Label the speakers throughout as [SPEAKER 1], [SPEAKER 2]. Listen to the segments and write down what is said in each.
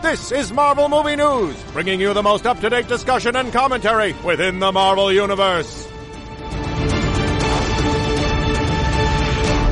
[SPEAKER 1] this is Marvel Movie News, bringing you the most up to date discussion and commentary within the Marvel Universe.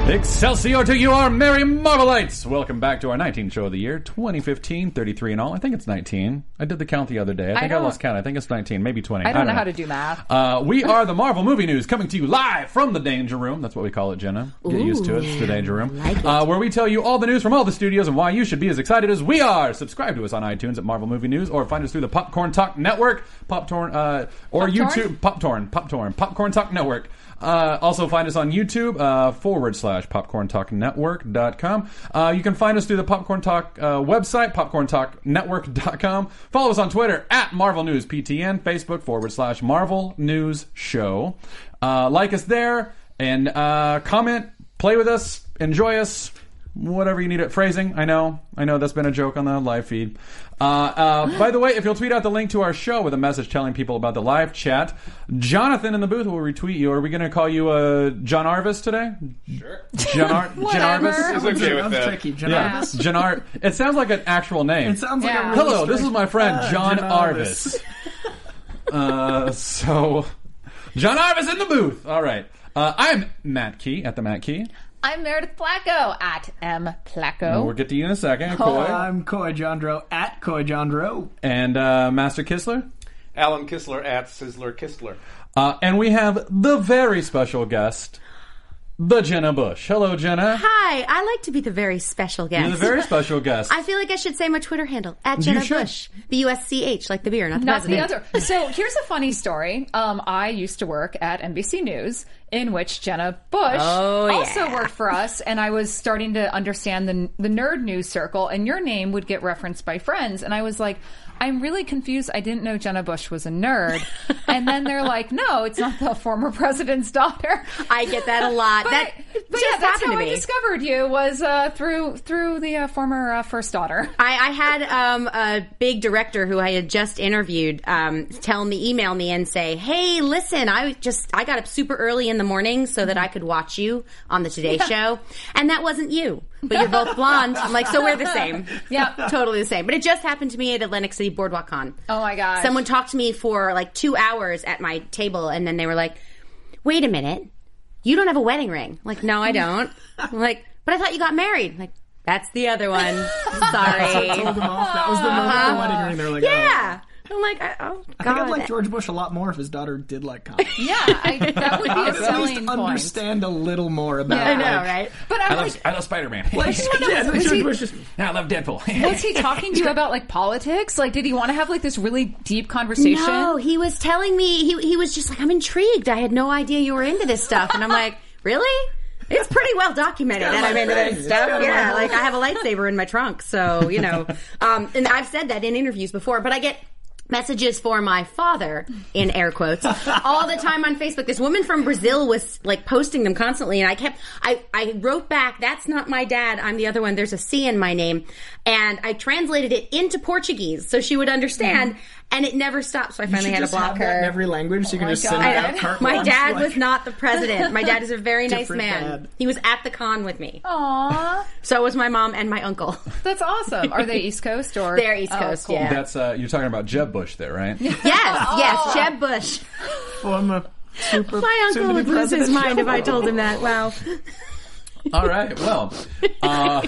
[SPEAKER 2] Excelsior to you, our merry Marvelites! Welcome back to our 19th show of the year, 2015, 33 in all. I think it's 19. I did the count the other day. I think I,
[SPEAKER 3] don't-
[SPEAKER 2] lost count. I think it's 19, maybe 20.
[SPEAKER 3] I don't know how to do math.
[SPEAKER 2] Uh, we are the Marvel Movie News coming to you live from the Danger Room. That's what we call it, Jenna. Get used to it. It's the Danger Room. Uh, where we tell you all the news from all the studios and why you should be as excited as we are. Subscribe to us on iTunes at Marvel Movie News or find us through the Popcorn Talk Network, Popcorn, uh, or YouTube, Popcorn, Popcorn, Popcorn Talk Network. Uh, also find us on YouTube uh, forward slash popcorntalknetwork.com. Uh, you can find us through the Popcorn Talk uh, website, popcorntalknetwork.com. Follow us on Twitter at Marvel News PTN, Facebook forward slash Marvel News Show. Uh, like us there and uh, comment, play with us, enjoy us. Whatever you need it. Phrasing, I know. I know that's been a joke on the live feed. Uh, uh, by the way, if you'll tweet out the link to our show with a message telling people about the live chat, Jonathan in the booth will retweet you. Are we going to call you uh, John Arvis today? Sure. John, Ar- John Arvis?
[SPEAKER 3] Whatever.
[SPEAKER 4] okay with that.
[SPEAKER 2] Yeah. John Ar- It sounds like an actual name.
[SPEAKER 5] It sounds
[SPEAKER 3] Yeah.
[SPEAKER 5] like a really Uh,
[SPEAKER 2] Hello, this is my friend John,
[SPEAKER 5] John
[SPEAKER 2] Arvis. uh, so, John Arvis in the booth. All right. Uh, I'm Matt Key at the Matt Key.
[SPEAKER 3] I'm Meredith Placco at M
[SPEAKER 2] We'll
[SPEAKER 3] Placco.
[SPEAKER 2] get to you in a second. Coy.
[SPEAKER 5] Oh, I'm Coy Jandro at Coy Jandro.
[SPEAKER 2] And uh, Master Kistler.
[SPEAKER 4] Alan Kistler at Sizzler Kistler.
[SPEAKER 2] Uh, and we have the very special guest, the Jenna Bush. Hello, Jenna.
[SPEAKER 6] Hi, I like to be the very special guest.
[SPEAKER 2] Uh-huh. You're the very special guest.
[SPEAKER 6] I feel like I should say my Twitter handle at Jenna
[SPEAKER 2] should.
[SPEAKER 6] Bush, the USCH, like the beer, not the
[SPEAKER 3] Not the
[SPEAKER 6] president.
[SPEAKER 3] other. So here's a funny story. Um, I used to work at NBC News, in which Jenna Bush
[SPEAKER 6] Oh,
[SPEAKER 3] also
[SPEAKER 6] yeah.
[SPEAKER 3] worked for us, and I was starting to understand the the nerd news circle, and your name would get referenced by friends, and I was like. I'm really confused. I didn't know Jenna Bush was a nerd. And then they're like, no, it's not the former president's daughter.
[SPEAKER 6] I get that a lot.
[SPEAKER 3] But,
[SPEAKER 6] that
[SPEAKER 3] but
[SPEAKER 6] just
[SPEAKER 3] yeah, that's
[SPEAKER 6] happened
[SPEAKER 3] how
[SPEAKER 6] to
[SPEAKER 3] I
[SPEAKER 6] me.
[SPEAKER 3] discovered you was uh, through through the uh, former uh, first daughter.
[SPEAKER 6] I, I had um, a big director who I had just interviewed um, tell me, email me, and say, "Hey, listen, I just I got up super early in the morning so that I could watch you on the Today Show, and that wasn't you, but you're both blonde. I'm like, so we're the same,
[SPEAKER 3] Yeah.
[SPEAKER 6] totally the same. But it just happened to me at Atlantic City Boardwalk Con.
[SPEAKER 3] Oh my gosh.
[SPEAKER 6] Someone talked to me for like two hours at my table, and then they were like, "Wait a minute, you don't have a wedding ring." I'm like, no, I don't. I'm like, but I thought you got married. I'm like, that's the other one. Sorry. Uh-huh.
[SPEAKER 5] Told them off. That was the moment of the wedding ring. They're like,
[SPEAKER 6] yeah. I'm like, I- oh god.
[SPEAKER 5] Oh. I think I'd like George Bush a lot more if his daughter did like comedy.
[SPEAKER 3] Yeah, I, that would be a
[SPEAKER 5] At
[SPEAKER 3] selling
[SPEAKER 5] least
[SPEAKER 3] point.
[SPEAKER 5] understand a little more about.
[SPEAKER 3] Yeah.
[SPEAKER 6] I know,
[SPEAKER 5] like,
[SPEAKER 6] right?
[SPEAKER 3] But I'm
[SPEAKER 2] I love,
[SPEAKER 3] like,
[SPEAKER 2] I love Spider Man.
[SPEAKER 5] yeah,
[SPEAKER 3] was
[SPEAKER 5] George
[SPEAKER 3] he-
[SPEAKER 5] Bush is
[SPEAKER 2] I love Deadpool.
[SPEAKER 3] was he talking to you about like politics? Like, did he want to have like this really deep conversation?
[SPEAKER 6] No, he was telling me he he was just like, I'm intrigued. I had no idea you were into this stuff, and I'm like, really? It's pretty well documented that I'm into this stuff. Yeah, like I have a lightsaber in my trunk, so you know. Um, and I've said that in interviews before, but I get messages for my father in air quotes all the time on Facebook. This woman from Brazil was like posting them constantly, and I kept I I wrote back, "That's not my dad. I'm the other one. There's a C in my name," and I translated it into Portuguese so she would understand. And it never stopped, so I
[SPEAKER 5] Mm-hmm. You
[SPEAKER 6] finally
[SPEAKER 5] should
[SPEAKER 6] had to
[SPEAKER 5] just
[SPEAKER 6] block
[SPEAKER 5] have that
[SPEAKER 6] her.
[SPEAKER 5] in every language. So you can
[SPEAKER 3] Oh my
[SPEAKER 5] just send
[SPEAKER 3] God.
[SPEAKER 5] it
[SPEAKER 3] I
[SPEAKER 5] out.
[SPEAKER 3] know.
[SPEAKER 5] carte
[SPEAKER 6] My
[SPEAKER 5] blanche,
[SPEAKER 6] dad
[SPEAKER 5] like-
[SPEAKER 6] was not the president. My dad is a very nice
[SPEAKER 5] Different
[SPEAKER 6] man.
[SPEAKER 5] dad.
[SPEAKER 6] He was at the con with me.
[SPEAKER 3] Aw,
[SPEAKER 6] So was my mom and my uncle.
[SPEAKER 3] that's awesome. Are they East Coast or
[SPEAKER 6] They're East
[SPEAKER 3] Oh,
[SPEAKER 6] Coast,
[SPEAKER 3] cool.
[SPEAKER 6] yeah.
[SPEAKER 2] That's uh, you're talking about Jeb Bush there, right?
[SPEAKER 6] Yes, yes, Jeb Bush.
[SPEAKER 5] Former super.
[SPEAKER 6] Oh. My uncle would
[SPEAKER 5] soon-to-be
[SPEAKER 6] lose his
[SPEAKER 5] president.
[SPEAKER 6] mind if I told him that. Wow.
[SPEAKER 2] All right. Well, uh,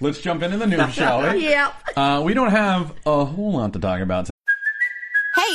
[SPEAKER 2] let's jump into the news, shall we?
[SPEAKER 6] Yep.
[SPEAKER 2] Uh, we don't have a whole lot to talk about
[SPEAKER 7] Hey,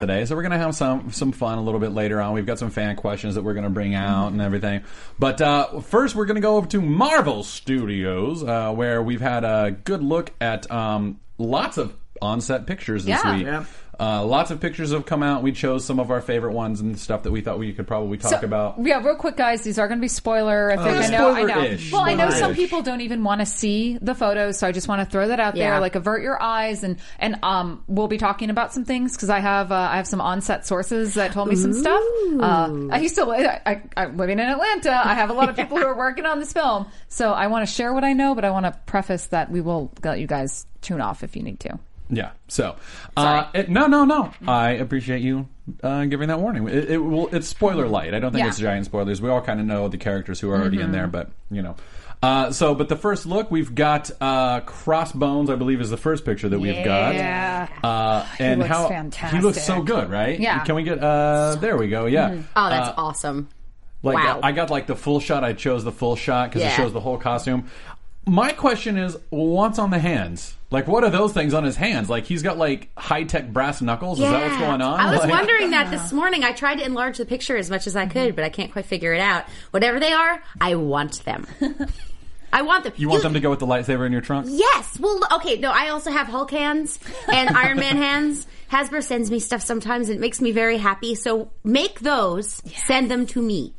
[SPEAKER 2] today. So we're going to have some some fun a little bit later on. We've got some fan questions that we're going to bring out and everything. But uh, first, we're going to go over to Marvel Studios, uh, where we've had a good look at um, lots of on-set pictures this
[SPEAKER 3] Yeah.
[SPEAKER 2] week.
[SPEAKER 5] Yeah.
[SPEAKER 2] Uh, lots of pictures have come out. We chose some of our favorite ones and stuff that we thought we could probably talk
[SPEAKER 3] So-
[SPEAKER 2] about. Uh,
[SPEAKER 3] Yeah, real quick, guys. These are going to be spoiler. I think I know. I know.
[SPEAKER 2] Spoiler-ish.
[SPEAKER 3] Well, I know some
[SPEAKER 2] Spoiler-ish.
[SPEAKER 3] people don't even want to see the photos, so I just want to throw that out
[SPEAKER 6] Yeah.
[SPEAKER 3] there. Like, avert your eyes, and and um, we'll be talking about some things because I have uh, I have some on-set sources that told me some stuff. Uh, I used to li- I, I, I'm living in Atlanta. I have a lot of people who are working on this film, so I want to share what I know, but I want to preface that we will let you guys tune off if you need to.
[SPEAKER 2] Yeah. So, uh, it, no, no, no. I appreciate you uh, giving that warning. It, it will. It's spoiler light. I don't think
[SPEAKER 3] Yeah. Mm-hmm.
[SPEAKER 2] it's giant spoilers. We all kind of know the characters who are already in there, but you know. Uh, so, but the first look we've got uh, Crossbones. I believe is the first picture that we've got.
[SPEAKER 3] Yeah.
[SPEAKER 2] Uh, and
[SPEAKER 3] looks
[SPEAKER 2] how
[SPEAKER 3] fantastic.
[SPEAKER 2] he looks so good, right?
[SPEAKER 3] Yeah. Mm-hmm.
[SPEAKER 2] Can we get? Uh, there we go. Yeah. Uh,
[SPEAKER 6] Oh, that's awesome.
[SPEAKER 2] Like
[SPEAKER 6] Wow.
[SPEAKER 2] I got like the full shot. I chose the full shot because it
[SPEAKER 6] Yeah.
[SPEAKER 2] shows the whole costume. My question is, what's on the hands? Like, what are those things on his hands? Like, he's got like high tech brass knuckles. Is that what's
[SPEAKER 6] Yeah.
[SPEAKER 2] going on?
[SPEAKER 6] I was
[SPEAKER 2] Like-
[SPEAKER 6] wondering that this morning. I tried to enlarge the picture as much as I could, but I can't quite figure it out. Whatever they are, I want them. I want them.
[SPEAKER 2] You want them to go with the lightsaber in your trunk?
[SPEAKER 6] Yes. Well, okay. No, I also have Hulk hands and Iron Man hands. Hasbro sends me stuff sometimes, and it makes me very happy. So make those. Send them to me.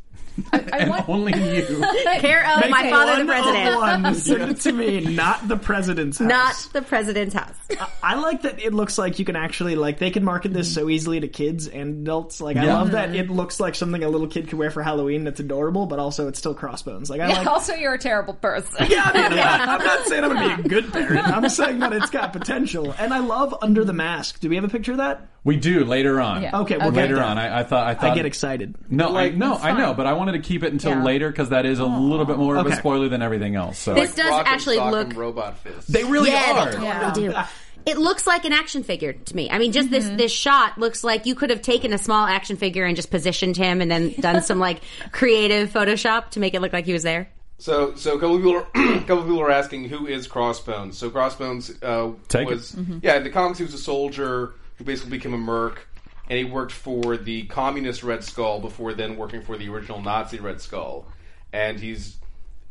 [SPEAKER 2] and only you.
[SPEAKER 6] Care of my father, the president,
[SPEAKER 5] One, one, send it to me, not the president's house.
[SPEAKER 6] not the president's house.
[SPEAKER 5] I like that it looks like you can actually like they can market this so easily to kids and adults. Like I
[SPEAKER 2] Yeah.
[SPEAKER 5] love
[SPEAKER 4] Mm-hmm.
[SPEAKER 5] that it looks like something a little kid could wear for Halloween that's adorable, but also it's still crossbones. Like I like
[SPEAKER 3] also, you're a terrible person.
[SPEAKER 5] Yeah, I mean, I'm not saying I'm gonna be a good parent. I'm saying that it's got potential. And I love Under the Mask. Do we have a picture of that?
[SPEAKER 2] We do later on.
[SPEAKER 3] Yeah.
[SPEAKER 5] Okay, we'll
[SPEAKER 2] Later
[SPEAKER 5] get there.
[SPEAKER 2] on, I, I thought I thought
[SPEAKER 5] I get excited.
[SPEAKER 2] No, I, no, I know, but I wanted to keep it until
[SPEAKER 3] Yeah.
[SPEAKER 2] later because that is a little bit more of a
[SPEAKER 5] Oh. Okay.
[SPEAKER 2] spoiler than everything else. So
[SPEAKER 6] This does
[SPEAKER 4] Rock 'em,
[SPEAKER 6] actually
[SPEAKER 4] sock 'em,
[SPEAKER 6] look
[SPEAKER 4] robot fist.
[SPEAKER 2] they really
[SPEAKER 6] yeah,
[SPEAKER 2] are.
[SPEAKER 6] They totally do. It looks like an action figure to me. I mean, just this this shot looks like you could have taken a small action figure and just positioned him, and then done some like creative Photoshop to make it look like he was there.
[SPEAKER 4] So, so a couple of people are, a couple of people are asking who is Crossbones. So Crossbones uh,
[SPEAKER 2] Take it.
[SPEAKER 4] was
[SPEAKER 6] Mm-hmm.
[SPEAKER 4] yeah in the comics he was a soldier who basically became a merc, and he worked for the communist Red Skull before then working for the original Nazi Red Skull, and he's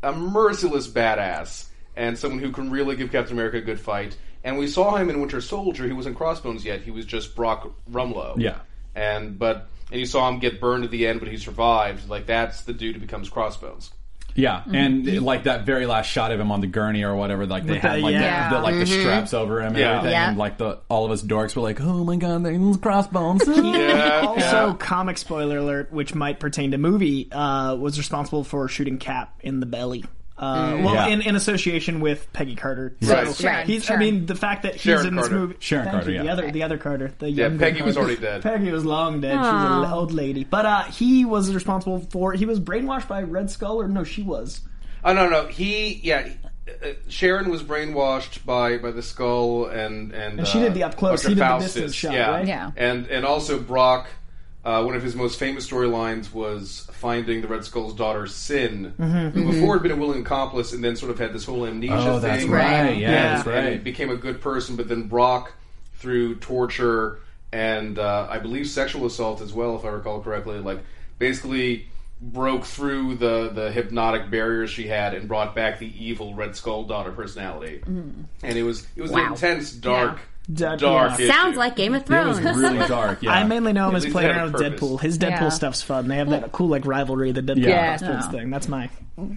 [SPEAKER 4] a merciless badass and someone who can really give Captain America a good fight. And we saw him in Winter Soldier. He wasn't Crossbones yet. He was just Brock Rumlow.
[SPEAKER 2] Yeah.
[SPEAKER 4] And but and you saw him get burned at the end, but he survived. Like that's the dude who bemes Crossbones.
[SPEAKER 2] Yeah, and like that very last shot of him on the gurney or whatever, like they
[SPEAKER 5] With
[SPEAKER 2] had
[SPEAKER 5] the-
[SPEAKER 2] like,
[SPEAKER 5] yeah.
[SPEAKER 2] the, the- like the straps over him and
[SPEAKER 4] Yeah.
[SPEAKER 2] everything,
[SPEAKER 6] Yeah.
[SPEAKER 2] and like the all of us dorks were like, "Oh my god, there's crossbones!"
[SPEAKER 4] Yeah,
[SPEAKER 5] also,
[SPEAKER 4] yeah.
[SPEAKER 5] comic spoiler alert, which might pertain to movie, uh, was responsible for shooting Cap in the belly. Uh,
[SPEAKER 4] Mm.
[SPEAKER 5] well,
[SPEAKER 2] Yeah.
[SPEAKER 5] in, in association with Peggy Carter.
[SPEAKER 4] Right.
[SPEAKER 5] So
[SPEAKER 3] Sharon,
[SPEAKER 5] he's, I
[SPEAKER 3] Sharon.
[SPEAKER 5] mean, the fact that he's
[SPEAKER 4] Sharon
[SPEAKER 5] in
[SPEAKER 4] Carter.
[SPEAKER 5] this movie.
[SPEAKER 2] Sharon
[SPEAKER 5] Thank
[SPEAKER 2] Carter,
[SPEAKER 5] you, the
[SPEAKER 2] yeah.
[SPEAKER 5] other, the other Carter. The
[SPEAKER 4] Yeah,
[SPEAKER 5] younger
[SPEAKER 4] Peggy was
[SPEAKER 5] Carter.
[SPEAKER 4] already dead.
[SPEAKER 5] Peggy was long dead. She was an old lady. But uh, he was responsible for. He was brainwashed by Red Skull, or no, she was.
[SPEAKER 4] Oh no, no, he yeah. uh, Sharon was brainwashed by by the skull and and,
[SPEAKER 5] And she
[SPEAKER 4] uh,
[SPEAKER 5] did the up close,
[SPEAKER 4] Dr.
[SPEAKER 5] he did the
[SPEAKER 4] Faustus.
[SPEAKER 5] distance shot,
[SPEAKER 4] yeah.
[SPEAKER 5] right?
[SPEAKER 3] Yeah.
[SPEAKER 4] And and also Brock, uh, one of his most famous storylines was finding the Red Skull's daughter Sin,
[SPEAKER 5] Mm-hmm.
[SPEAKER 4] who before had been a willing accomplice and then sort of had this whole amnesia
[SPEAKER 2] oh,
[SPEAKER 4] thing.
[SPEAKER 2] that's right. Yeah, that's
[SPEAKER 4] and he
[SPEAKER 2] right.
[SPEAKER 4] became a good person. But then Brock, through torture and uh, I believe sexual assault as well, if I recall correctly, like basically broke through the the hypnotic barriers she had and brought back the evil Red Skull daughter personality.
[SPEAKER 2] Mm-hmm.
[SPEAKER 4] And it was it was an
[SPEAKER 6] Mm-hmm. Wow.
[SPEAKER 4] intense, dark,
[SPEAKER 5] That-
[SPEAKER 4] dark.
[SPEAKER 5] yeah.
[SPEAKER 4] issue.
[SPEAKER 6] Sounds like Game of
[SPEAKER 2] It was
[SPEAKER 6] Thrones.
[SPEAKER 2] really dark. Yeah,
[SPEAKER 5] I mainly know him as
[SPEAKER 4] least
[SPEAKER 5] playing
[SPEAKER 4] they had a
[SPEAKER 5] around with
[SPEAKER 4] purpose.
[SPEAKER 5] Deadpool. His Deadpool
[SPEAKER 3] Yeah.
[SPEAKER 5] stuff's fun. They have that cool like rivalry, the Deadpool
[SPEAKER 2] Yeah.
[SPEAKER 5] Crossbones thing. That's my.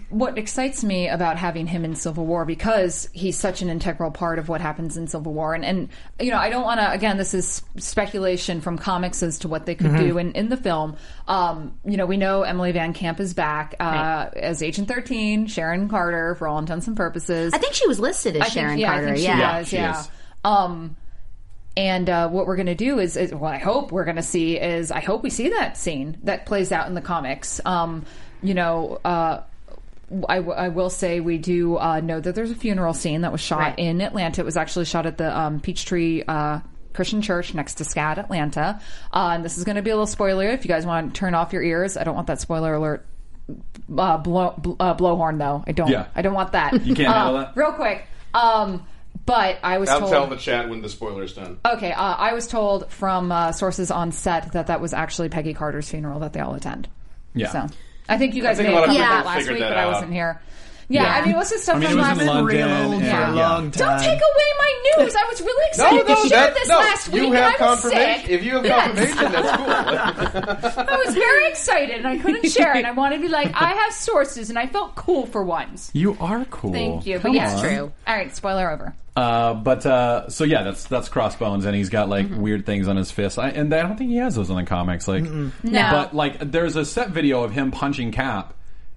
[SPEAKER 3] what excites me about having him in Civil War because he's such an integral part of what happens in Civil War, and and you know I don't want to again this is speculation from comics as to what they could do in in the film. Um, you know we know Emily Van Camp is back uh, as Agent Thirteen, Sharon Carter for all intents and purposes.
[SPEAKER 6] I think she was listed as Sharon
[SPEAKER 3] yeah,
[SPEAKER 6] Carter.
[SPEAKER 3] I think she
[SPEAKER 6] yeah.
[SPEAKER 3] was,
[SPEAKER 2] she
[SPEAKER 3] yeah.
[SPEAKER 2] is.
[SPEAKER 3] Um, And uh, what we're going to do is, is, what I hope we're going to see is, I hope we see that scene that plays out in the comics. Um, you know, uh, I, w- I will say we do uh, know that there's a funeral scene that was shot
[SPEAKER 6] Right.
[SPEAKER 3] in Atlanta. It was actually shot at the um, Peachtree uh, Christian Church next to SCAD Atlanta. Uh, and this is going to be a little spoiler. If you guys want to turn off your ears, I don't want that spoiler alert. Uh, blow, bl- uh, blowhorn though. I don't.
[SPEAKER 2] Yeah.
[SPEAKER 3] I don't want that.
[SPEAKER 2] You can't
[SPEAKER 3] Uh,
[SPEAKER 2] handle that?
[SPEAKER 3] Real quick. Um, but I was
[SPEAKER 4] I'll
[SPEAKER 3] told.
[SPEAKER 4] tell the chat when the spoiler's done.
[SPEAKER 3] Okay, uh, I was told from uh, sources on set that that was actually Peggy Carter's funeral that they all attend.
[SPEAKER 2] Yeah.
[SPEAKER 3] So I think you guys
[SPEAKER 4] think
[SPEAKER 3] may
[SPEAKER 4] a lot
[SPEAKER 3] have heard
[SPEAKER 4] of people
[SPEAKER 3] that last
[SPEAKER 4] figured
[SPEAKER 3] week,
[SPEAKER 4] that
[SPEAKER 3] but I
[SPEAKER 4] out.
[SPEAKER 3] wasn't here. Yeah, I mean, it was just stuff
[SPEAKER 2] I mean, it
[SPEAKER 3] from
[SPEAKER 2] was
[SPEAKER 3] last
[SPEAKER 2] in London.
[SPEAKER 5] Railed for
[SPEAKER 2] yeah.
[SPEAKER 5] a long
[SPEAKER 3] Don't
[SPEAKER 5] time.
[SPEAKER 3] take away my news. I was really excited to share
[SPEAKER 4] that-
[SPEAKER 3] this
[SPEAKER 4] no,
[SPEAKER 3] last week.
[SPEAKER 4] you have
[SPEAKER 3] and I was
[SPEAKER 4] confirmation.
[SPEAKER 3] sick.
[SPEAKER 4] If you have
[SPEAKER 3] Yes.
[SPEAKER 4] confirmation, that's cool.
[SPEAKER 3] I was very excited and I couldn't share it. I wanted to be like, I have sources, and I felt cool for once.
[SPEAKER 2] You are cool.
[SPEAKER 3] Thank you.
[SPEAKER 2] Come
[SPEAKER 3] but yeah,
[SPEAKER 2] on.
[SPEAKER 3] All right, spoiler over.
[SPEAKER 2] Uh, but uh, so yeah, that's that's Crossbones, and he's got like weird things on his fists, I, and I don't think he has those in the comics. Like,
[SPEAKER 4] Mm-hmm.
[SPEAKER 3] No.
[SPEAKER 2] but like there's a set video of him punching Cap,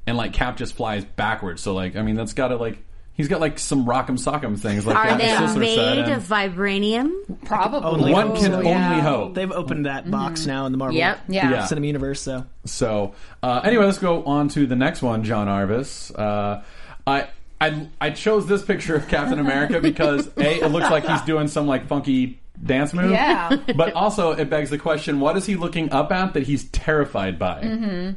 [SPEAKER 2] and like Cap just flies backwards. So like, I mean, that's got to like he's got like some rock'em sock'em things like
[SPEAKER 6] Are
[SPEAKER 2] that.
[SPEAKER 6] they
[SPEAKER 2] His sister said,
[SPEAKER 6] made
[SPEAKER 2] and
[SPEAKER 6] of vibranium?
[SPEAKER 3] Probably. Oh,
[SPEAKER 2] one can only
[SPEAKER 3] yeah.
[SPEAKER 2] hope.
[SPEAKER 5] Oh, They've opened that box now in the Marvel
[SPEAKER 6] Yep.
[SPEAKER 3] Yeah.
[SPEAKER 2] Yeah.
[SPEAKER 5] Cinema Universe, so
[SPEAKER 2] So uh, anyway, let's go on to the next one, John Arvis. Uh, I. I, I chose this picture of Captain America because a it looks like he's doing some like funky dance move,
[SPEAKER 3] Yeah.
[SPEAKER 2] but also it begs the question: What is he looking up at that he's terrified by? Mm-hmm.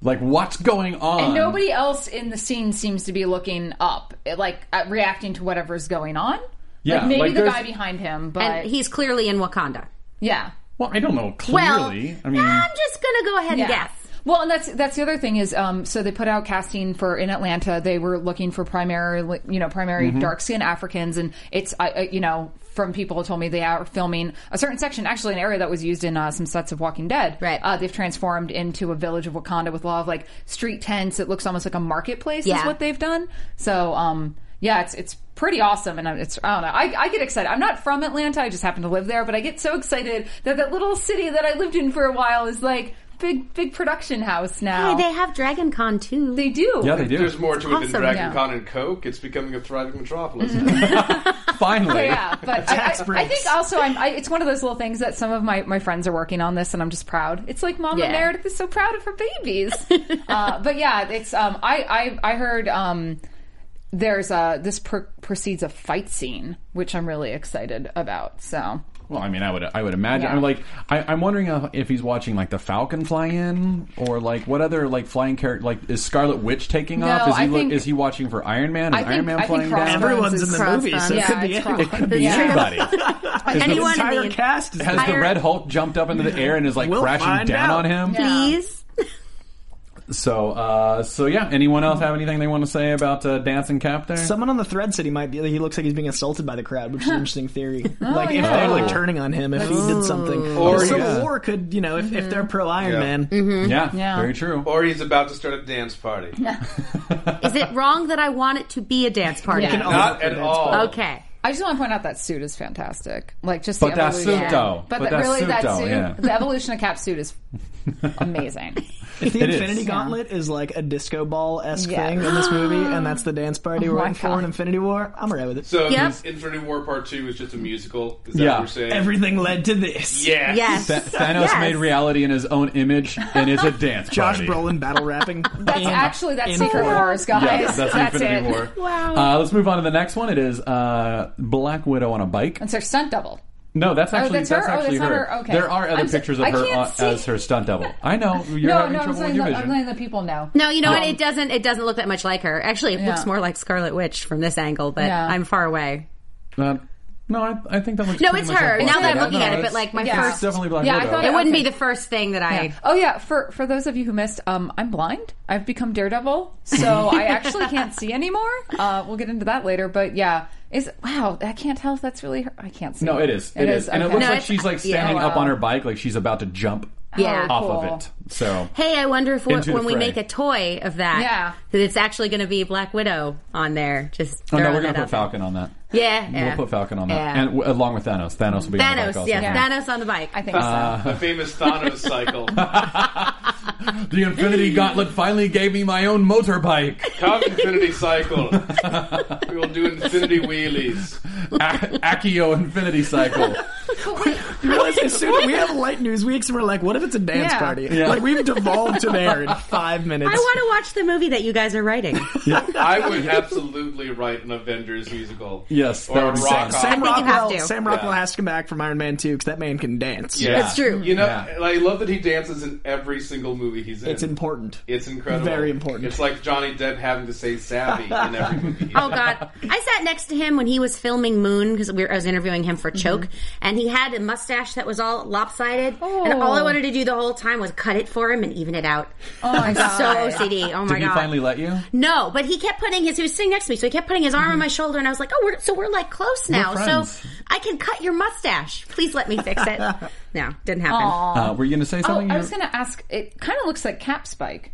[SPEAKER 2] Like what's going on?
[SPEAKER 3] Mm. And nobody else in the scene seems to be looking up, like uh, reacting to whatever's going on.
[SPEAKER 2] Yeah,
[SPEAKER 3] like maybe
[SPEAKER 2] like
[SPEAKER 3] the
[SPEAKER 2] there's-
[SPEAKER 3] guy behind him, but
[SPEAKER 6] And he's clearly in Wakanda.
[SPEAKER 3] yeah,
[SPEAKER 2] Well, I don't know.
[SPEAKER 6] Well,
[SPEAKER 2] Clearly, I mean,
[SPEAKER 6] I'm just gonna go ahead
[SPEAKER 3] yeah.
[SPEAKER 6] and guess.
[SPEAKER 3] Well, and that's that's the other thing is, um, so they put out casting for in Atlanta. They were looking for primarily, you know, primary
[SPEAKER 2] Mm-hmm.
[SPEAKER 3] dark skinned Africans, and it's, I, I, you know, from people who told me they are filming a certain section, actually an area that was used in uh, some sets of Walking Dead.
[SPEAKER 6] Right.
[SPEAKER 3] Uh, they've transformed into a village of Wakanda with a lot of like street tents. It looks almost like a marketplace. Is
[SPEAKER 6] Yeah.
[SPEAKER 3] what they've done. So, um, yeah, it's it's pretty awesome, and I'm- it's I don't know. I, I get excited. I'm not from Atlanta. I just happen to live there, but I get so excited that that little city that I lived in for a while is like big big production house now.
[SPEAKER 6] Hey, they have Dragon Con too.
[SPEAKER 3] They do.
[SPEAKER 2] yeah, they do.
[SPEAKER 4] There's more to it than
[SPEAKER 6] awesome.
[SPEAKER 4] Dragon
[SPEAKER 3] Yeah.
[SPEAKER 4] Con and Coke. It's becoming a thriving metropolis.
[SPEAKER 2] Finally,
[SPEAKER 3] yeah, but I,
[SPEAKER 5] Tax
[SPEAKER 3] I, I
[SPEAKER 5] breaks.
[SPEAKER 3] think also I'm, I, it's one of those little things that some of my, my friends are working on this, and I'm just proud. It's like Mama
[SPEAKER 6] Yeah.
[SPEAKER 3] Meredith is so proud of her babies. uh, but yeah, it's um, I, I I heard um, there's uh this per- precedes a fight scene, which I'm really excited about. So
[SPEAKER 2] Well, I mean, I would, I would imagine.
[SPEAKER 3] Yeah.
[SPEAKER 2] I'm like, I, I'm wondering uh, if he's watching like the Falcon fly in, or like what other like flying character, like is Scarlet Witch taking
[SPEAKER 3] No,
[SPEAKER 2] off? Is he
[SPEAKER 3] I
[SPEAKER 2] look-
[SPEAKER 3] think-
[SPEAKER 2] is he watching for Iron Man? Is
[SPEAKER 3] I think-
[SPEAKER 2] Iron Man
[SPEAKER 3] I think
[SPEAKER 2] flying
[SPEAKER 3] Crossbones
[SPEAKER 2] down?
[SPEAKER 5] everyone's
[SPEAKER 3] is
[SPEAKER 5] in the
[SPEAKER 6] crossbones.
[SPEAKER 5] movie, so
[SPEAKER 3] yeah,
[SPEAKER 5] it could be
[SPEAKER 3] it's
[SPEAKER 5] anyone.
[SPEAKER 3] crossbones.
[SPEAKER 2] Could be
[SPEAKER 3] Yeah.
[SPEAKER 2] anybody.
[SPEAKER 6] Anyone
[SPEAKER 5] The entire
[SPEAKER 6] in the
[SPEAKER 5] cast is
[SPEAKER 2] Has the
[SPEAKER 6] Iron-
[SPEAKER 2] Red Hulk jumped up into the air and is like
[SPEAKER 5] We'll
[SPEAKER 2] crashing
[SPEAKER 5] find
[SPEAKER 2] down on
[SPEAKER 5] out.
[SPEAKER 2] him?
[SPEAKER 6] Please.
[SPEAKER 2] So, uh, so yeah. Anyone else have anything they want to say about uh, dancing Cap there?
[SPEAKER 5] Someone on the thread said he might be. He looks like he's being assaulted by the crowd, which is an interesting theory. like if
[SPEAKER 3] yeah.
[SPEAKER 5] they're like turning on him, if he did
[SPEAKER 2] Mm.
[SPEAKER 5] something,
[SPEAKER 4] Or
[SPEAKER 5] or Civil
[SPEAKER 4] yeah.
[SPEAKER 5] War could, you know, if, if they're pro Iron
[SPEAKER 4] Yeah. Mm-hmm.
[SPEAKER 5] Man,
[SPEAKER 2] yeah,
[SPEAKER 3] Yeah.
[SPEAKER 2] very true.
[SPEAKER 4] or he's about to start a dance party.
[SPEAKER 6] Is it wrong that I want it to be a dance party?
[SPEAKER 3] Yeah.
[SPEAKER 5] all-
[SPEAKER 4] Not at all.
[SPEAKER 6] Okay.
[SPEAKER 3] I just want to point out that suit is fantastic. Like just
[SPEAKER 2] But
[SPEAKER 3] the
[SPEAKER 2] that
[SPEAKER 3] evolution.
[SPEAKER 2] suit, though.
[SPEAKER 3] But,
[SPEAKER 2] But
[SPEAKER 3] the-
[SPEAKER 2] that
[SPEAKER 3] really
[SPEAKER 2] suit,
[SPEAKER 3] that
[SPEAKER 2] though,
[SPEAKER 3] suit,
[SPEAKER 2] yeah.
[SPEAKER 3] the evolution of Cap suit is amazing.
[SPEAKER 5] if the
[SPEAKER 2] It is.
[SPEAKER 5] Infinity
[SPEAKER 2] Yeah.
[SPEAKER 5] Gauntlet is like a disco ball esque
[SPEAKER 3] Yeah.
[SPEAKER 5] thing in this movie, and that's the dance party
[SPEAKER 3] my
[SPEAKER 5] we're in for
[SPEAKER 3] God.
[SPEAKER 5] in Infinity War, I'm alright with it.
[SPEAKER 4] So
[SPEAKER 6] Yep.
[SPEAKER 4] this Infinity War Part Two is just a musical. Is that
[SPEAKER 2] Yeah.
[SPEAKER 4] what you're saying?
[SPEAKER 5] Everything led to this.
[SPEAKER 4] yeah.
[SPEAKER 6] Yes.
[SPEAKER 2] Th- Thanos
[SPEAKER 6] Yes.
[SPEAKER 2] made reality in his own image and is a dance
[SPEAKER 5] Josh
[SPEAKER 2] party.
[SPEAKER 5] Brolin battle rapping.
[SPEAKER 3] That's
[SPEAKER 5] And
[SPEAKER 3] actually that's
[SPEAKER 5] in
[SPEAKER 3] Secret
[SPEAKER 5] for-
[SPEAKER 3] Wars, guys.
[SPEAKER 2] Yeah, that's, Infinity
[SPEAKER 3] it.
[SPEAKER 2] War. Wow. Uh, let's move on to the next one. It is uh, Black Widow on a bike.
[SPEAKER 3] It's her stunt double.
[SPEAKER 2] No, that's actually
[SPEAKER 3] that's
[SPEAKER 2] that's,
[SPEAKER 3] her? Oh,
[SPEAKER 2] actually
[SPEAKER 3] that's not
[SPEAKER 2] her.
[SPEAKER 3] her? Okay.
[SPEAKER 2] There are other
[SPEAKER 3] I'm so-
[SPEAKER 2] pictures of
[SPEAKER 3] I
[SPEAKER 2] her
[SPEAKER 3] can't
[SPEAKER 2] on,
[SPEAKER 3] see.
[SPEAKER 2] as her stunt double. I know you're
[SPEAKER 3] no,
[SPEAKER 2] having
[SPEAKER 3] no, I'm
[SPEAKER 2] trouble with
[SPEAKER 3] saying,
[SPEAKER 2] your
[SPEAKER 3] the,
[SPEAKER 2] vision.
[SPEAKER 3] I'm letting the people know.
[SPEAKER 6] No, you know what?
[SPEAKER 3] Yeah.
[SPEAKER 6] It doesn't. It doesn't look that much like her. Actually, it
[SPEAKER 3] Yeah.
[SPEAKER 6] looks more like Scarlet Witch from this angle, but
[SPEAKER 3] Yeah.
[SPEAKER 6] I'm far away.
[SPEAKER 2] Uh, no, I, I think that looks.
[SPEAKER 6] No,
[SPEAKER 2] pretty
[SPEAKER 6] it's
[SPEAKER 2] much
[SPEAKER 6] her. Now
[SPEAKER 2] how
[SPEAKER 6] that I'm
[SPEAKER 2] Black
[SPEAKER 6] looking
[SPEAKER 2] Widow-
[SPEAKER 6] at it,
[SPEAKER 2] no,
[SPEAKER 6] but like my
[SPEAKER 2] it's-
[SPEAKER 3] Yeah.
[SPEAKER 2] it's
[SPEAKER 6] first, it
[SPEAKER 2] definitely Black
[SPEAKER 3] Yeah, I
[SPEAKER 2] Widow.
[SPEAKER 3] thought it
[SPEAKER 6] wouldn't
[SPEAKER 3] Okay.
[SPEAKER 6] be the first thing that I.
[SPEAKER 3] Yeah. Oh yeah, for for those of you who missed, um, I'm blind. I've become Daredevil, so I actually can't see anymore. Uh, we'll get into that later, but yeah, is wow, I can't tell if that's really her. I can't see.
[SPEAKER 2] no, it is.
[SPEAKER 3] It is.
[SPEAKER 2] and it
[SPEAKER 3] okay.
[SPEAKER 2] looks
[SPEAKER 6] No,
[SPEAKER 2] like
[SPEAKER 6] it's-
[SPEAKER 2] she's like
[SPEAKER 6] yeah.
[SPEAKER 2] standing up
[SPEAKER 3] Wow.
[SPEAKER 2] on her bike, like she's about to jump
[SPEAKER 6] Yeah.
[SPEAKER 2] off
[SPEAKER 3] Oh, Cool.
[SPEAKER 2] of it. So
[SPEAKER 6] Hey, I wonder if what,
[SPEAKER 2] Into the
[SPEAKER 6] when we
[SPEAKER 2] fray.
[SPEAKER 6] make a toy of that,
[SPEAKER 3] Yeah.
[SPEAKER 6] that it's actually going to be Black Widow on there. Just
[SPEAKER 2] Oh, no,
[SPEAKER 6] throwing
[SPEAKER 2] we're
[SPEAKER 6] that
[SPEAKER 2] gonna
[SPEAKER 6] out
[SPEAKER 2] put
[SPEAKER 6] there.
[SPEAKER 2] Falcon on that.
[SPEAKER 6] Yeah, yeah.
[SPEAKER 2] We'll put Falcon on that,
[SPEAKER 6] Yeah.
[SPEAKER 2] and w- along with Thanos. Thanos will be on the
[SPEAKER 6] Thanos,
[SPEAKER 2] bike also. Uh,
[SPEAKER 6] yes,
[SPEAKER 2] Yeah.
[SPEAKER 6] Thanos on the bike.
[SPEAKER 3] I think so.
[SPEAKER 4] The famous Thanos cycle.
[SPEAKER 2] The Infinity Gauntlet finally gave me my own motorbike.
[SPEAKER 4] Come Infinity Cycle. we will do Infinity Wheelies.
[SPEAKER 2] A- Accio Infinity Cycle.
[SPEAKER 5] You realize as soon as we have light news weeks, we're like, what if it's a dance
[SPEAKER 3] Yeah.
[SPEAKER 5] party?
[SPEAKER 2] Yeah.
[SPEAKER 5] Like we've devolved to there in five minutes.
[SPEAKER 6] I want to watch the movie that you guys are writing.
[SPEAKER 4] I would absolutely write an Avengers musical.
[SPEAKER 2] Yes,
[SPEAKER 4] or
[SPEAKER 2] that
[SPEAKER 4] a
[SPEAKER 2] would be
[SPEAKER 4] rock
[SPEAKER 2] sick.
[SPEAKER 5] Sam
[SPEAKER 4] opera.
[SPEAKER 6] think you have
[SPEAKER 5] Rockwell.
[SPEAKER 6] to.
[SPEAKER 5] Sam Rockwell
[SPEAKER 4] Yeah.
[SPEAKER 5] has to come back from Iron Man 2 because that man can dance.
[SPEAKER 4] Yeah.
[SPEAKER 6] It's true.
[SPEAKER 4] You know,
[SPEAKER 2] Yeah.
[SPEAKER 4] I love that he dances in every single movie he's in.
[SPEAKER 5] It's important.
[SPEAKER 4] It's incredible.
[SPEAKER 5] Very important.
[SPEAKER 4] It's like Johnny Depp having to say "savvy" in every movie. he's
[SPEAKER 6] Oh
[SPEAKER 4] in.
[SPEAKER 6] God! I sat next to him when he was filming Moon because we were, I was interviewing him
[SPEAKER 3] Mm-hmm.
[SPEAKER 6] for Choke, and he had a mustache that was all lopsided, and all I
[SPEAKER 3] Oh.
[SPEAKER 6] wanted to do the whole time was cut it for him and even it out.
[SPEAKER 3] Oh my god.
[SPEAKER 6] So OCD. Oh my
[SPEAKER 2] Did
[SPEAKER 6] god!
[SPEAKER 2] he finally let you?
[SPEAKER 6] no, but he kept putting his. He was sitting next to me, so he kept putting his arm on my shoulder, and I was like, "Oh, we're so we're like close now,
[SPEAKER 2] friends.
[SPEAKER 6] so I can cut your mustache. Please let me fix it." no, didn't happen.
[SPEAKER 2] Uh, were you going to say
[SPEAKER 3] Oh,
[SPEAKER 2] something?
[SPEAKER 3] I
[SPEAKER 2] You-
[SPEAKER 3] was going to ask. It kind of looks like Cap Spike.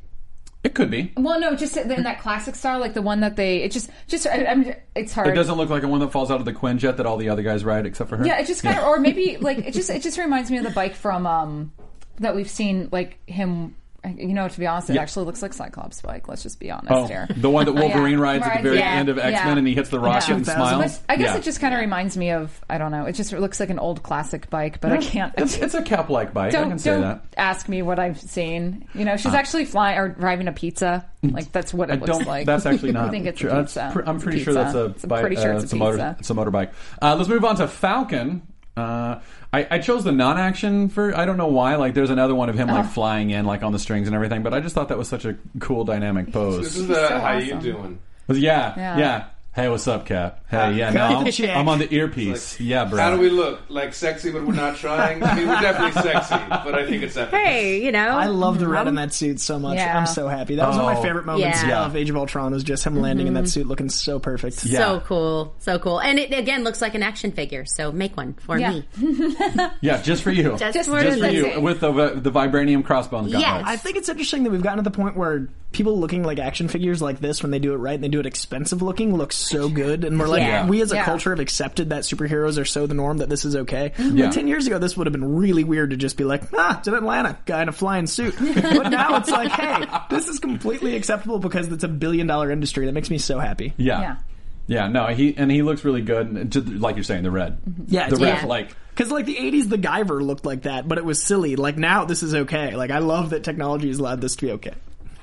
[SPEAKER 2] It could be.
[SPEAKER 3] Well, no, just in that classic style, like the one that they. It just, just. I, I'm. It's hard.
[SPEAKER 2] It doesn't look like a one that falls out of the Quinjet that all the other guys ride except for her.
[SPEAKER 3] Yeah, it just kind of, or maybe like it just, it just reminds me of the bike from um that we've seen, like him. You know, to be honest, it actually looks like Cyclops' bike. Let's just be honest
[SPEAKER 2] Oh,
[SPEAKER 3] here.
[SPEAKER 2] the one that Wolverine
[SPEAKER 3] Yeah.
[SPEAKER 2] rides at the
[SPEAKER 3] Right,
[SPEAKER 2] very
[SPEAKER 3] yeah,
[SPEAKER 2] end of X Men
[SPEAKER 3] yeah.
[SPEAKER 2] and he hits the rocket
[SPEAKER 3] Yeah.
[SPEAKER 2] and
[SPEAKER 5] 2000.
[SPEAKER 2] smiles.
[SPEAKER 3] I guess
[SPEAKER 2] Yeah.
[SPEAKER 3] it just kind of reminds me of I don't know. It just looks like an old classic bike, but I can't.
[SPEAKER 2] It's, it's a cap like bike. I
[SPEAKER 3] don't
[SPEAKER 2] can say
[SPEAKER 3] don't
[SPEAKER 2] that. Uh,
[SPEAKER 3] ask me what I've seen. You know, she's actually flying or driving a pizza. Like that's what it
[SPEAKER 2] Mm. I
[SPEAKER 3] looks
[SPEAKER 2] don't.
[SPEAKER 3] like.
[SPEAKER 2] That's actually not.
[SPEAKER 3] I think it's
[SPEAKER 2] true.
[SPEAKER 3] a
[SPEAKER 2] That's
[SPEAKER 3] pizza.
[SPEAKER 2] pre- I'm
[SPEAKER 3] It's a
[SPEAKER 2] pretty sure
[SPEAKER 3] pizza.
[SPEAKER 2] that's a
[SPEAKER 3] It's- I'm
[SPEAKER 2] bike.
[SPEAKER 3] pretty sure
[SPEAKER 2] uh,
[SPEAKER 3] it's a
[SPEAKER 2] motor.
[SPEAKER 3] pizza.
[SPEAKER 2] It's a motorbike. Uh, let's move on to Falcon. Uh, I, I chose the non-action for. I don't know why. Like, there's another one of him
[SPEAKER 3] Uh-huh.
[SPEAKER 2] like flying in, like on the strings and everything. But I just thought that was such a cool dynamic
[SPEAKER 4] This
[SPEAKER 2] pose.
[SPEAKER 4] is uh,
[SPEAKER 3] so
[SPEAKER 4] how you
[SPEAKER 3] awesome.
[SPEAKER 4] doing?
[SPEAKER 2] Was- yeah, yeah,
[SPEAKER 3] Yeah.
[SPEAKER 2] Hey, what's up, Cap? Hey, yeah, no, I'm,
[SPEAKER 5] Check.
[SPEAKER 2] I'm on the earpiece. yeah, bro.
[SPEAKER 4] How do we look? Like sexy, but we're not trying. I mean, we're definitely sexy, but I think it's epic.
[SPEAKER 6] Hey, you know,
[SPEAKER 5] I love the red in that suit so much.
[SPEAKER 3] Yeah.
[SPEAKER 5] I'm so happy. That was one of
[SPEAKER 2] Oh.
[SPEAKER 5] my favorite moments
[SPEAKER 6] Yeah.
[SPEAKER 5] of Age of Ultron was just him landing in that suit looking so perfect.
[SPEAKER 2] Yeah.
[SPEAKER 6] so cool, so cool, and it again looks like an action figure. So make one for
[SPEAKER 3] Yeah.
[SPEAKER 6] me.
[SPEAKER 2] yeah, just for you.
[SPEAKER 6] Just for
[SPEAKER 2] Just for
[SPEAKER 6] the-
[SPEAKER 2] you with the uh, the vibranium crossbones.
[SPEAKER 6] Yes.
[SPEAKER 2] gauntlets.
[SPEAKER 5] I think it's interesting that we've gotten to the point where people looking like action figures like this, when they do it right and they do it expensive looking, looks so good. And we're like,
[SPEAKER 6] Yeah.
[SPEAKER 5] we as a
[SPEAKER 3] Yeah.
[SPEAKER 5] culture have accepted that superheroes are so the norm that this is okay.
[SPEAKER 2] Yeah.
[SPEAKER 5] Like, 10 years ago, this would have been really weird to just be like, ah, it's an Atlanta guy in a flying suit. but now it's like, hey, this is completely acceptable because it's a billion dollar industry. That makes me so happy.
[SPEAKER 2] Yeah. yeah.
[SPEAKER 3] Yeah.
[SPEAKER 2] no, he and he looks really good, and to, like you're saying, the red,
[SPEAKER 3] Mm-hmm.
[SPEAKER 5] Yeah,
[SPEAKER 2] the
[SPEAKER 5] it's
[SPEAKER 2] red,
[SPEAKER 6] Yeah.
[SPEAKER 2] like
[SPEAKER 5] Because like the '80s, the Guyver looked like that, but it was silly. Like now, this is okay. Like I love that technology has allowed this to be okay.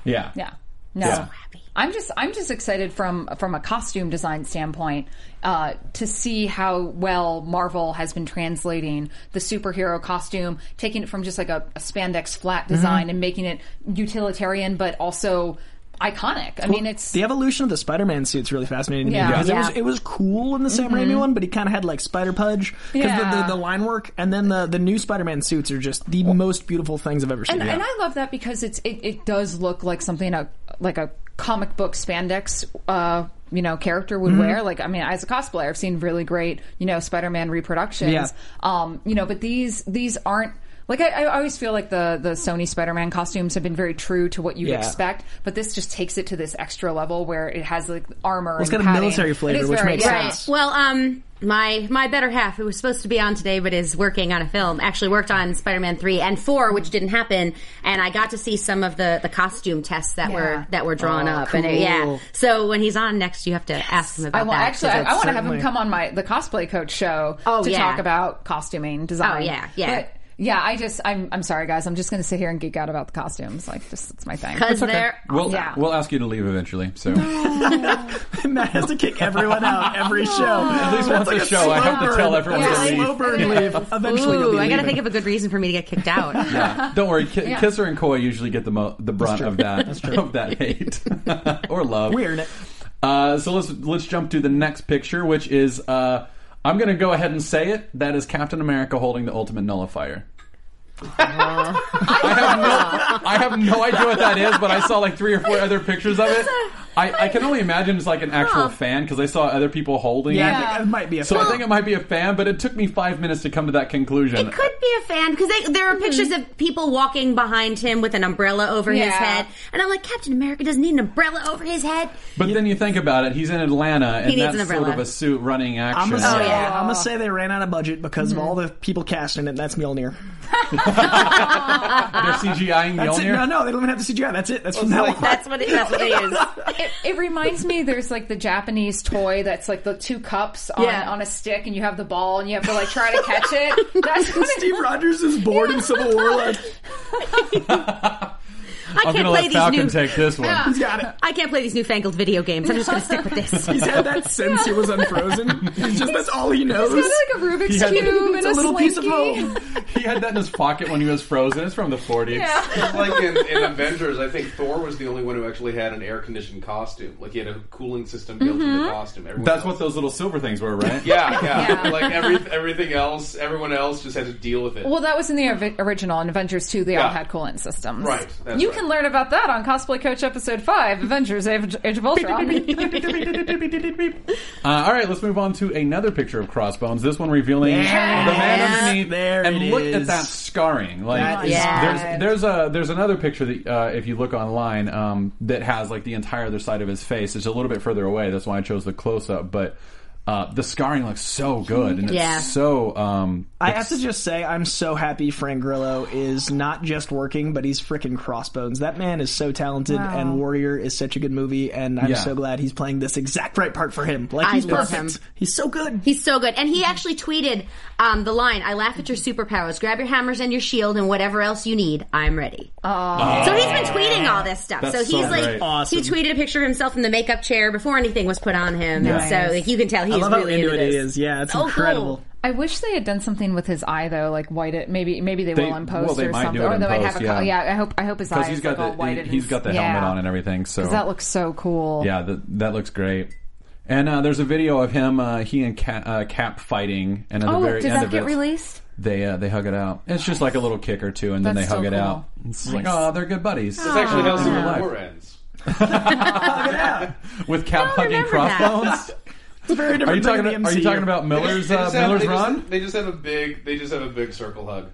[SPEAKER 2] yeah,
[SPEAKER 3] Yeah. No.
[SPEAKER 2] Yeah.
[SPEAKER 3] I'm just I'm just excited from from a costume design standpoint uh, to see how well Marvel has been translating the superhero costume, taking it from just like a, a spandex flat
[SPEAKER 2] Mm-hmm.
[SPEAKER 3] design and making it utilitarian but also iconic. I mean, it's
[SPEAKER 5] The evolution of the Spider-Man suit's really fascinating to
[SPEAKER 3] Yeah.
[SPEAKER 5] me because it
[SPEAKER 3] Yeah. Mm-hmm.
[SPEAKER 5] was it was cool in the Sam Raimi one, but he kind of had like spider pudge because the,
[SPEAKER 3] Yeah.
[SPEAKER 5] the, the line work, and then the the new Spider-Man suits are just the most beautiful things I've ever seen.
[SPEAKER 3] and, and I love that because it's it, it does look like something a like a comic book spandex uh you know character would
[SPEAKER 5] Mm-hmm.
[SPEAKER 3] wear like I mean as a cosplayer I've seen really great you know Spider-Man reproductions
[SPEAKER 5] Yeah.
[SPEAKER 3] um you know but these these aren't like I, I always feel like the the Sony Spider-Man costumes have been very true to what you'd
[SPEAKER 5] Yeah.
[SPEAKER 3] expect but this just takes it to this extra level where it has like armor
[SPEAKER 5] It's
[SPEAKER 3] and
[SPEAKER 5] got a
[SPEAKER 3] padding.
[SPEAKER 5] military
[SPEAKER 3] It
[SPEAKER 5] flavor,
[SPEAKER 3] is
[SPEAKER 5] which
[SPEAKER 3] very-
[SPEAKER 5] makes
[SPEAKER 3] yeah.
[SPEAKER 5] sense.
[SPEAKER 6] Well, um, my my better half, who was supposed to be on today but is working on a film, actually worked on Spider-Man three and four, which didn't happen. And I got to see some of the, the costume tests that were
[SPEAKER 3] Yeah.
[SPEAKER 6] that were drawn
[SPEAKER 5] Oh,
[SPEAKER 6] up. And it- yeah,
[SPEAKER 5] cool.
[SPEAKER 6] so when he's on next, you have to ask him about
[SPEAKER 3] I will
[SPEAKER 6] that.
[SPEAKER 3] actually. I,
[SPEAKER 5] that's
[SPEAKER 3] want to have
[SPEAKER 5] certainly-
[SPEAKER 3] him come on my the cosplay coach show
[SPEAKER 6] Oh,
[SPEAKER 3] to
[SPEAKER 6] yeah.
[SPEAKER 3] talk about costuming design.
[SPEAKER 6] Oh, yeah, yeah.
[SPEAKER 3] But, yeah, I just I'm I'm sorry guys. I'm just going to sit here and geek out about the costumes. Like just it's my thing.
[SPEAKER 6] because they're
[SPEAKER 2] We'll
[SPEAKER 3] Yeah.
[SPEAKER 2] we'll ask you to leave eventually. So
[SPEAKER 5] Matt has to kick everyone out every show. At
[SPEAKER 2] least once a show, I have to tell everyone
[SPEAKER 3] to leave.
[SPEAKER 5] Slow burn leave. Eventually, you'll be
[SPEAKER 6] ooh, I gotta
[SPEAKER 5] leaving.
[SPEAKER 6] think of a good reason for me to get kicked out.
[SPEAKER 2] don't worry, Ki- Kisser and Koi usually get the mo- the brunt of that of that hate or love.
[SPEAKER 5] Weird.
[SPEAKER 2] Uh, so let's let's jump to the next picture, which is uh, I'm going to go ahead and say it. That is Captain America holding the Ultimate Nullifier. I have no, I have no idea what that is, but I saw like three or four other pictures of it. I, I can only imagine it's like an actual fan because I saw other people holding
[SPEAKER 5] Yeah,
[SPEAKER 2] it.
[SPEAKER 5] I think it might be a
[SPEAKER 2] So I
[SPEAKER 5] fan.
[SPEAKER 2] think it might be a fan, but it took me five minutes to come to that conclusion.
[SPEAKER 6] It could be a fan because there are pictures of people walking behind him with an umbrella over his
[SPEAKER 3] Yeah.
[SPEAKER 6] head, and I'm like, Captain America doesn't need an umbrella over his head.
[SPEAKER 2] But then you think about it, he's in Atlanta, and
[SPEAKER 6] needs
[SPEAKER 2] that's
[SPEAKER 6] an
[SPEAKER 2] sort
[SPEAKER 6] umbrella. Oh,
[SPEAKER 2] of a suit running
[SPEAKER 5] I'm
[SPEAKER 2] action.
[SPEAKER 3] Oh,
[SPEAKER 5] gonna, say,
[SPEAKER 6] yeah.
[SPEAKER 3] Mm-hmm.
[SPEAKER 5] I'm gonna say they ran out of budget because of all the people casting it. That's Mjolnir.
[SPEAKER 2] They're CGIing
[SPEAKER 5] That's it.
[SPEAKER 2] Mjolnir.
[SPEAKER 5] No, no, they don't even have the CGI. That's it. That's from now on.
[SPEAKER 6] That's what it, that's what it is.
[SPEAKER 3] It, it reminds me there's like the Japanese toy that's like the two cups on,
[SPEAKER 6] Yeah.
[SPEAKER 3] on a stick and you have the ball and you have to like try to catch it. That's what it,
[SPEAKER 5] Steve Rogers is bored in Civil War. Like,
[SPEAKER 6] I
[SPEAKER 2] I'm
[SPEAKER 6] can't
[SPEAKER 2] gonna
[SPEAKER 6] play
[SPEAKER 2] let
[SPEAKER 6] these
[SPEAKER 2] Falcon
[SPEAKER 6] new.
[SPEAKER 2] take this one.
[SPEAKER 5] he's got it.
[SPEAKER 6] I can't play these newfangled video games. I'm just going to stick with this.
[SPEAKER 5] He's had that since he was unfrozen. He's just that's all he knows.
[SPEAKER 3] It's kind of like a Rubik's
[SPEAKER 2] He had-
[SPEAKER 3] cube
[SPEAKER 5] It's
[SPEAKER 3] and
[SPEAKER 5] a
[SPEAKER 3] a,
[SPEAKER 5] little piece of
[SPEAKER 3] Slinky.
[SPEAKER 5] home.
[SPEAKER 2] He had that in his pocket when he was frozen. It's from the 40s.
[SPEAKER 4] Just like in, in Avengers, I think Thor was the only one who actually had an air conditioned costume. Like he had a cooling system built into the costume. Everyone
[SPEAKER 2] That's
[SPEAKER 4] else-
[SPEAKER 2] what those little silver things were, right?
[SPEAKER 4] Yeah, yeah.
[SPEAKER 3] Yeah.
[SPEAKER 4] Like every, everything else, everyone else just had to deal with it.
[SPEAKER 3] Well, that was in the avi- original in Avengers 2. They all
[SPEAKER 4] Yeah.
[SPEAKER 3] had coolant systems.
[SPEAKER 4] Right, that's
[SPEAKER 3] you
[SPEAKER 4] right.
[SPEAKER 3] can learn about that on Cosplay Coach Episode 5, Avengers Age, Age of Ultron.
[SPEAKER 2] Uh, all right, let's move on to another picture of Crossbones. This one revealing the man underneath.
[SPEAKER 5] There
[SPEAKER 2] and
[SPEAKER 5] it
[SPEAKER 2] look at
[SPEAKER 5] is.
[SPEAKER 2] that scarring. Like
[SPEAKER 5] That
[SPEAKER 2] it's-
[SPEAKER 5] is
[SPEAKER 2] there's there's a there's another picture that uh, if you look online um, that has like the entire other side of his face. It's a little bit further away. That's why I chose the close up, but. Uh, the scarring looks so good, and
[SPEAKER 6] Yeah.
[SPEAKER 2] it's so. Um,
[SPEAKER 5] I have to just say, I'm so happy Frank Grillo is not just working, but he's freaking crossbones. That man is so talented, and Warrior is such a good movie, and I'm
[SPEAKER 2] Yeah.
[SPEAKER 5] so glad he's playing this exact right part for him. Like
[SPEAKER 6] I
[SPEAKER 5] he's
[SPEAKER 6] love
[SPEAKER 5] perfect.
[SPEAKER 6] him.
[SPEAKER 5] He's so good.
[SPEAKER 6] He's so good. And he actually tweeted um, the line I laugh at your superpowers. Grab your hammers and your shield and whatever else you need. I'm ready. So he's been tweeting all this stuff.
[SPEAKER 2] That's
[SPEAKER 6] so he's
[SPEAKER 2] so
[SPEAKER 6] like,
[SPEAKER 2] great.
[SPEAKER 5] Awesome.
[SPEAKER 6] he tweeted a picture of himself in the makeup chair before anything was put on him.
[SPEAKER 2] Yeah.
[SPEAKER 6] And so like, you can tell he's
[SPEAKER 5] I love how
[SPEAKER 6] really
[SPEAKER 5] into
[SPEAKER 6] into
[SPEAKER 5] it he
[SPEAKER 6] this.
[SPEAKER 5] is. Yeah, it's
[SPEAKER 6] Oh, cool.
[SPEAKER 5] incredible.
[SPEAKER 3] I wish they had done something with his eye though, like white it. Maybe maybe they,
[SPEAKER 2] They-
[SPEAKER 3] will in post
[SPEAKER 2] well, they
[SPEAKER 3] or
[SPEAKER 2] might do
[SPEAKER 3] something.
[SPEAKER 2] it
[SPEAKER 3] or
[SPEAKER 2] in
[SPEAKER 3] they might have
[SPEAKER 2] post,
[SPEAKER 3] a co-
[SPEAKER 2] yeah.
[SPEAKER 3] I hope I hope his eye
[SPEAKER 2] because
[SPEAKER 3] is
[SPEAKER 2] he's
[SPEAKER 3] like
[SPEAKER 2] got
[SPEAKER 3] all
[SPEAKER 2] the
[SPEAKER 3] white.
[SPEAKER 2] he, has got the helmet on and everything. So
[SPEAKER 3] That looks so cool.
[SPEAKER 2] Yeah, that that looks great. And uh, there's a video of him, uh, he and Cap, uh, Cap fighting, and at the
[SPEAKER 3] Oh,
[SPEAKER 2] very
[SPEAKER 3] does
[SPEAKER 2] end
[SPEAKER 3] that
[SPEAKER 2] of
[SPEAKER 3] get
[SPEAKER 2] it,
[SPEAKER 3] released?
[SPEAKER 2] they uh, they hug it out. It's just like a little kick or two, and then
[SPEAKER 3] That's
[SPEAKER 2] they hug
[SPEAKER 3] so
[SPEAKER 2] it
[SPEAKER 3] cool.
[SPEAKER 2] out. It's like, oh, they're good buddies.
[SPEAKER 4] That's actually
[SPEAKER 2] In
[SPEAKER 4] how
[SPEAKER 2] real
[SPEAKER 4] Civil
[SPEAKER 2] life.
[SPEAKER 4] War ends.
[SPEAKER 2] With Cap
[SPEAKER 6] I
[SPEAKER 2] hugging
[SPEAKER 6] remember that.
[SPEAKER 2] crossbones.
[SPEAKER 5] It's very
[SPEAKER 2] are you
[SPEAKER 5] different.
[SPEAKER 2] talking?
[SPEAKER 5] than the
[SPEAKER 2] Are you
[SPEAKER 5] MCU.
[SPEAKER 2] talking about Miller's
[SPEAKER 4] They
[SPEAKER 2] uh,
[SPEAKER 4] just have-
[SPEAKER 2] Miller's
[SPEAKER 4] they just-
[SPEAKER 2] Run?
[SPEAKER 4] they just have a big. They just have a big circle hug.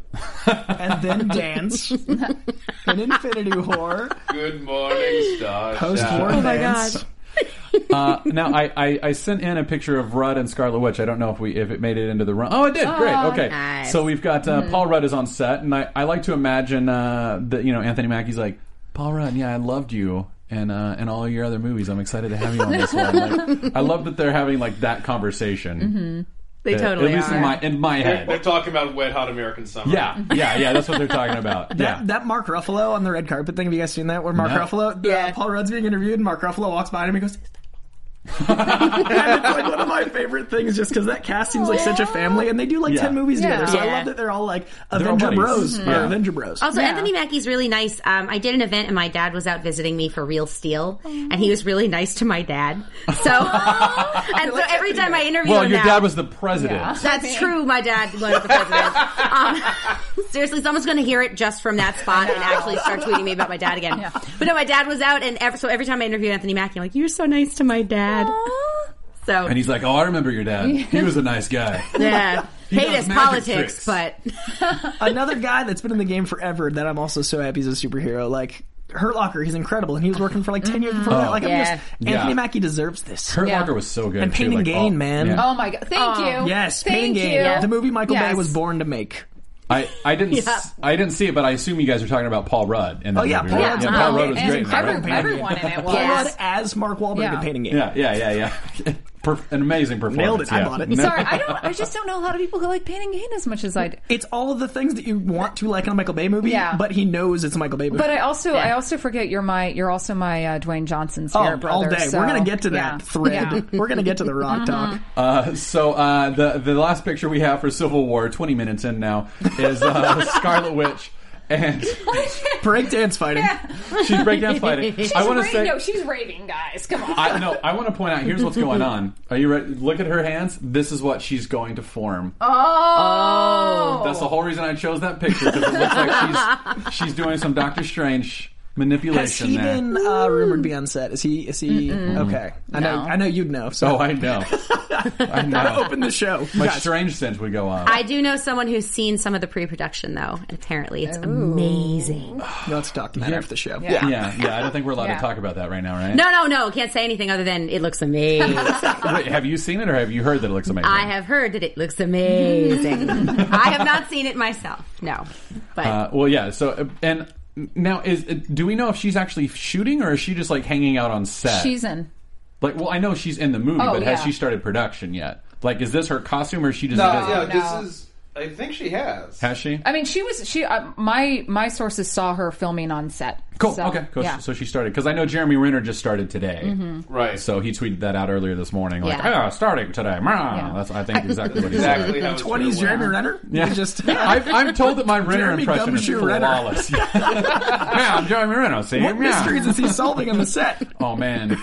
[SPEAKER 5] and then dance an Infinity Horror
[SPEAKER 4] Good morning, Star.
[SPEAKER 5] post war
[SPEAKER 4] Child.
[SPEAKER 5] my
[SPEAKER 6] God.
[SPEAKER 2] Uh, now I, I, I sent in a picture of Rudd and Scarlet Witch. I don't know if we if it made it into the run. Oh, it did. Great. Okay.
[SPEAKER 6] nice.
[SPEAKER 2] So we've got uh, Paul Rudd is on set, and I, I like to imagine uh, that you know Anthony Mackie's like Paul Rudd. Yeah, I loved you. And uh, and all your other movies, I'm excited to have you on this one. Like, I love that they're having like that conversation.
[SPEAKER 6] Mm-hmm. They
[SPEAKER 2] At-
[SPEAKER 6] totally
[SPEAKER 2] uh, At least
[SPEAKER 6] are.
[SPEAKER 2] in my in my
[SPEAKER 4] They're, they're
[SPEAKER 2] head.
[SPEAKER 4] talking about wet hot American summer.
[SPEAKER 2] Yeah, yeah, yeah. That's what they're talking about. Yeah,
[SPEAKER 5] That, that Mark Ruffalo on the red carpet thing. Have you guys seen that? Where Mark
[SPEAKER 2] No.
[SPEAKER 5] Ruffalo,
[SPEAKER 6] Yeah.
[SPEAKER 5] uh, Paul Rudd's being interviewed, and Mark Ruffalo walks by him and goes. and it's like one of my favorite things, just because that cast seems like such a family, and they do like
[SPEAKER 2] Yeah.
[SPEAKER 5] ten movies
[SPEAKER 3] Yeah.
[SPEAKER 5] together. So I
[SPEAKER 6] Yeah.
[SPEAKER 5] love that they're all like
[SPEAKER 2] all
[SPEAKER 5] Avenger
[SPEAKER 2] buddies.
[SPEAKER 5] Bros.
[SPEAKER 2] Mhm.
[SPEAKER 5] or
[SPEAKER 2] Yeah.
[SPEAKER 5] Avenger Bros.
[SPEAKER 6] Also,
[SPEAKER 3] Yeah.
[SPEAKER 6] Anthony Mackie's really nice. Um, I did an event and my dad was out visiting me for Real Steel, and he was really nice to my dad. So, and so every time I interview
[SPEAKER 2] Well,
[SPEAKER 6] him
[SPEAKER 2] your
[SPEAKER 6] now-
[SPEAKER 2] dad was the president.
[SPEAKER 6] That's true. My dad was the president. Um, seriously, someone's going to hear it just from that spot and actually start tweeting me about my dad again. But no, my dad was out, and ev so every time I interview Anthony Mackie, I'm like, "You're so nice to my dad." So
[SPEAKER 2] And he's like, "Oh, I remember your dad. He was a nice guy."
[SPEAKER 6] yeah, hate
[SPEAKER 2] does
[SPEAKER 6] his
[SPEAKER 2] magic
[SPEAKER 6] politics,
[SPEAKER 2] tricks.
[SPEAKER 6] but
[SPEAKER 5] Another guy that's been in the game forever that I'm also so happy is a superhero. Like Hurt Locker, he's incredible, and he was working for like ten years before that. Like I'm
[SPEAKER 6] Yeah.
[SPEAKER 5] just Anthony
[SPEAKER 2] Mm-hmm. Yeah.
[SPEAKER 5] Mackie deserves this.
[SPEAKER 2] Kurt
[SPEAKER 3] Oh, Yeah.
[SPEAKER 2] Locker was so good.
[SPEAKER 5] And
[SPEAKER 2] too,
[SPEAKER 5] Pain and
[SPEAKER 2] like,
[SPEAKER 5] Gain,
[SPEAKER 2] all-
[SPEAKER 5] man.
[SPEAKER 2] Yeah.
[SPEAKER 3] Oh my god! Thank you.
[SPEAKER 5] Yes, Pain
[SPEAKER 3] Thank
[SPEAKER 5] and Gain,
[SPEAKER 3] you.
[SPEAKER 5] the movie Michael Bay
[SPEAKER 3] Yes.
[SPEAKER 5] was born to make.
[SPEAKER 2] I, I didn't s- I didn't see it, but I assume you guys are talking about Paul Rudd. In that
[SPEAKER 5] Oh, yeah,
[SPEAKER 2] movie,
[SPEAKER 5] Paul
[SPEAKER 2] right?
[SPEAKER 5] Rudd's
[SPEAKER 2] yeah,
[SPEAKER 5] amazing.
[SPEAKER 2] Paul Rudd was
[SPEAKER 3] And
[SPEAKER 2] great. in that,
[SPEAKER 3] every-
[SPEAKER 2] right?
[SPEAKER 3] everyone in it was.
[SPEAKER 5] Paul
[SPEAKER 6] Yeah.
[SPEAKER 5] Rudd as Mark Wahlberg
[SPEAKER 3] Yeah.
[SPEAKER 5] in Pain and Gain.
[SPEAKER 2] Yeah, yeah, yeah, yeah. Per- an amazing performance.
[SPEAKER 5] Nailed it. I
[SPEAKER 2] yeah.
[SPEAKER 5] bought it.
[SPEAKER 2] No-
[SPEAKER 3] Sorry, I don't. I just don't know a lot of people who like Pain and Gain as much as I do.
[SPEAKER 5] It's all of the things that you want to like in a Michael Bay movie,
[SPEAKER 3] Yeah.
[SPEAKER 5] but he knows it's a Michael Bay movie.
[SPEAKER 3] But I also I also forget you're my you're also my uh, Dwayne Johnson's
[SPEAKER 5] Oh,
[SPEAKER 3] favorite brother.
[SPEAKER 5] all day.
[SPEAKER 3] so-
[SPEAKER 5] We're gonna get to that
[SPEAKER 3] yeah.
[SPEAKER 5] thread.
[SPEAKER 3] Yeah. Mm-hmm.
[SPEAKER 5] We're gonna get to the rock
[SPEAKER 3] Uh-huh.
[SPEAKER 5] talk.
[SPEAKER 2] Uh, so uh, the the last picture we have for Civil War, twenty minutes in now, is uh, Scarlet Witch, and
[SPEAKER 5] Breakdance fighting.
[SPEAKER 2] she's breakdance fighting.
[SPEAKER 3] She's
[SPEAKER 2] I want to
[SPEAKER 3] ra-
[SPEAKER 2] say.
[SPEAKER 3] no, she's raving, guys. Come on.
[SPEAKER 2] I, no, I want to point out. Here's what's going on. Are you ready? Look at her hands. This is what she's going to form.
[SPEAKER 3] oh,
[SPEAKER 2] That's the whole reason I chose that picture because it looks like she's she's doing some Doctor Strange manipulation
[SPEAKER 5] Has he
[SPEAKER 2] there.
[SPEAKER 3] Mm.
[SPEAKER 5] been uh, rumored to be on set? Is he? Is he? Okay. I know. I know you'd know. So
[SPEAKER 2] Oh, I know. I know.
[SPEAKER 5] Open the show.
[SPEAKER 2] My
[SPEAKER 5] Guys,
[SPEAKER 2] strange sense would go on.
[SPEAKER 6] I do know someone who's seen some of the pre-production though, and apparently it's amazing.
[SPEAKER 5] let's talk to that after the show.
[SPEAKER 2] yeah, yeah. I don't think we're allowed
[SPEAKER 3] Yeah.
[SPEAKER 2] to talk about that right now, right?
[SPEAKER 6] No, no, no. Can't say anything other than it looks amazing.
[SPEAKER 2] Wait, have you seen it or have you heard that it looks amazing?
[SPEAKER 6] I have heard that it looks amazing. I have not seen it myself. No, but
[SPEAKER 2] Uh, well, yeah. So uh, and now is uh, do we know if she's actually shooting or is she just like hanging out on set?
[SPEAKER 3] She's in.
[SPEAKER 2] Like, well, I know she's in the movie,
[SPEAKER 3] Oh,
[SPEAKER 2] but has
[SPEAKER 3] yeah.
[SPEAKER 2] she started production yet? Like, is this her costume or is she just?
[SPEAKER 4] No,
[SPEAKER 2] is-
[SPEAKER 4] yeah,
[SPEAKER 3] no.
[SPEAKER 4] this is. I think she has.
[SPEAKER 2] Has she?
[SPEAKER 3] I mean, she was she. Uh, my my sources saw her filming on set.
[SPEAKER 2] Cool.
[SPEAKER 3] So,
[SPEAKER 2] okay. Cool.
[SPEAKER 3] Yeah.
[SPEAKER 2] So she started because I know Jeremy Renner just started today.
[SPEAKER 3] Mm-hmm.
[SPEAKER 4] Mm-hmm. Right.
[SPEAKER 2] So he tweeted that out earlier this morning. Like,
[SPEAKER 6] Yeah.
[SPEAKER 2] "Ah, starting today. Rah." That's I think exactly what he said.
[SPEAKER 4] exactly how it's gonna
[SPEAKER 5] Twenties
[SPEAKER 4] work.
[SPEAKER 5] Jeremy Renner.
[SPEAKER 2] Yeah.
[SPEAKER 5] You Just
[SPEAKER 2] I've, I'm told that my Renner
[SPEAKER 5] Jeremy
[SPEAKER 2] impression is
[SPEAKER 5] Gumshoe Renner.
[SPEAKER 2] flawless. yeah, I'm Jeremy Renner. See,
[SPEAKER 5] what
[SPEAKER 2] Yeah.
[SPEAKER 5] mysteries is he solving on the set?
[SPEAKER 2] Oh man,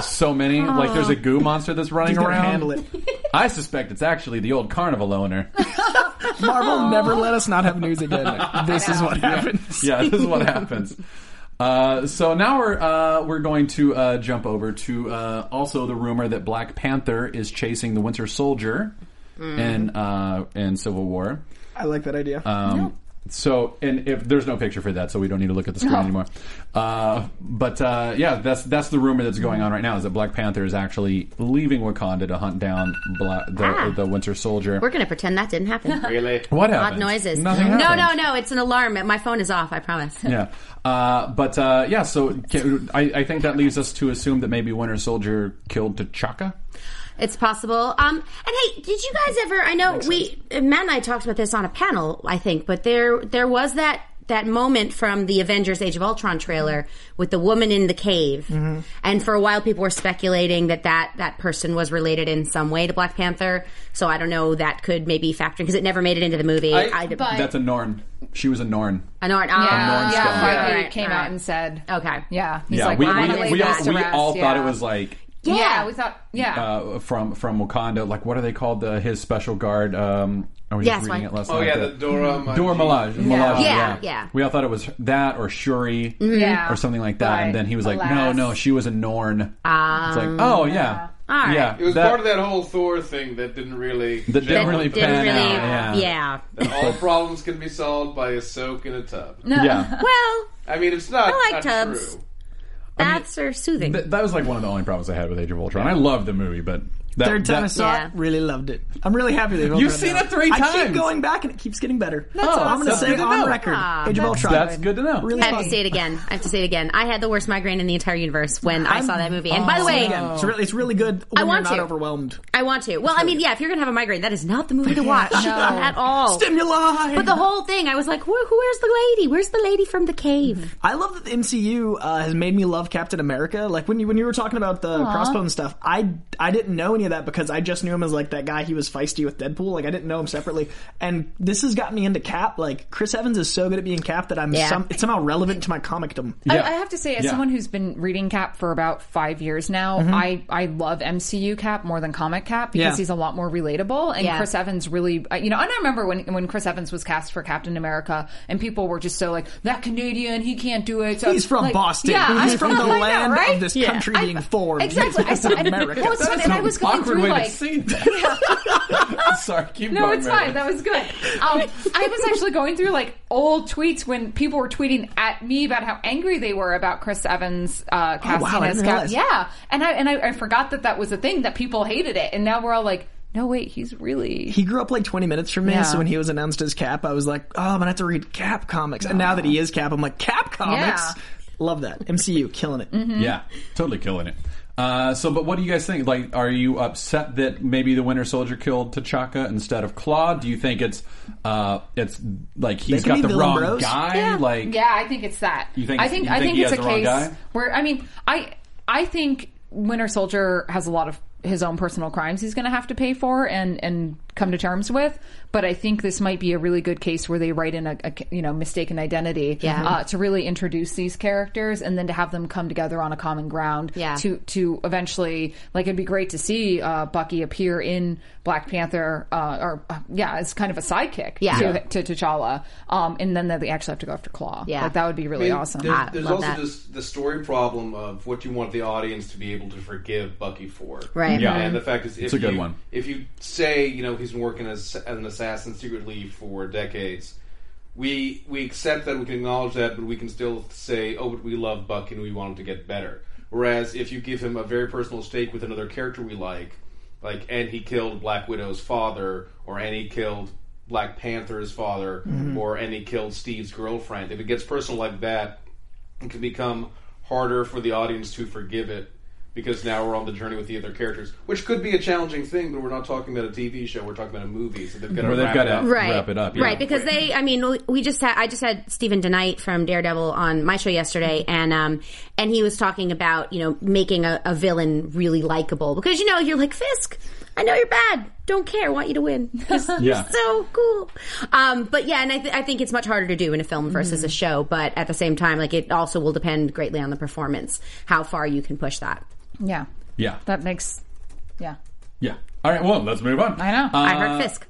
[SPEAKER 2] so many. Like there's a
[SPEAKER 3] Ah.
[SPEAKER 2] goo monster that's running
[SPEAKER 5] He's gonna
[SPEAKER 2] around.
[SPEAKER 5] handle it.
[SPEAKER 2] I suspect it's actually the old carnival owner. Oh.
[SPEAKER 5] Marvel never let us not have news again. This is what happens.
[SPEAKER 2] yeah, this is what happens. Uh, so now we're uh, we're going to uh, jump over to uh, also the rumor that Black Panther is chasing the Winter Soldier
[SPEAKER 3] Mm.
[SPEAKER 6] Mm-hmm.
[SPEAKER 2] in uh, in Civil War.
[SPEAKER 5] I like that idea.
[SPEAKER 2] Um, So, and if there's no picture for that, so we don't need to look at the screen anymore. Uh, but uh, yeah, that's that's the rumor that's going on right now is that Black Panther is actually leaving Wakanda to hunt down Bla- the,
[SPEAKER 6] Ah.
[SPEAKER 2] the Winter Soldier.
[SPEAKER 6] we're gonna pretend that didn't happen.
[SPEAKER 4] Really?
[SPEAKER 2] What
[SPEAKER 6] Odd
[SPEAKER 2] happened?
[SPEAKER 6] noises.
[SPEAKER 2] Nothing
[SPEAKER 6] no,
[SPEAKER 2] happened.
[SPEAKER 6] no, no. It's an alarm. My phone is off. I promise.
[SPEAKER 2] Yeah, uh, but uh, yeah. So can, I, I think that leaves us to assume that maybe Winter Soldier killed T'Chaka.
[SPEAKER 6] It's possible. Um, and hey, did you guys ever? I know we Matt and I talked about this on a panel, I think, but there there was that that moment from the Avengers: Age of Ultron trailer with the woman in the cave,
[SPEAKER 2] Mm-hmm.
[SPEAKER 6] and for a while people were speculating that that that person was related in some way to Black Panther. So I don't know that could maybe factor because it never made it into the movie. I,
[SPEAKER 3] but-
[SPEAKER 2] That's a Norn. She was a Norn.
[SPEAKER 6] I know it.
[SPEAKER 3] Yeah,
[SPEAKER 2] Norn
[SPEAKER 3] yeah.
[SPEAKER 2] Star.
[SPEAKER 3] Finally
[SPEAKER 6] Right,
[SPEAKER 3] came
[SPEAKER 6] right.
[SPEAKER 3] out and said,
[SPEAKER 6] Okay.
[SPEAKER 3] yeah." He's
[SPEAKER 2] yeah,
[SPEAKER 3] like,
[SPEAKER 2] we,
[SPEAKER 3] "Well, I'm
[SPEAKER 2] we,
[SPEAKER 3] gonna lay
[SPEAKER 2] we all,
[SPEAKER 3] this to
[SPEAKER 2] we all
[SPEAKER 3] rest,"
[SPEAKER 2] thought
[SPEAKER 3] yeah.
[SPEAKER 2] it was like
[SPEAKER 3] yeah. we thought, yeah.
[SPEAKER 2] uh, from from Wakanda. Like what do they call the his special guard? Um, I was
[SPEAKER 6] Yes,
[SPEAKER 2] just reading
[SPEAKER 6] my-
[SPEAKER 2] it last
[SPEAKER 4] Oh
[SPEAKER 2] night.
[SPEAKER 4] yeah, the Dora. Milaje.
[SPEAKER 2] Dora Milaje. Milaje,
[SPEAKER 6] Yeah,
[SPEAKER 2] yeah.
[SPEAKER 6] yeah.
[SPEAKER 2] We all thought it was that or Shuri
[SPEAKER 3] Yeah.
[SPEAKER 2] or something like that. and
[SPEAKER 3] But
[SPEAKER 2] then he was like,
[SPEAKER 3] Mm-hmm. alas.
[SPEAKER 2] no, no, she was a Norn. it's like, oh, yeah.
[SPEAKER 6] um, All right.
[SPEAKER 2] Yeah.
[SPEAKER 4] It was part of that whole Thor thing that didn't really.
[SPEAKER 2] That didn't really
[SPEAKER 6] Didn't
[SPEAKER 2] pan
[SPEAKER 6] really.
[SPEAKER 2] out. Yeah.
[SPEAKER 6] Yeah.
[SPEAKER 4] that all problems can be solved by a soak in a tub.
[SPEAKER 2] Yeah.
[SPEAKER 6] Well,
[SPEAKER 4] I mean, it's not.
[SPEAKER 6] I like
[SPEAKER 4] not
[SPEAKER 6] tubs.
[SPEAKER 4] True.
[SPEAKER 6] baths are soothing.
[SPEAKER 2] Th- that was like one of the only problems I had with Age of Ultron. I love the movie, but that,
[SPEAKER 5] Third time I
[SPEAKER 2] that-
[SPEAKER 5] saw
[SPEAKER 6] Yeah.
[SPEAKER 5] it, really loved it. I'm really happy they've opened
[SPEAKER 2] You've
[SPEAKER 5] up
[SPEAKER 2] seen
[SPEAKER 5] now.
[SPEAKER 2] it three
[SPEAKER 5] I
[SPEAKER 2] times.
[SPEAKER 5] keep going back and it keeps getting better. That's
[SPEAKER 2] awesome.
[SPEAKER 5] Oh, I'm going to
[SPEAKER 2] That's
[SPEAKER 5] say
[SPEAKER 2] good
[SPEAKER 5] it
[SPEAKER 2] to
[SPEAKER 5] on
[SPEAKER 2] know.
[SPEAKER 5] record.
[SPEAKER 3] Ah,
[SPEAKER 5] Age of Ultron.
[SPEAKER 2] that's good to know.
[SPEAKER 5] Really
[SPEAKER 6] Ah, I have
[SPEAKER 5] fun.
[SPEAKER 6] to say it again. I have to say it again. I had the worst migraine in the entire universe when I saw that movie. And by the
[SPEAKER 5] Say it
[SPEAKER 6] way,
[SPEAKER 5] again. it's really, it's really good when
[SPEAKER 6] I want
[SPEAKER 5] you're not
[SPEAKER 6] to.
[SPEAKER 5] overwhelmed.
[SPEAKER 6] I want to. Well, I mean, yeah, if you're going to have a migraine, that is not the movie to watch at all.
[SPEAKER 5] Stimuli.
[SPEAKER 6] But the whole thing, I was like, "Where- who- where's the lady? Where's the lady from the cave?
[SPEAKER 5] I love that the MCU uh, has made me love Captain America. Like when you when you were talking about the crossbone stuff, I I didn't know any of that because I just knew him as like that guy. He was feisty with Deadpool. Like I didn't know him separately. And this has gotten me into Cap. Like Chris Evans is so good at being Cap that I'm
[SPEAKER 6] Yeah.
[SPEAKER 5] some, it's somehow relevant to my comicdom.
[SPEAKER 2] Yeah.
[SPEAKER 3] I, I have to say, as
[SPEAKER 2] Yeah.
[SPEAKER 3] someone who's been reading Cap for about five years now, I, I love MCU Cap more than comic Cap because
[SPEAKER 5] Mm-hmm. Yeah.
[SPEAKER 3] he's a lot more relatable. And
[SPEAKER 6] Yeah.
[SPEAKER 3] Chris Evans really, I- you know, and I remember when, when Chris Evans was cast for Captain America and people were just so like, that Canadian, he can't do it. So,
[SPEAKER 5] He's from
[SPEAKER 3] like,
[SPEAKER 5] Boston.
[SPEAKER 3] Yeah,
[SPEAKER 5] He's
[SPEAKER 3] I-
[SPEAKER 5] from the
[SPEAKER 3] I know,
[SPEAKER 5] land
[SPEAKER 3] right?
[SPEAKER 5] of this
[SPEAKER 6] Yeah.
[SPEAKER 5] country
[SPEAKER 3] I-
[SPEAKER 5] being formed.
[SPEAKER 3] Exactly. I saw, and,
[SPEAKER 5] America.
[SPEAKER 3] well, it's funny, and I was going
[SPEAKER 2] awkward
[SPEAKER 3] through
[SPEAKER 2] way
[SPEAKER 3] like,
[SPEAKER 2] to say that. Sorry, keep
[SPEAKER 3] no,
[SPEAKER 2] going.
[SPEAKER 3] it's
[SPEAKER 2] Mary.
[SPEAKER 3] fine. That was good. Um, I was actually going through like old tweets when people were tweeting at me about how angry they were about Chris Evans uh, casting
[SPEAKER 5] Oh, wow, I
[SPEAKER 3] as
[SPEAKER 5] didn't
[SPEAKER 3] Cap.
[SPEAKER 5] realize.
[SPEAKER 3] Yeah, and I and I, I forgot that that was a thing that people hated it, and now we're all like, no, wait, he's really
[SPEAKER 5] He grew up like 20 minutes from me,
[SPEAKER 3] Yeah.
[SPEAKER 5] so when he was announced as Cap, I was like, oh, I'm gonna have to read Cap comics. And now that he is Cap, I'm like, Cap comics?
[SPEAKER 3] Yeah.
[SPEAKER 5] Love that. MCU, killing it.
[SPEAKER 6] Mm-hmm.
[SPEAKER 2] Mm-hmm. Yeah, totally killing it. Uh, so, but what do you guys think? Like, are you upset that maybe the Winter Soldier killed T'Chaka instead of Claw? Do you think it's uh, it's like he's
[SPEAKER 5] can
[SPEAKER 2] got
[SPEAKER 5] be
[SPEAKER 2] the
[SPEAKER 5] villain
[SPEAKER 2] wrong
[SPEAKER 5] bros.
[SPEAKER 2] guy? Like,
[SPEAKER 3] yeah, I think it's that.
[SPEAKER 2] You think
[SPEAKER 3] I
[SPEAKER 2] it's-
[SPEAKER 3] think
[SPEAKER 2] you
[SPEAKER 3] I
[SPEAKER 2] think
[SPEAKER 3] think
[SPEAKER 2] he
[SPEAKER 3] it's
[SPEAKER 2] has
[SPEAKER 3] a
[SPEAKER 2] the wrong
[SPEAKER 3] case
[SPEAKER 2] guy?
[SPEAKER 3] where I mean, I I think Winter Soldier has a lot of his own personal crimes he's going to have to pay for, and and come to terms with. But I think this might be a really good case where they write in a, a you know mistaken identity
[SPEAKER 6] Yeah.
[SPEAKER 3] uh, to really introduce these characters and then to have them come together on a common ground
[SPEAKER 6] Yeah.
[SPEAKER 3] to to eventually like it'd be great to see uh, Bucky appear in Black Panther uh, or uh, yeah as kind of a sidekick
[SPEAKER 6] Yeah.
[SPEAKER 3] to, to T'Challa um, and then they actually have to go after Claw
[SPEAKER 6] Yeah.
[SPEAKER 3] like that would be really
[SPEAKER 4] I mean,
[SPEAKER 3] awesome
[SPEAKER 4] there-
[SPEAKER 6] Ah,
[SPEAKER 4] there's
[SPEAKER 6] love
[SPEAKER 4] also
[SPEAKER 6] that.
[SPEAKER 4] this the story problem of what you want the audience to be able to forgive Bucky for,
[SPEAKER 6] Right.
[SPEAKER 2] Yeah.
[SPEAKER 4] And the fact is, if
[SPEAKER 2] It's a good
[SPEAKER 4] you,
[SPEAKER 2] one.
[SPEAKER 4] If you say you know he's been working as, as an assassin secretly for decades, we we accept that we can acknowledge that, but we can still say, oh, but we love Bucky and we want him to get better. Whereas if you give him a very personal stake with another character we like, like and he killed Black Widow's father, or and he killed Black Panther's father, or and he killed Steve's girlfriend, if it gets personal like that, it can become harder for the audience to forgive it because now we're on the journey with the other characters, which could be a challenging thing, but we're not talking about a TV show. We're talking about a movie, so they've got to
[SPEAKER 2] Where they've
[SPEAKER 4] wrap
[SPEAKER 2] gotta-
[SPEAKER 4] it up.
[SPEAKER 6] right.
[SPEAKER 2] wrap it up, yeah.
[SPEAKER 6] Right, because they, I mean, we just had, I just had Stephen DeKnight from Daredevil on my show yesterday, and um, and he was talking about you know making a, a villain really likable because you know you're like Fisk, I know you're bad, don't care, want you to win. He's-
[SPEAKER 2] Yeah.
[SPEAKER 6] so cool. Um, but yeah, and I, th- I think it's much harder to do in a film
[SPEAKER 3] Mm-hmm.
[SPEAKER 6] versus a show, but at the same time, like it also will depend greatly on the performance, how far you can push that.
[SPEAKER 3] yeah
[SPEAKER 2] Yeah.
[SPEAKER 3] that makes yeah
[SPEAKER 2] yeah. All right. Well, let's move on.
[SPEAKER 3] I know
[SPEAKER 6] I
[SPEAKER 2] Uh,
[SPEAKER 6] heard Fisk.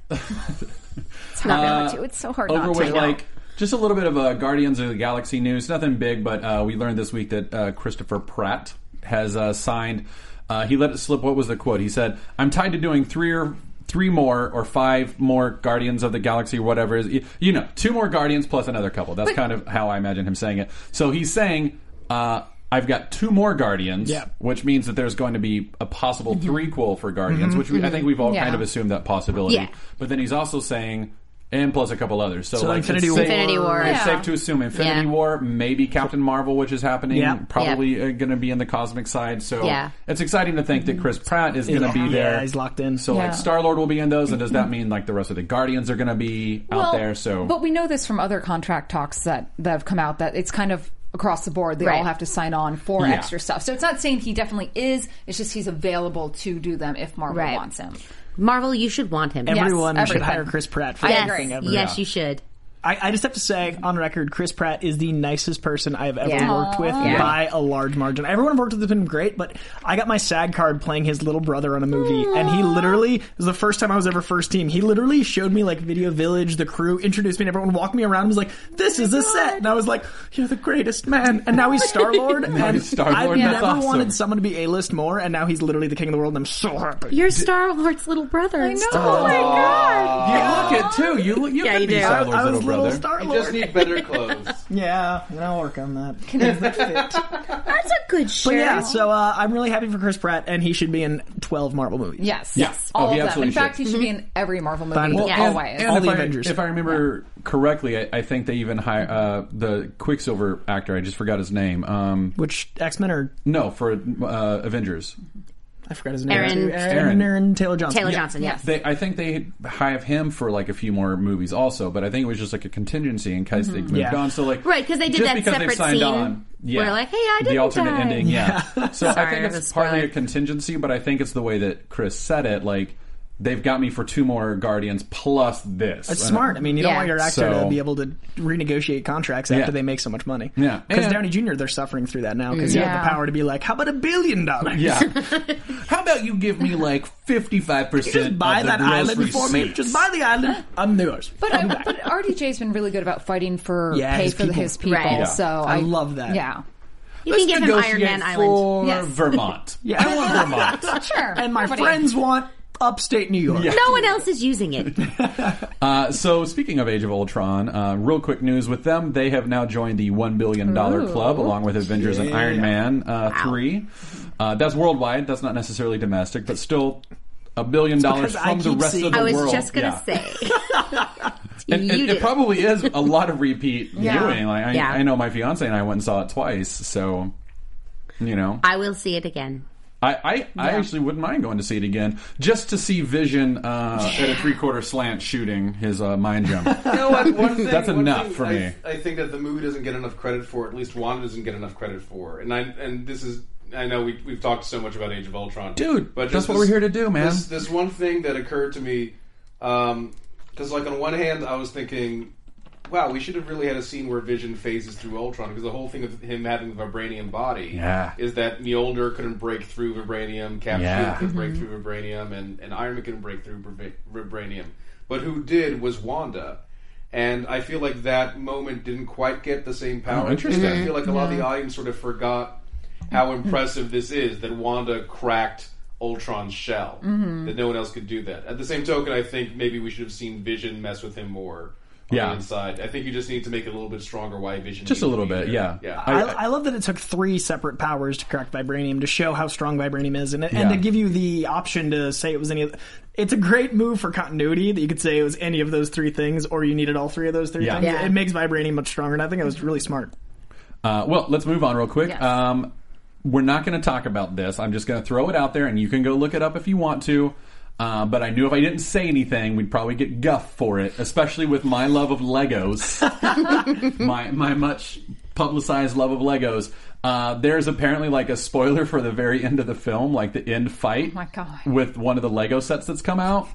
[SPEAKER 3] it's not uh, to it's so hard
[SPEAKER 2] over
[SPEAKER 3] not
[SPEAKER 2] with
[SPEAKER 3] to
[SPEAKER 2] like just a little bit of uh, Guardians of the Galaxy news. Nothing big, but uh, we learned this week that uh, Christopher Pratt has uh, signed. Uh, he let it slip. What was the quote? He said, "I'm tied to doing three or." Three more or five more Guardians of the Galaxy, or whatever is you- you know, two more Guardians plus another couple. That's kind of how I imagine him saying it. So he's saying, uh, "I've got two more Guardians,"
[SPEAKER 5] Yeah.
[SPEAKER 2] which means that there's going to be a possible threequel for Guardians, which we, I think we've all
[SPEAKER 3] Mm-hmm. Yeah.
[SPEAKER 2] kind of assumed that possibility.
[SPEAKER 6] Yeah.
[SPEAKER 2] But then he's also saying, and plus a couple others. So,
[SPEAKER 5] So
[SPEAKER 2] like,
[SPEAKER 5] Infinity
[SPEAKER 2] it's
[SPEAKER 5] War.
[SPEAKER 2] safe-
[SPEAKER 6] Infinity War.
[SPEAKER 2] It's
[SPEAKER 3] Yeah.
[SPEAKER 2] safe to assume Infinity
[SPEAKER 6] Yeah.
[SPEAKER 2] War, maybe Captain Marvel, which is happening,
[SPEAKER 5] Yeah.
[SPEAKER 2] probably going to be in the cosmic side. So
[SPEAKER 6] Yeah.
[SPEAKER 2] it's exciting to think that Chris Pratt is going to be
[SPEAKER 5] Yeah,
[SPEAKER 2] there.
[SPEAKER 5] he's locked in.
[SPEAKER 2] So
[SPEAKER 3] Yeah.
[SPEAKER 2] like Star Lord will be in those, and does
[SPEAKER 6] Mm-hmm.
[SPEAKER 2] that mean like the rest of the Guardians are going to be out there? So
[SPEAKER 3] but we know this from other contract talks that that have come out that it's kind of across the board they all
[SPEAKER 6] Right.
[SPEAKER 3] have to sign on for
[SPEAKER 2] Yeah.
[SPEAKER 3] extra stuff so it's not saying he definitely is it's just he's available to do them if marvel
[SPEAKER 6] Right.
[SPEAKER 3] wants him
[SPEAKER 6] Marvel, you should want him.
[SPEAKER 5] Everyone should
[SPEAKER 3] everyone.
[SPEAKER 5] hire Chris Pratt for
[SPEAKER 3] I
[SPEAKER 5] that
[SPEAKER 3] agree.
[SPEAKER 5] thing ever.
[SPEAKER 6] Yes, you should.
[SPEAKER 5] I, I just have to say, on record, Chris Pratt is the nicest person I have ever
[SPEAKER 6] Yeah.
[SPEAKER 5] worked with by a large margin. Everyone I've worked with has been great, but I got my SAG card playing his little brother on a movie, and he literally it was the first time I was ever first team. He literally showed me like Video Village, the crew, introduced me, and everyone walked me around. and was like, "This
[SPEAKER 6] Oh
[SPEAKER 5] is the set," and I was like, "You're the greatest man!" And now he's Star Lord, and
[SPEAKER 2] he's Star-Lord,
[SPEAKER 5] I've
[SPEAKER 2] that's
[SPEAKER 5] never
[SPEAKER 2] awesome.
[SPEAKER 5] wanted someone to be a list more, and now he's literally the king of the world, and I'm so happy.
[SPEAKER 6] You're Star Lord's little brother.
[SPEAKER 3] I know.
[SPEAKER 6] Oh my god.
[SPEAKER 2] you look it too. You look. You
[SPEAKER 6] Yeah,
[SPEAKER 2] could
[SPEAKER 6] you
[SPEAKER 2] be
[SPEAKER 6] do.
[SPEAKER 2] Star
[SPEAKER 5] I,
[SPEAKER 2] Lord's
[SPEAKER 5] I was
[SPEAKER 2] little brother.
[SPEAKER 5] Star
[SPEAKER 4] You just
[SPEAKER 5] Lord.
[SPEAKER 4] need better clothes.
[SPEAKER 5] Yeah, and I'll work on that. Make that fit.
[SPEAKER 6] That's a good shirt.
[SPEAKER 5] But yeah, so uh, I'm really happy for Chris Pratt, and he should be in 12 Marvel movies.
[SPEAKER 3] yes
[SPEAKER 2] Yes. Oh,
[SPEAKER 3] all
[SPEAKER 2] he
[SPEAKER 3] of them
[SPEAKER 2] absolutely
[SPEAKER 3] in fact
[SPEAKER 2] should.
[SPEAKER 3] he should be
[SPEAKER 6] Mm-hmm.
[SPEAKER 3] in every marvel
[SPEAKER 5] Fine.
[SPEAKER 3] movie
[SPEAKER 5] Well,
[SPEAKER 2] and-
[SPEAKER 3] always
[SPEAKER 2] and
[SPEAKER 5] All
[SPEAKER 2] if
[SPEAKER 5] the
[SPEAKER 2] I,
[SPEAKER 5] Avengers.
[SPEAKER 2] If I remember correctly, I, I think they even hi uh, the Quicksilver actor. I just forgot his name. Um,
[SPEAKER 5] Which X Men are?
[SPEAKER 2] no, for uh, Avengers.
[SPEAKER 5] I forgot his name.
[SPEAKER 6] Aaron-
[SPEAKER 5] too.
[SPEAKER 2] Aaron.
[SPEAKER 5] Aaron, Aaron Taylor Johnson.
[SPEAKER 6] Taylor Johnson, yes.
[SPEAKER 2] They, I think they have him for like a few more movies also, but I think it was just like a contingency in case they moved
[SPEAKER 5] Yeah.
[SPEAKER 2] on. So like,
[SPEAKER 6] Mm-hmm. Right, 'cause they did
[SPEAKER 2] just
[SPEAKER 6] that
[SPEAKER 2] because they've
[SPEAKER 6] separate
[SPEAKER 2] signed
[SPEAKER 6] scene
[SPEAKER 2] on, yeah,
[SPEAKER 6] where, like, "Hey, I
[SPEAKER 2] the
[SPEAKER 6] didn't
[SPEAKER 2] alternate
[SPEAKER 6] die."
[SPEAKER 2] ending, yeah. so I
[SPEAKER 6] Sorry,
[SPEAKER 2] think
[SPEAKER 6] that
[SPEAKER 2] it's
[SPEAKER 6] was
[SPEAKER 2] partly a
[SPEAKER 6] spoiled.
[SPEAKER 2] contingency, but I think it's the way that Chris said it. Like, they've got me for two more Guardians plus this. And
[SPEAKER 5] That's smart. I mean, you don't
[SPEAKER 6] Yeah.
[SPEAKER 5] want your actor
[SPEAKER 2] So-
[SPEAKER 5] to be able to renegotiate contracts after
[SPEAKER 2] Yeah.
[SPEAKER 5] they make so much money.
[SPEAKER 2] Yeah.
[SPEAKER 5] Because
[SPEAKER 2] And-
[SPEAKER 5] Downey Jr., they're suffering through that now because you have
[SPEAKER 3] Yeah.
[SPEAKER 5] the power to be like, how about a billion dollars?
[SPEAKER 2] Yeah. How about you give me like fifty five percent?
[SPEAKER 5] Just buy that island for me. Just buy the island. I'm yours.
[SPEAKER 3] but, I, but RDJ's been really good about fighting for
[SPEAKER 5] Yeah,
[SPEAKER 3] pay
[SPEAKER 5] his
[SPEAKER 3] for
[SPEAKER 5] people.
[SPEAKER 3] his people.
[SPEAKER 6] Right. Yeah.
[SPEAKER 3] So
[SPEAKER 5] I love that.
[SPEAKER 3] Yeah,
[SPEAKER 6] You can give him Iron Man Island.
[SPEAKER 2] for
[SPEAKER 3] Yes.
[SPEAKER 2] Vermont.
[SPEAKER 5] Yeah.
[SPEAKER 2] I want Vermont.
[SPEAKER 3] sure.
[SPEAKER 5] and my
[SPEAKER 3] Everybody-
[SPEAKER 5] friends want upstate New York.
[SPEAKER 6] No one else is using it.
[SPEAKER 2] Uh, so speaking of Age of Ultron, uh, real quick news with them: they have now joined the one billion dollar club, along with Avengers and Iron Man uh, three. Uh, that's worldwide. That's not necessarily domestic, but still a billion dollars
[SPEAKER 5] because I
[SPEAKER 2] from the
[SPEAKER 5] keep
[SPEAKER 2] rest
[SPEAKER 5] seeing-
[SPEAKER 2] of the
[SPEAKER 6] I was
[SPEAKER 2] world.
[SPEAKER 6] just gonna
[SPEAKER 2] Yeah.
[SPEAKER 6] say.
[SPEAKER 2] And
[SPEAKER 6] you
[SPEAKER 2] it, it
[SPEAKER 6] did.
[SPEAKER 2] probably is a lot of repeat viewing. Like I,
[SPEAKER 6] Yeah.
[SPEAKER 2] I know my fiance and I went and saw it twice, so you know.
[SPEAKER 6] I will see it again.
[SPEAKER 2] I, I, I actually wouldn't mind going to see it again just to see Vision uh, at a three quarter slant shooting his uh, mind jump.
[SPEAKER 4] You know what? One thing,
[SPEAKER 2] That's
[SPEAKER 4] one
[SPEAKER 2] enough
[SPEAKER 4] thing
[SPEAKER 2] for
[SPEAKER 4] I,
[SPEAKER 2] me.
[SPEAKER 4] I think that the movie doesn't get enough credit for. At least Wanda doesn't get enough credit for. And I and this is I know we we've talked so much about Age of Ultron,
[SPEAKER 2] Dude,
[SPEAKER 4] But
[SPEAKER 2] that's
[SPEAKER 4] just
[SPEAKER 2] what we're here to do, man.
[SPEAKER 4] This, this one thing that occurred to me Because, like, on one hand, I was thinking, wow, we should have really had a scene where Vision phases through Ultron, because the whole thing of him having the vibranium body
[SPEAKER 2] Yeah.
[SPEAKER 4] is that Mjolnir couldn't break through vibranium, Cap
[SPEAKER 2] Yeah.
[SPEAKER 4] Shield couldn't break through vibranium, and, and Iron Man couldn't break through vibra- vibranium. But who did was Wanda. And I feel like that moment didn't quite get the same power.
[SPEAKER 2] Oh, interesting.
[SPEAKER 4] I feel like a lot of the audience sort of forgot how impressive this is that Wanda cracked Ultron's shell. That no one else could do that. At the same token, I think maybe we should have seen Vision mess with him more on
[SPEAKER 2] Yeah.
[SPEAKER 4] the inside. I think you just need to make it a little bit stronger. Why Vision?
[SPEAKER 2] Just a
[SPEAKER 4] needs to
[SPEAKER 2] little
[SPEAKER 4] be
[SPEAKER 2] bit, yeah.
[SPEAKER 4] there. yeah.
[SPEAKER 2] I-
[SPEAKER 5] I, I love that it took three separate powers to crack vibranium to show how strong vibranium is, and, and
[SPEAKER 2] Yeah.
[SPEAKER 5] to give you the option to say it was any. of It's a great move for continuity that you could say it was any of those three things, or you needed all three of those three
[SPEAKER 2] Yeah.
[SPEAKER 5] things.
[SPEAKER 6] Yeah.
[SPEAKER 5] It makes vibranium much stronger, and I think it was really smart.
[SPEAKER 2] Uh, well, let's move on real quick.
[SPEAKER 3] Yes.
[SPEAKER 2] Um, we're not going to talk about this. I'm just going to throw it out there, and you can go look it up if you want to. Uh, but I knew if I didn't say anything, we'd probably get guff for it, especially with my love of Legos, my my much publicized love of Legos. Uh, there's apparently like a spoiler for the very end of the film, like the end fight
[SPEAKER 3] Oh my God.
[SPEAKER 2] with one of the Lego sets that's come out.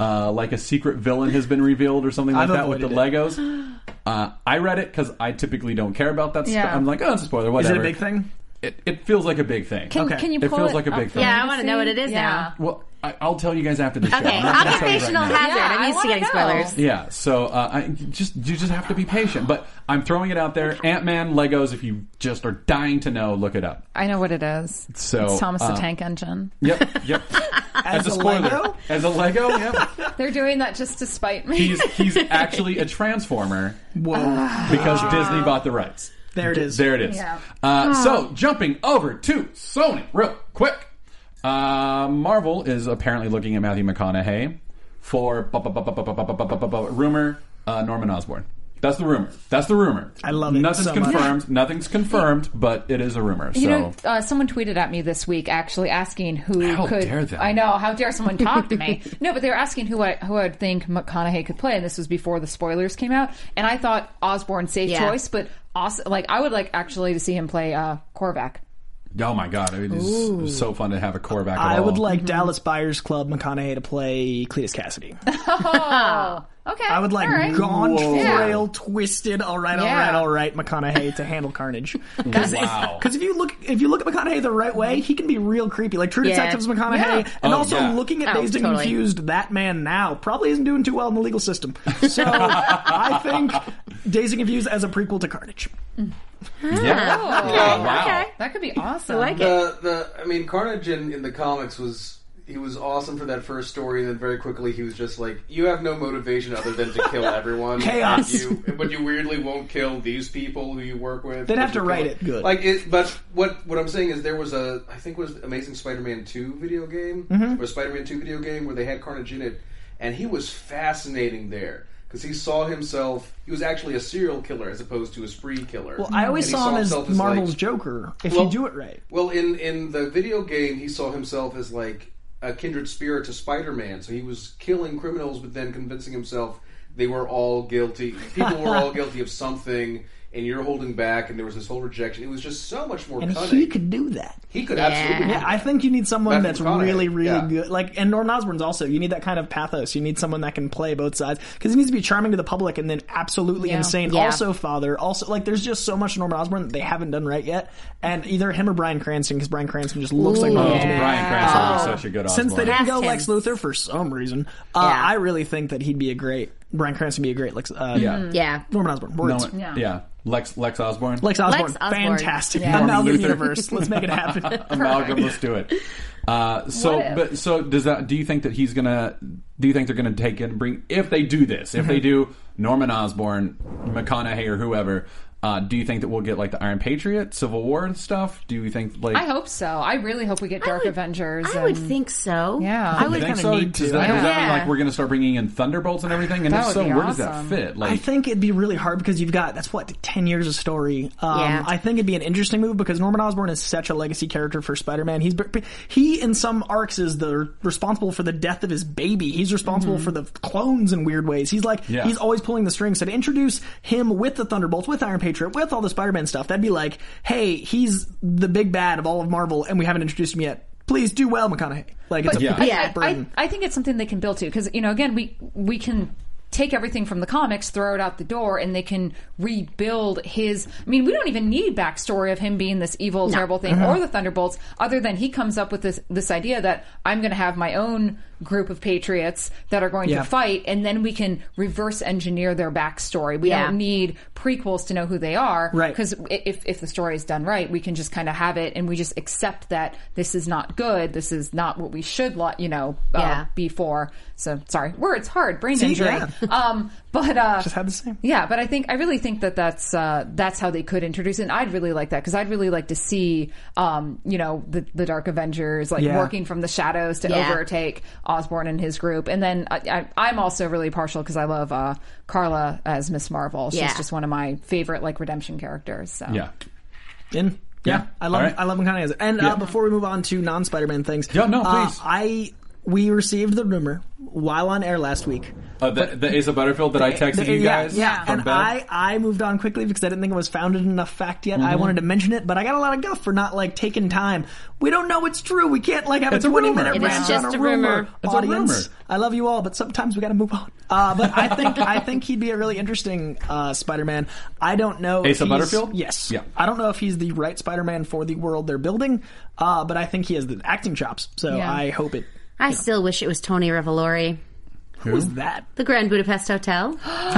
[SPEAKER 2] Uh, like a secret villain has been revealed or something like
[SPEAKER 5] I've
[SPEAKER 2] that with the
[SPEAKER 5] avoided
[SPEAKER 2] Legos. Uh, I read it because I typically don't care about that
[SPEAKER 3] Yeah.
[SPEAKER 2] stuff. I'm like, oh, it's a spoiler.
[SPEAKER 5] Is
[SPEAKER 2] Whatever.
[SPEAKER 5] it a big thing?
[SPEAKER 2] It, it feels like a big thing.
[SPEAKER 3] Can,
[SPEAKER 5] Okay.
[SPEAKER 3] can you
[SPEAKER 2] It
[SPEAKER 3] pull
[SPEAKER 2] feels
[SPEAKER 3] it
[SPEAKER 2] like a
[SPEAKER 3] up
[SPEAKER 2] big
[SPEAKER 3] for
[SPEAKER 2] thing.
[SPEAKER 3] me
[SPEAKER 2] Yeah,
[SPEAKER 6] I wanna know
[SPEAKER 3] see?
[SPEAKER 6] what it is now.
[SPEAKER 2] Well, I, I'll tell you guys after the show.
[SPEAKER 6] Okay,
[SPEAKER 2] I'm not gonna tell you right
[SPEAKER 6] occupational
[SPEAKER 2] now.
[SPEAKER 6] hazard.
[SPEAKER 3] Yeah, I
[SPEAKER 6] I'm used to
[SPEAKER 3] wanna
[SPEAKER 6] getting
[SPEAKER 3] know.
[SPEAKER 6] spoilers.
[SPEAKER 2] Yeah, so uh, I you just you just have to be patient. But I'm throwing it out there. Ant Man Legos. If you just are dying to know, look it up.
[SPEAKER 3] I know what it is.
[SPEAKER 2] So,
[SPEAKER 3] it's Thomas
[SPEAKER 2] uh,
[SPEAKER 3] the Tank Engine.
[SPEAKER 2] Yep, yep. As,
[SPEAKER 5] a
[SPEAKER 2] spoiler,
[SPEAKER 5] Lego?
[SPEAKER 2] as a Lego, yep.
[SPEAKER 3] They're doing that just to spite me.
[SPEAKER 2] He's he's actually a transformer
[SPEAKER 5] Whoa, Ah.
[SPEAKER 2] because Disney bought the rights.
[SPEAKER 5] there it is.
[SPEAKER 2] There it is.
[SPEAKER 3] Yeah. Ah.
[SPEAKER 2] Uh, so jumping over to Sony real quick. Uh, Marvel is apparently looking at Matthew McConaughey for bu- bu- bu- bu- bu- bu- bu- bu- bu- bu- bu- bu- rumor uh, Norman Osborn. That's the rumor. That's the rumor. I
[SPEAKER 5] love it
[SPEAKER 2] Nothing's
[SPEAKER 5] so much.
[SPEAKER 2] confirmed. Nothing's confirmed, but it is a rumor.
[SPEAKER 3] You
[SPEAKER 2] so
[SPEAKER 3] know, uh, someone tweeted at me this week actually asking who
[SPEAKER 2] How
[SPEAKER 3] could.
[SPEAKER 2] dare them.
[SPEAKER 3] I know how dare someone talk to me. No, but they were asking who I who I would think McConaughey could play, and this was before the spoilers came out. And I thought Osborne safe
[SPEAKER 6] Yeah.
[SPEAKER 3] choice, but also, like I would like actually to see him play uh, Korvac.
[SPEAKER 2] oh my god, it is it was so fun to have a core back. At
[SPEAKER 5] I
[SPEAKER 2] all.
[SPEAKER 5] would like Dallas Buyers Club McConaughey to play Cletus Cassidy.
[SPEAKER 6] Oh,
[SPEAKER 3] Okay,
[SPEAKER 5] I would like
[SPEAKER 3] all right.
[SPEAKER 5] gaunt,
[SPEAKER 2] Whoa.
[SPEAKER 5] frail, twisted. All right, all
[SPEAKER 3] Yeah.
[SPEAKER 5] right, all right. McConaughey to handle Carnage. Because
[SPEAKER 2] Wow.
[SPEAKER 5] if, you look, if you look at McConaughey the right way, he can be real creepy. Like True
[SPEAKER 6] Yeah.
[SPEAKER 5] Detective's McConaughey,
[SPEAKER 3] Yeah.
[SPEAKER 5] and
[SPEAKER 2] Oh,
[SPEAKER 5] also
[SPEAKER 2] yeah.
[SPEAKER 5] looking at
[SPEAKER 6] Oh,
[SPEAKER 5] Dazed and
[SPEAKER 6] totally.
[SPEAKER 5] Confused, that man now probably isn't doing too well in the legal system. So I think Dazed and Confused as a prequel to Carnage.
[SPEAKER 6] Ah,
[SPEAKER 2] Yeah. wow.
[SPEAKER 3] Oh, That could be awesome.
[SPEAKER 6] like it.
[SPEAKER 4] The, the I mean, Carnage in, in the comics was he was awesome for that first story, and then very quickly he was just like, "You have no motivation other than to kill everyone."
[SPEAKER 5] Chaos.
[SPEAKER 4] and you, but you weirdly won't kill these people who you work with.
[SPEAKER 5] They'd
[SPEAKER 4] but
[SPEAKER 5] have to
[SPEAKER 4] you
[SPEAKER 5] write
[SPEAKER 4] kill-
[SPEAKER 5] it good.
[SPEAKER 4] Like, it, but what what I'm saying is there was a I think it was Amazing Spider-Man two video game
[SPEAKER 5] Mm-hmm.
[SPEAKER 4] or Spider-Man two video game where they had Carnage in it, and he was fascinating there. Because he saw himself, he was actually a serial killer as opposed to a spree killer.
[SPEAKER 5] Well, I always
[SPEAKER 4] And he
[SPEAKER 5] saw him as
[SPEAKER 4] himself
[SPEAKER 5] Marvel's
[SPEAKER 4] like-
[SPEAKER 5] Joker if
[SPEAKER 4] Well-
[SPEAKER 5] you do it right.
[SPEAKER 4] well, in in the video game, he saw himself as like a kindred spirit to Spider-Man, so he was killing criminals, but then convincing himself they were all guilty. People were all guilty of something, and you're holding back. And there was this whole rejection. It was just so much more
[SPEAKER 5] And
[SPEAKER 4] cunning.
[SPEAKER 5] he could do that.
[SPEAKER 4] He could absolutely.
[SPEAKER 5] Yeah, I think you need someone
[SPEAKER 4] Matthew
[SPEAKER 5] that's
[SPEAKER 4] McConaughey,
[SPEAKER 5] really, really
[SPEAKER 4] yeah.
[SPEAKER 5] good. Like, and Norman Osborn's also. You need that kind of pathos. You need someone that can play both sides because he needs to be charming to the public and then absolutely
[SPEAKER 3] Yeah.
[SPEAKER 5] insane.
[SPEAKER 6] Yeah.
[SPEAKER 5] Also, father. Also, like, there's just so much Norman Osborn that they haven't done right yet. And either him or Brian Cranston, because Brian Cranston just looks like
[SPEAKER 6] Ooh.
[SPEAKER 2] Oh,
[SPEAKER 5] Norman Osborn.
[SPEAKER 3] Yeah.
[SPEAKER 2] Brian Cranston was such a good.
[SPEAKER 5] Since they
[SPEAKER 2] Osborn.
[SPEAKER 5] didn't
[SPEAKER 6] Ask
[SPEAKER 5] go
[SPEAKER 6] him.
[SPEAKER 5] Lex Luthor for some reason, uh,
[SPEAKER 6] Yeah.
[SPEAKER 5] I really think that he'd be a great Brian Cranston. Would be a great Lex. Uh,
[SPEAKER 2] yeah,
[SPEAKER 6] Yeah.
[SPEAKER 5] Norman Osborn.
[SPEAKER 2] No,
[SPEAKER 5] Words.
[SPEAKER 2] yeah, Lex Lex Osborn.
[SPEAKER 5] Lex Osborn.
[SPEAKER 6] Lex Osborn.
[SPEAKER 5] Fantastic.
[SPEAKER 3] Yeah.
[SPEAKER 5] Amalgam
[SPEAKER 2] Norman Luther.
[SPEAKER 5] universe. Let's make it happen.
[SPEAKER 2] amalgam. Let's do it. Uh, so,
[SPEAKER 3] What if?
[SPEAKER 2] but so does that? Do you think that he's gonna? Do you think they're gonna take and bring? If they do this, if they do Norman Osborn, McConaughey, or whoever, uh, do you think that we'll get like the Iron Patriot, Civil War stuff? Do you think like?
[SPEAKER 3] I hope so. I really hope we get Dark
[SPEAKER 6] I would-
[SPEAKER 3] Avengers.
[SPEAKER 6] I would
[SPEAKER 3] and-
[SPEAKER 6] think so.
[SPEAKER 3] Yeah.
[SPEAKER 6] I
[SPEAKER 2] You
[SPEAKER 6] would.
[SPEAKER 2] think
[SPEAKER 5] kinda
[SPEAKER 2] so?
[SPEAKER 5] need
[SPEAKER 2] does
[SPEAKER 5] to.
[SPEAKER 2] that, does that mean
[SPEAKER 6] Yeah.
[SPEAKER 2] like we're gonna start bringing in Thunderbolts and everything? And
[SPEAKER 3] That
[SPEAKER 2] if
[SPEAKER 3] would
[SPEAKER 2] so,
[SPEAKER 3] be
[SPEAKER 2] where does that
[SPEAKER 3] awesome.
[SPEAKER 2] fit? Like,
[SPEAKER 5] I think it'd be really hard because you've got that's what ten years of story. Um,
[SPEAKER 6] Yeah.
[SPEAKER 5] I think it'd be an interesting move because Norman Osborn is such a legacy character for Spider-Man. He's he in some arcs is the responsible for the death of his baby. He's responsible
[SPEAKER 3] Mm-hmm.
[SPEAKER 5] for the clones in weird ways. He's like
[SPEAKER 2] Yeah.
[SPEAKER 5] he's always pulling the strings. So to introduce him with the Thunderbolts, with Iron Patriot, with all the Spider-Man stuff, that'd be like, hey, he's the big bad of all of Marvel, and we haven't introduced him yet. please do well, McConaughey. Like it's a
[SPEAKER 2] Yeah.
[SPEAKER 5] big
[SPEAKER 3] I- I,
[SPEAKER 5] burden.
[SPEAKER 3] I think it's something they can build to because you know again we we can take everything from the comics, throw it out the door, and they can rebuild his. I mean, we don't even need backstory of him being this evil, terrible thing,
[SPEAKER 5] Uh-huh.
[SPEAKER 3] or the Thunderbolts, other than he comes up with this this idea that I'm going to have my own group of patriots that are going
[SPEAKER 5] Yeah.
[SPEAKER 3] to fight, and then we can reverse engineer their backstory. We
[SPEAKER 6] Yeah.
[SPEAKER 3] don't need prequels to know who they are,
[SPEAKER 5] Right.
[SPEAKER 3] Because if if the story is done right, we can just kind of have it, and we just accept that this is not good. This is not what we should, lo- you know, uh,
[SPEAKER 6] Yeah.
[SPEAKER 3] be for. So sorry, words hard, brain
[SPEAKER 5] See,
[SPEAKER 3] injury.
[SPEAKER 5] yeah.
[SPEAKER 3] Um, but uh,
[SPEAKER 5] Just had the same.
[SPEAKER 3] yeah, but I think I really think that that's uh, that's how they could introduce, it. and I'd really like that because I'd really like to see, um, you know, the the Dark Avengers like
[SPEAKER 5] Yeah.
[SPEAKER 3] working from the shadows to
[SPEAKER 6] Yeah.
[SPEAKER 3] overtake Osborn and his group, and then I, I, I'm also really partial because I love uh, Carla as Miss Marvel. She's
[SPEAKER 6] Yeah.
[SPEAKER 3] just one of my favorite like redemption characters. So
[SPEAKER 2] Yeah.
[SPEAKER 5] In. Yeah.
[SPEAKER 2] Yeah.
[SPEAKER 5] I love
[SPEAKER 2] All right.
[SPEAKER 5] I love McConaughey. as it. And
[SPEAKER 2] Yeah.
[SPEAKER 5] uh, before we move on to non Spider Man things,
[SPEAKER 2] Yeah, no,
[SPEAKER 5] uh,
[SPEAKER 2] please.
[SPEAKER 5] I we received the rumor while on air last week.
[SPEAKER 2] Uh, the, the Asa Butterfield that I texted you
[SPEAKER 5] yeah,
[SPEAKER 2] guys.
[SPEAKER 5] yeah.
[SPEAKER 2] from
[SPEAKER 5] And
[SPEAKER 2] Beth.
[SPEAKER 5] I I moved on quickly because I didn't think it was founded in enough fact yet.
[SPEAKER 2] Mm-hmm.
[SPEAKER 5] I wanted to mention it, but I got a lot of guff for not like taking time. We don't know it's true. We can't like have
[SPEAKER 2] It's
[SPEAKER 5] a
[SPEAKER 2] a
[SPEAKER 5] twenty
[SPEAKER 2] rumor.
[SPEAKER 5] minute
[SPEAKER 2] It
[SPEAKER 5] rant
[SPEAKER 6] is
[SPEAKER 5] on
[SPEAKER 6] just
[SPEAKER 5] a
[SPEAKER 6] a
[SPEAKER 5] rumor.
[SPEAKER 6] rumor.
[SPEAKER 2] It's a
[SPEAKER 5] Audience,
[SPEAKER 2] rumor.
[SPEAKER 5] I love you all, but sometimes we got to move on. Uh, but I think I think he'd be a really interesting uh, Spider Man. I don't know if
[SPEAKER 2] Asa
[SPEAKER 5] he's-
[SPEAKER 2] Butterfield?
[SPEAKER 5] Yes.
[SPEAKER 2] Yeah.
[SPEAKER 5] I don't know if he's the right Spider Man for the world they're building, uh, but I think he has the acting chops. So
[SPEAKER 3] Yeah.
[SPEAKER 5] I hope it.
[SPEAKER 6] I still wish it was Tony Revolori.
[SPEAKER 5] Who's that?
[SPEAKER 6] The Grand Budapest Hotel.
[SPEAKER 2] Oh,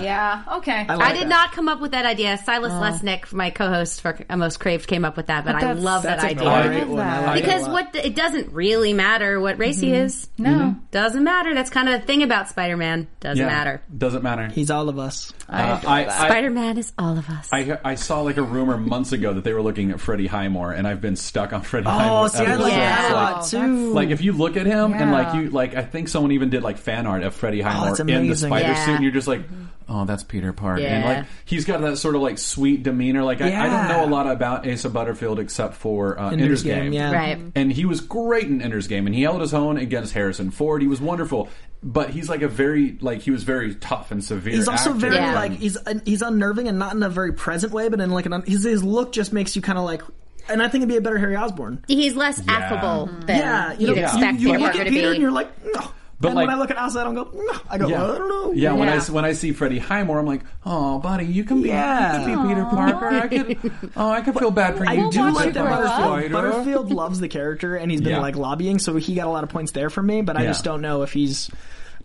[SPEAKER 3] yeah, okay. Oh.
[SPEAKER 5] like
[SPEAKER 6] I did
[SPEAKER 5] that.
[SPEAKER 6] not come up with that idea. Silas Lesnick, my co-host for Most Craved, came up with that, but, I
[SPEAKER 3] that's-
[SPEAKER 6] love that
[SPEAKER 5] That's a
[SPEAKER 6] idea.
[SPEAKER 5] great
[SPEAKER 2] love
[SPEAKER 5] one.
[SPEAKER 3] that. Mm-hmm.
[SPEAKER 5] I like it a
[SPEAKER 6] because
[SPEAKER 5] lot.
[SPEAKER 6] what it doesn't really matter what race he is. No, doesn't matter. That's kind of the thing about Spider-Man. Doesn't
[SPEAKER 2] Yeah.
[SPEAKER 6] matter.
[SPEAKER 2] Doesn't matter.
[SPEAKER 5] He's all of us.
[SPEAKER 2] Uh, I, I,
[SPEAKER 6] Spider-Man is all of us.
[SPEAKER 2] I, he- I saw like a rumor months ago that they were looking at Freddie Highmore, and I've been stuck on Freddie Highmore.
[SPEAKER 5] Oh, see, I
[SPEAKER 2] ever
[SPEAKER 5] like
[SPEAKER 2] since.
[SPEAKER 5] that a
[SPEAKER 6] Yeah.
[SPEAKER 5] lot too.
[SPEAKER 2] Like if you look at him and like
[SPEAKER 3] Yeah.
[SPEAKER 2] you like I think someone even did like fan art of Freddie Highmore
[SPEAKER 5] that's
[SPEAKER 2] in the
[SPEAKER 5] Oh, amazing.
[SPEAKER 2] spider
[SPEAKER 6] Yeah.
[SPEAKER 2] suit and you're just like oh that's Peter Parker and
[SPEAKER 6] Yeah.
[SPEAKER 2] like he's got that sort of like sweet demeanor like I, I
[SPEAKER 5] Yeah.
[SPEAKER 2] don't know a lot about Asa Butterfield except for uh,
[SPEAKER 5] Ender's
[SPEAKER 2] Ender's
[SPEAKER 5] Game,
[SPEAKER 2] Game,
[SPEAKER 5] yeah.
[SPEAKER 6] Right.
[SPEAKER 2] and he was great in Ender's Game and he held his own against Harrison Ford he was wonderful but he's like a very like he was very tough and severe
[SPEAKER 5] He's also
[SPEAKER 2] actor.
[SPEAKER 5] very
[SPEAKER 6] Yeah.
[SPEAKER 5] like he's he's unnerving and not in a very present way, but in like an un- his his look just makes you kind of like. And I think it'd be a better Harry Osborn.
[SPEAKER 6] He's less affable
[SPEAKER 2] Mm-hmm.
[SPEAKER 6] than
[SPEAKER 5] Yeah, you know,
[SPEAKER 6] you'd
[SPEAKER 5] you-
[SPEAKER 6] expect
[SPEAKER 5] you,
[SPEAKER 6] Peter
[SPEAKER 5] look
[SPEAKER 6] Parker
[SPEAKER 5] at
[SPEAKER 6] to
[SPEAKER 5] Peter
[SPEAKER 6] be.
[SPEAKER 5] and you're like, no.
[SPEAKER 2] But
[SPEAKER 5] and
[SPEAKER 2] like-
[SPEAKER 5] when I look at Asa, I don't go, no. I go,
[SPEAKER 2] Yeah.
[SPEAKER 5] I don't know.
[SPEAKER 2] Yeah, when I
[SPEAKER 3] Yeah.
[SPEAKER 2] s- when I see Freddie Highmore, I'm like, oh, buddy, you can be,
[SPEAKER 5] Yeah.
[SPEAKER 2] you could be Peter Parker. I could, oh, I could feel bad for
[SPEAKER 5] I
[SPEAKER 2] you.
[SPEAKER 5] do
[SPEAKER 2] too,
[SPEAKER 5] like
[SPEAKER 2] Peter
[SPEAKER 5] that Butterfield.
[SPEAKER 2] Spider.
[SPEAKER 5] Butterfield loves the character, and he's been
[SPEAKER 2] Yeah.
[SPEAKER 5] like lobbying, so he got a lot of points there from me. But I
[SPEAKER 2] Yeah.
[SPEAKER 5] just don't know if he's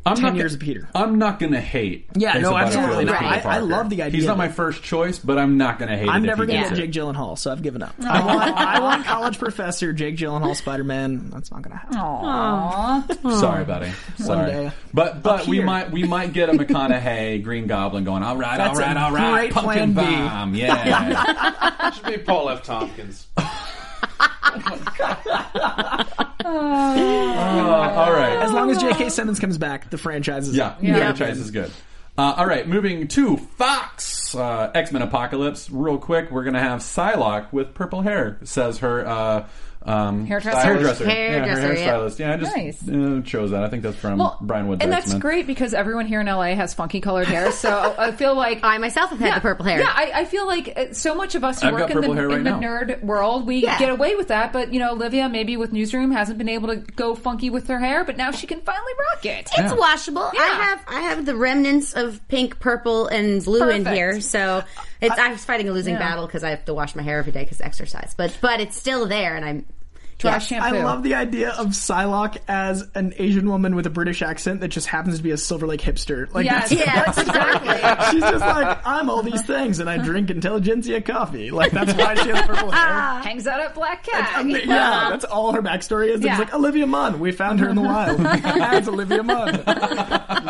[SPEAKER 2] I'm
[SPEAKER 5] ten
[SPEAKER 2] not
[SPEAKER 5] years of
[SPEAKER 2] gonna,
[SPEAKER 5] Peter.
[SPEAKER 2] I'm not gonna hate.
[SPEAKER 5] Yeah,
[SPEAKER 2] Asa
[SPEAKER 5] no,
[SPEAKER 2] Butterfield
[SPEAKER 5] absolutely
[SPEAKER 2] as
[SPEAKER 6] not.
[SPEAKER 2] Peter
[SPEAKER 6] I- I
[SPEAKER 2] Parker.
[SPEAKER 5] love the idea,
[SPEAKER 2] He's not my
[SPEAKER 5] but-
[SPEAKER 2] first choice, but I'm not gonna hate.
[SPEAKER 5] I'm
[SPEAKER 2] it
[SPEAKER 5] never
[SPEAKER 2] if he
[SPEAKER 5] going to
[SPEAKER 2] gets
[SPEAKER 5] get
[SPEAKER 2] it.
[SPEAKER 5] Jake Gyllenhaal, so I've given up. I want, I want college professor Jake Gyllenhaal Spider Man. That's not going to happen.
[SPEAKER 2] Sorry, buddy. Sorry,
[SPEAKER 5] day.
[SPEAKER 2] but but we
[SPEAKER 5] here.
[SPEAKER 2] might we might get a McConaughey Green Goblin going. All right,
[SPEAKER 5] That's
[SPEAKER 2] all right,
[SPEAKER 5] a
[SPEAKER 2] all right.
[SPEAKER 5] great
[SPEAKER 2] Pumpkin
[SPEAKER 5] plan B.
[SPEAKER 2] bomb, yeah.
[SPEAKER 4] It should be Paul F. Tompkins.
[SPEAKER 2] Uh, all right.
[SPEAKER 5] As long as J.K. Simmons comes back, the franchise is
[SPEAKER 2] Yeah, franchise is good. Uh, all right, moving to Fox uh, X Men Apocalypse. Real quick, we're gonna have Psylocke with purple hair. Says her uh, um,
[SPEAKER 3] Hairdresser.
[SPEAKER 2] hairdresser,
[SPEAKER 6] Hairdresser,
[SPEAKER 2] yeah,
[SPEAKER 6] yeah.
[SPEAKER 2] her hairstylist. Yeah, I just
[SPEAKER 3] Nice.
[SPEAKER 2] uh, chose that. I think that's from Brian Wood's
[SPEAKER 3] and
[SPEAKER 2] X-Men.
[SPEAKER 3] that's great because everyone here in LA has funky colored hair. So I feel like
[SPEAKER 6] I myself have had the purple hair.
[SPEAKER 3] Yeah, I, I feel like uh, so much of us who
[SPEAKER 2] I've
[SPEAKER 3] work
[SPEAKER 2] got
[SPEAKER 3] in the,
[SPEAKER 2] purple hair
[SPEAKER 3] in
[SPEAKER 2] right
[SPEAKER 3] the
[SPEAKER 2] now.
[SPEAKER 3] nerd world, we
[SPEAKER 6] Yeah.
[SPEAKER 3] get away with that. But you know, Olivia maybe with Newsroom hasn't been able to go funky with her hair, but now she can finally rock it.
[SPEAKER 6] It's washable.
[SPEAKER 3] Yeah.
[SPEAKER 6] I have I have the remnants of pink, purple, and blue in
[SPEAKER 3] Perfect.
[SPEAKER 6] here. So it's, I, was fighting a losing battle because I have to wash my hair every day because exercise. But but it's still there, and I'm
[SPEAKER 3] Dry
[SPEAKER 6] yeah.
[SPEAKER 3] shampoo.
[SPEAKER 5] I love the idea of Psylocke as an Asian woman with a British accent that just happens to be a Silver Lake hipster. Like
[SPEAKER 3] Yes.
[SPEAKER 5] that's-
[SPEAKER 6] Yeah, exactly.
[SPEAKER 5] she's just like I'm all these things, and I drink intelligentsia coffee. Like that's why she has purple hair.
[SPEAKER 3] Hangs out at Black Cat.
[SPEAKER 5] And yeah, that's all her backstory is.
[SPEAKER 3] uh, Yeah.
[SPEAKER 5] It's like Olivia Munn. We found her in the wild. That's Olivia Munn.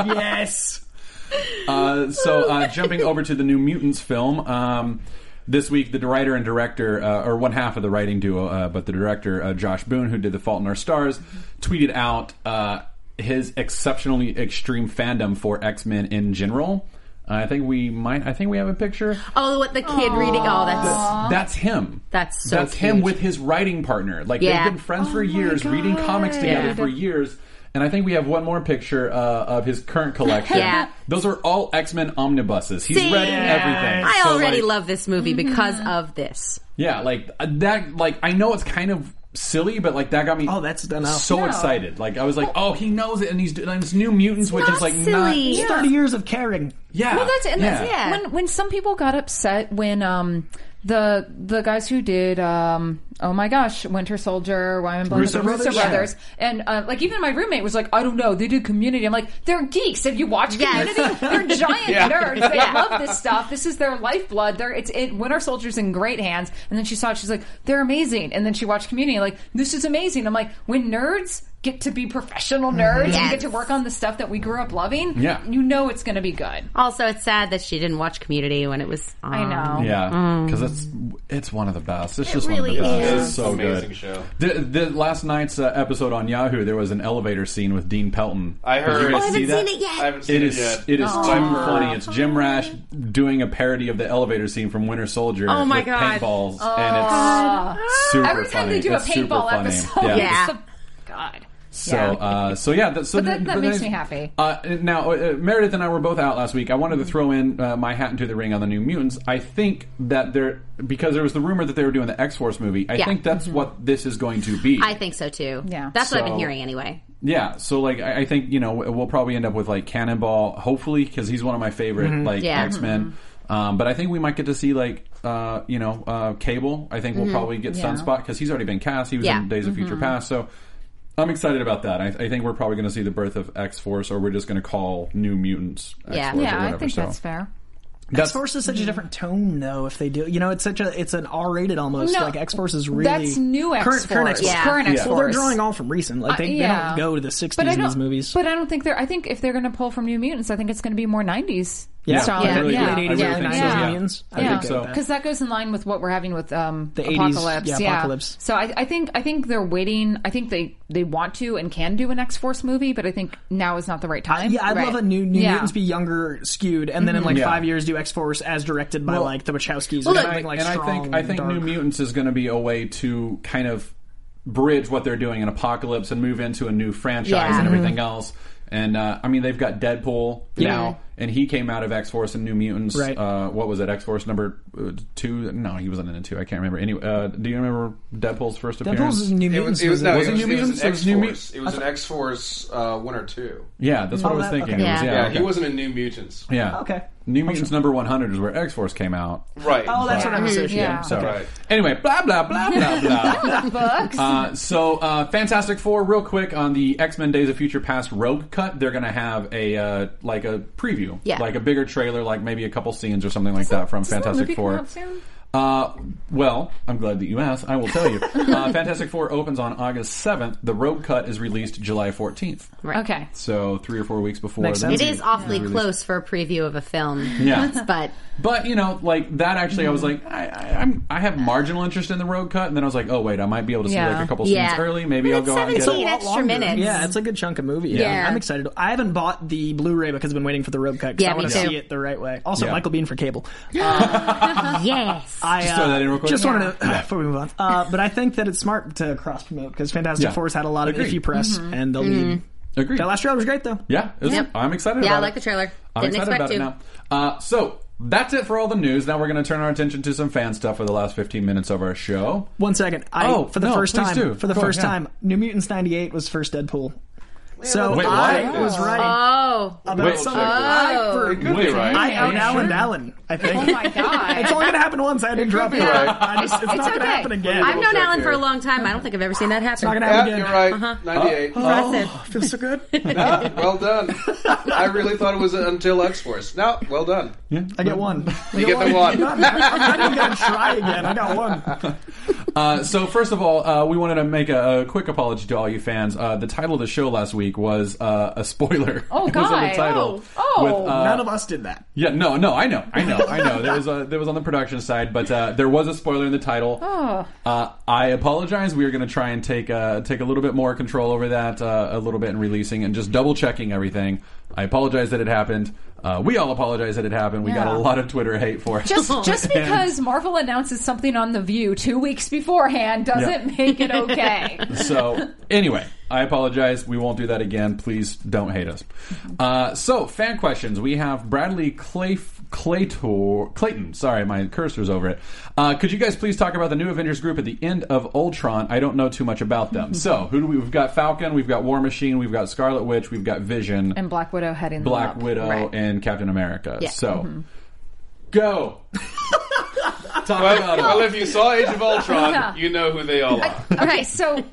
[SPEAKER 5] yes.
[SPEAKER 2] Uh, so uh, jumping over to the New Mutants film. Um, this week, the writer and director, uh, or one half of the writing duo, uh, but the director uh, Josh Boone, who did *The Fault in Our Stars*, tweeted out uh, his exceptionally extreme fandom for X Men in general. Uh, I think we might. I think we have a picture.
[SPEAKER 6] Oh, what the kid reading? Oh, that's
[SPEAKER 2] That's him.
[SPEAKER 6] That's so
[SPEAKER 2] That's
[SPEAKER 6] cute.
[SPEAKER 2] him with his writing partner. Like
[SPEAKER 6] Yeah.
[SPEAKER 2] they've been friends for years, reading comics together for years. and I think we have one more picture uh, of his current collection.
[SPEAKER 6] Yeah.
[SPEAKER 2] Those are all X Men omnibuses. He's
[SPEAKER 6] See?
[SPEAKER 2] read everything.
[SPEAKER 6] I
[SPEAKER 2] So,
[SPEAKER 6] already
[SPEAKER 2] like-
[SPEAKER 6] love this movie because of this.
[SPEAKER 2] Yeah, like uh, that. Like I know it's kind of silly, but like that got me.
[SPEAKER 5] Oh, that's done now.
[SPEAKER 2] so
[SPEAKER 3] Yeah.
[SPEAKER 2] excited. Like I was like, oh, he knows it, and he's doing this New Mutants, which
[SPEAKER 6] not
[SPEAKER 2] is like
[SPEAKER 6] silly.
[SPEAKER 2] not.
[SPEAKER 6] Yeah.
[SPEAKER 5] Thirty years of caring.
[SPEAKER 2] Yeah.
[SPEAKER 3] Well, that's and that's
[SPEAKER 6] Yeah.
[SPEAKER 3] when when some people got upset when um the the guys who did um oh my gosh Winter Soldier Wyman Blood
[SPEAKER 2] Russo
[SPEAKER 3] the Russo
[SPEAKER 2] Brothers?
[SPEAKER 3] Brothers, and uh, like even my roommate was like I don't know they did Community I'm like they're geeks have you watched
[SPEAKER 6] Yes.
[SPEAKER 3] Community they're giant nerds they love this stuff this is their lifeblood they're it's it Winter Soldier's in great hands and then she saw it she's like they're amazing and then she watched Community like this is amazing I'm like when nerds get to be professional nerds and get to work on the stuff that we grew up loving
[SPEAKER 2] Yeah.
[SPEAKER 3] you know it's going to be good.
[SPEAKER 6] Also, it's sad that she didn't watch Community when it was on.
[SPEAKER 3] I know.
[SPEAKER 2] Yeah,
[SPEAKER 6] Mm.
[SPEAKER 2] because it's it's one of the best. It's just
[SPEAKER 6] really
[SPEAKER 2] one of the best.
[SPEAKER 6] is.
[SPEAKER 2] It's so
[SPEAKER 4] Amazing
[SPEAKER 2] good.
[SPEAKER 4] show.
[SPEAKER 2] The, the last night's uh, episode on Yahoo, there was an elevator scene with Dean Pelton.
[SPEAKER 4] I heard-
[SPEAKER 2] Did you guys
[SPEAKER 4] Oh, I haven't
[SPEAKER 2] see that?
[SPEAKER 6] seen it yet.
[SPEAKER 4] I haven't seen
[SPEAKER 2] It
[SPEAKER 4] it,
[SPEAKER 2] is
[SPEAKER 4] yet.
[SPEAKER 2] it is too
[SPEAKER 4] I've heard-
[SPEAKER 2] funny. It's Jim Rash doing a parody of the elevator scene from Winter Soldier.
[SPEAKER 6] Oh, my
[SPEAKER 2] with
[SPEAKER 6] God.
[SPEAKER 2] paintballs, and it's super
[SPEAKER 3] Every time
[SPEAKER 2] funny.
[SPEAKER 3] they do
[SPEAKER 2] It's
[SPEAKER 3] a
[SPEAKER 2] super
[SPEAKER 3] paintball
[SPEAKER 2] funny.
[SPEAKER 3] episode,
[SPEAKER 2] Yeah.
[SPEAKER 6] Yeah.
[SPEAKER 3] it's the, God.
[SPEAKER 2] So, uh, so yeah. That, so
[SPEAKER 3] But that- that
[SPEAKER 2] but
[SPEAKER 3] makes
[SPEAKER 2] then-
[SPEAKER 3] me happy.
[SPEAKER 2] Uh, now, uh, Meredith and I were both out last week. I wanted
[SPEAKER 6] Mm-hmm.
[SPEAKER 2] to throw in uh, my hat into the ring on the New Mutants. I think that there, because there was the rumor that they were doing the X Force movie. I
[SPEAKER 6] Yeah. Mm-hmm.
[SPEAKER 2] think that's what this is going to be.
[SPEAKER 6] I think so too.
[SPEAKER 3] Yeah.
[SPEAKER 6] That's what I've been
[SPEAKER 2] So-
[SPEAKER 6] hearing anyway.
[SPEAKER 2] yeah. So, like, I, I think you know we'll probably end up with like Cannonball, hopefully, because he's one of my favorite
[SPEAKER 3] Mm-hmm.
[SPEAKER 2] like
[SPEAKER 6] Yeah. Mm-hmm.
[SPEAKER 2] X Men. Um, but I think we might get to see like uh, you know uh, Cable. I think we'll probably get Sunspot because he's already been cast. He was
[SPEAKER 6] Mm-hmm. Yeah. Mm-hmm.
[SPEAKER 2] in Days of Future Past. So I'm excited about that. I, I think we're probably going to see the birth of X Force, or we're just going to call New Mutants.
[SPEAKER 6] Yeah.
[SPEAKER 2] X-Force or
[SPEAKER 6] Yeah,
[SPEAKER 3] I
[SPEAKER 2] whatever.
[SPEAKER 3] think
[SPEAKER 2] So
[SPEAKER 3] that's fair.
[SPEAKER 2] that's-
[SPEAKER 5] X Force is such a different tone, though. If they do, you know, it's such a it's an R rated almost.
[SPEAKER 3] No,
[SPEAKER 5] like X Force is really
[SPEAKER 3] That's new X
[SPEAKER 5] Current,
[SPEAKER 3] Force.
[SPEAKER 5] current X-Force.
[SPEAKER 6] Yeah.
[SPEAKER 3] Current X
[SPEAKER 2] Yeah.
[SPEAKER 3] Force. Uh,
[SPEAKER 5] Well, they're drawing all from recent. Like they,
[SPEAKER 3] yeah.
[SPEAKER 5] they don't go to the '60s
[SPEAKER 3] But I
[SPEAKER 5] in
[SPEAKER 3] don't-
[SPEAKER 5] these movies.
[SPEAKER 3] But I don't think they're. I think if they're going to pull from New Mutants, I think it's going to be more '90s.
[SPEAKER 5] yeah,
[SPEAKER 3] style.
[SPEAKER 2] I really
[SPEAKER 3] yeah.
[SPEAKER 2] do. I
[SPEAKER 5] late
[SPEAKER 2] really
[SPEAKER 5] '80s,
[SPEAKER 2] think
[SPEAKER 5] '90s
[SPEAKER 2] so, yeah.
[SPEAKER 5] aliens.
[SPEAKER 2] I think
[SPEAKER 3] Yeah,
[SPEAKER 2] so.
[SPEAKER 3] because that goes in line with what we're having with um,
[SPEAKER 5] The 80s,
[SPEAKER 3] apocalypse.
[SPEAKER 5] yeah,
[SPEAKER 3] yeah,
[SPEAKER 5] Apocalypse.
[SPEAKER 3] So I, I think I think they're waiting. I think they they want to and can do an X Force movie, but I think now is not the right time.
[SPEAKER 5] Yeah, I'd
[SPEAKER 6] Right.
[SPEAKER 5] love a new New
[SPEAKER 3] Yeah.
[SPEAKER 5] Mutants be younger, skewed, and then in like
[SPEAKER 2] Mm-hmm. Yeah.
[SPEAKER 5] five years do X Force as directed by
[SPEAKER 2] Well-
[SPEAKER 5] like the Wachowskis
[SPEAKER 6] Well,
[SPEAKER 5] or
[SPEAKER 6] look-
[SPEAKER 5] something like
[SPEAKER 2] and I
[SPEAKER 5] strong.
[SPEAKER 2] think I think
[SPEAKER 5] dark.
[SPEAKER 2] New Mutants is going to be a way to kind of bridge what they're doing in Apocalypse and move into a new franchise
[SPEAKER 6] Yeah.
[SPEAKER 2] and everything
[SPEAKER 5] Mm-hmm.
[SPEAKER 2] else. And uh, I mean, they've got Deadpool now, and he came out of X Force and New Mutants.
[SPEAKER 5] Right.
[SPEAKER 2] Uh, what was it? X Force number uh, two? No, he wasn't in it two. I can't remember. Anyway, uh, do you remember Deadpool's first appearance?
[SPEAKER 5] Deadpool's New
[SPEAKER 4] It
[SPEAKER 5] Mutants.
[SPEAKER 4] was, it was, no,
[SPEAKER 2] Was
[SPEAKER 4] it
[SPEAKER 2] it New
[SPEAKER 4] was, it was
[SPEAKER 2] Mutants?
[SPEAKER 4] an
[SPEAKER 2] It was New
[SPEAKER 4] X-Force. It was an X-Force uh, one or two.
[SPEAKER 2] yeah, that's what I was
[SPEAKER 5] Oh, that-
[SPEAKER 2] thinking.
[SPEAKER 5] okay.
[SPEAKER 2] It was-
[SPEAKER 6] Yeah.
[SPEAKER 2] yeah,
[SPEAKER 4] Yeah,
[SPEAKER 2] okay.
[SPEAKER 4] he wasn't in New Mutants.
[SPEAKER 2] Yeah.
[SPEAKER 5] Okay.
[SPEAKER 2] New Mutants number one hundred is where X Force came out.
[SPEAKER 4] Right.
[SPEAKER 5] Oh, that's what I'm
[SPEAKER 3] Yeah.
[SPEAKER 5] associating.
[SPEAKER 3] Yeah.
[SPEAKER 2] So
[SPEAKER 4] Right.
[SPEAKER 2] anyway, blah blah blah blah blah.
[SPEAKER 3] Books.
[SPEAKER 2] Uh, so, uh, Fantastic Four, real quick on the X Men Days of Future Past Rogue cut, they're going to have a uh, like a preview,
[SPEAKER 6] Yeah.
[SPEAKER 2] like a bigger trailer, like maybe a couple scenes or something like that from
[SPEAKER 3] Does that
[SPEAKER 2] Fantastic
[SPEAKER 3] movie come
[SPEAKER 2] Four.
[SPEAKER 3] out soon?
[SPEAKER 2] Uh, well, I'm glad that you asked. I will tell you, uh, Fantastic Four opens on August seventh. The Rogue cut is released July fourteenth,
[SPEAKER 3] Okay.
[SPEAKER 2] so three or four weeks before.
[SPEAKER 5] Makes
[SPEAKER 2] the
[SPEAKER 5] sense.
[SPEAKER 6] It
[SPEAKER 2] movie
[SPEAKER 6] is awfully
[SPEAKER 2] released.
[SPEAKER 6] close for a preview of a film.
[SPEAKER 2] Yeah.
[SPEAKER 6] But
[SPEAKER 2] But you know, like that actually, I was like, I, I, I'm, I have marginal interest in the road cut, and then I was like, oh wait, I might be able to see
[SPEAKER 3] Yeah.
[SPEAKER 2] like a couple
[SPEAKER 6] yeah.
[SPEAKER 2] scenes early. Maybe
[SPEAKER 6] But
[SPEAKER 2] I'll
[SPEAKER 6] it's
[SPEAKER 2] go out and get
[SPEAKER 6] 17
[SPEAKER 2] it.
[SPEAKER 6] extra minutes.
[SPEAKER 5] Yeah, it's a good chunk of movie. Yeah.
[SPEAKER 6] Yeah.
[SPEAKER 5] I'm excited. I haven't bought the Blu-ray because I've been waiting for the road cut. 'cause
[SPEAKER 6] Yeah,
[SPEAKER 5] I want
[SPEAKER 6] me
[SPEAKER 5] to
[SPEAKER 6] too.
[SPEAKER 5] see it the right way. Also,
[SPEAKER 2] Yeah. Oh,
[SPEAKER 5] Michael Bean for cable.
[SPEAKER 6] yes.
[SPEAKER 5] I
[SPEAKER 2] Just
[SPEAKER 5] uh,
[SPEAKER 2] throw that in real quick.
[SPEAKER 5] Just
[SPEAKER 2] Yeah.
[SPEAKER 5] wanted to before we move on. Uh, but I think that it's smart to cross promote because Fantastic
[SPEAKER 2] Yeah.
[SPEAKER 5] Four's had a lot of
[SPEAKER 2] Agreed.
[SPEAKER 5] iffy press, and they'll need.
[SPEAKER 2] Agreed.
[SPEAKER 5] That last trailer was great though.
[SPEAKER 2] yeah, it was-
[SPEAKER 6] Mm-hmm. Yep.
[SPEAKER 2] I'm excited.
[SPEAKER 6] Yeah, I
[SPEAKER 2] about
[SPEAKER 6] like
[SPEAKER 2] it.
[SPEAKER 6] the trailer.
[SPEAKER 2] I'm
[SPEAKER 6] Didn't
[SPEAKER 2] excited about
[SPEAKER 6] expect
[SPEAKER 2] it now. Uh, so that's it for all the news. Now we're going to turn our attention to some fan stuff for the last 15 minutes of our show.
[SPEAKER 5] One second. I
[SPEAKER 2] Oh,
[SPEAKER 5] for the
[SPEAKER 2] no,
[SPEAKER 5] first
[SPEAKER 2] please
[SPEAKER 5] time
[SPEAKER 2] do.
[SPEAKER 5] for the
[SPEAKER 2] Go
[SPEAKER 5] first
[SPEAKER 2] ahead, yeah.
[SPEAKER 5] time, New Mutants '98 was first Deadpool. So
[SPEAKER 2] Wait,
[SPEAKER 5] I
[SPEAKER 2] what?
[SPEAKER 5] was right
[SPEAKER 6] Oh.
[SPEAKER 5] about
[SPEAKER 2] Wait,
[SPEAKER 5] something.
[SPEAKER 2] oh.
[SPEAKER 5] I, for,
[SPEAKER 4] Really right.
[SPEAKER 5] I
[SPEAKER 3] Are
[SPEAKER 5] out
[SPEAKER 3] you
[SPEAKER 5] Alan
[SPEAKER 3] sure?
[SPEAKER 5] Dallin. I think.
[SPEAKER 3] Oh my God.
[SPEAKER 5] it's only gonna happen once. I didn't drop it.
[SPEAKER 4] right.
[SPEAKER 5] I just, it's, not gonna
[SPEAKER 3] okay.
[SPEAKER 5] happen again.
[SPEAKER 6] I've known
[SPEAKER 4] check
[SPEAKER 6] Alan for a
[SPEAKER 4] here.
[SPEAKER 6] long time. I don't think I've ever seen that happen. Uh-huh.
[SPEAKER 5] not gonna happen.
[SPEAKER 4] Yeah,
[SPEAKER 5] again.
[SPEAKER 4] you're right. 98.
[SPEAKER 5] Uh-huh. Oh, feels so good.
[SPEAKER 4] Ah, well done. I really thought it was until X Force. No, well done.
[SPEAKER 5] I get one.
[SPEAKER 4] You get the one.
[SPEAKER 5] I didn't get to try again. I got one.
[SPEAKER 2] Uh, so first of all, uh, we wanted to make a, a quick apology to all you fans. Uh, the title of the show last week was uh, a spoiler.
[SPEAKER 3] Oh,
[SPEAKER 2] it was in the
[SPEAKER 3] God.
[SPEAKER 2] title.
[SPEAKER 3] Oh, oh.
[SPEAKER 2] With, uh,
[SPEAKER 5] None of us did that.
[SPEAKER 2] Yeah, no, no, I know, I know, I know. There was a, there was on the production side, but uh, there was a spoiler in the title.
[SPEAKER 3] Oh.
[SPEAKER 2] Uh, I apologize. We are going to try and take uh, take a little bit more control over that uh, a little bit and releasing and just double checking everything. I apologize that it happened. Uh, we all apologize that it happened. We got
[SPEAKER 3] Yeah.
[SPEAKER 2] a lot of Twitter hate for it.
[SPEAKER 3] Just, just
[SPEAKER 2] And-
[SPEAKER 3] because Marvel announces something on The View two weeks beforehand doesn't
[SPEAKER 2] Yeah.
[SPEAKER 3] make it okay.
[SPEAKER 2] so anyway, I apologize. We won't do that again. Please don't hate us. Uh, so, fan questions. We have Bradley Clayf- Claytor- Clayton. Sorry, my cursor's over it. Uh, could you guys please talk about the new Avengers group at the end of Ultron? I don't know too much about them. so, who do we? We've got Falcon. We've got War Machine. We've got Scarlet Witch. We've got Vision.
[SPEAKER 3] And Black Widow heading them
[SPEAKER 2] Black
[SPEAKER 3] up.
[SPEAKER 2] Widow
[SPEAKER 6] right.
[SPEAKER 2] and Captain America. So,
[SPEAKER 3] mm-hmm.
[SPEAKER 2] go. Talk about
[SPEAKER 4] Well,
[SPEAKER 2] it.
[SPEAKER 4] well, if you saw Age of Ultron,
[SPEAKER 3] Yeah.
[SPEAKER 4] you know who they all are.
[SPEAKER 3] Okay, so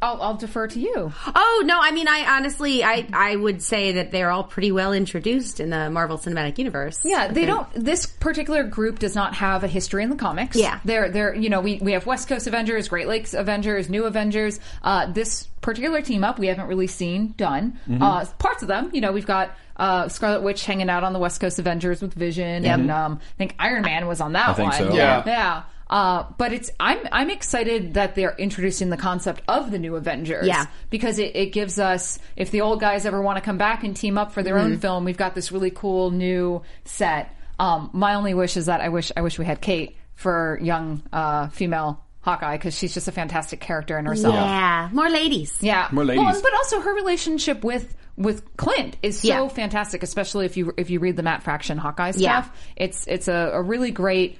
[SPEAKER 3] I'll, I'll defer to you.
[SPEAKER 6] Oh no, I mean, I honestly, I I would say that they're all pretty well introduced in the Marvel Cinematic Universe.
[SPEAKER 3] Yeah, they don't. This particular group does not have a history in the comics.
[SPEAKER 6] Yeah.
[SPEAKER 3] they're they're you know we we have West Coast Avengers, Great Lakes Avengers, New Avengers. Uh, this particular team up we haven't really seen done. Uh, parts of them, you know, we've got. Uh, Scarlet Witch hanging out on the West Coast Avengers with Vision, and um, I think Iron Man was on that
[SPEAKER 2] think
[SPEAKER 3] one.
[SPEAKER 2] so.
[SPEAKER 4] Yeah.
[SPEAKER 3] yeah. Uh, but it's I'm I'm excited that they're introducing the concept of the new Avengers.
[SPEAKER 6] Yeah.
[SPEAKER 3] because it, it gives us if the old guys ever want to come back and team up for their
[SPEAKER 6] Mm-hmm.
[SPEAKER 3] own film, we've got this really cool new set. Um, my only wish is that I wish I wish we had Kate for young uh, female Hawkeye because she's just a fantastic character in herself.
[SPEAKER 6] Yeah, more ladies.
[SPEAKER 3] Yeah,
[SPEAKER 2] More
[SPEAKER 3] Well,
[SPEAKER 2] ladies.
[SPEAKER 3] but also her relationship with with Clint is so
[SPEAKER 6] Yeah.
[SPEAKER 3] fantastic, especially if you if you read the Matt Fraction Hawkeye stuff.
[SPEAKER 6] Yeah.
[SPEAKER 3] It's it's a, a really great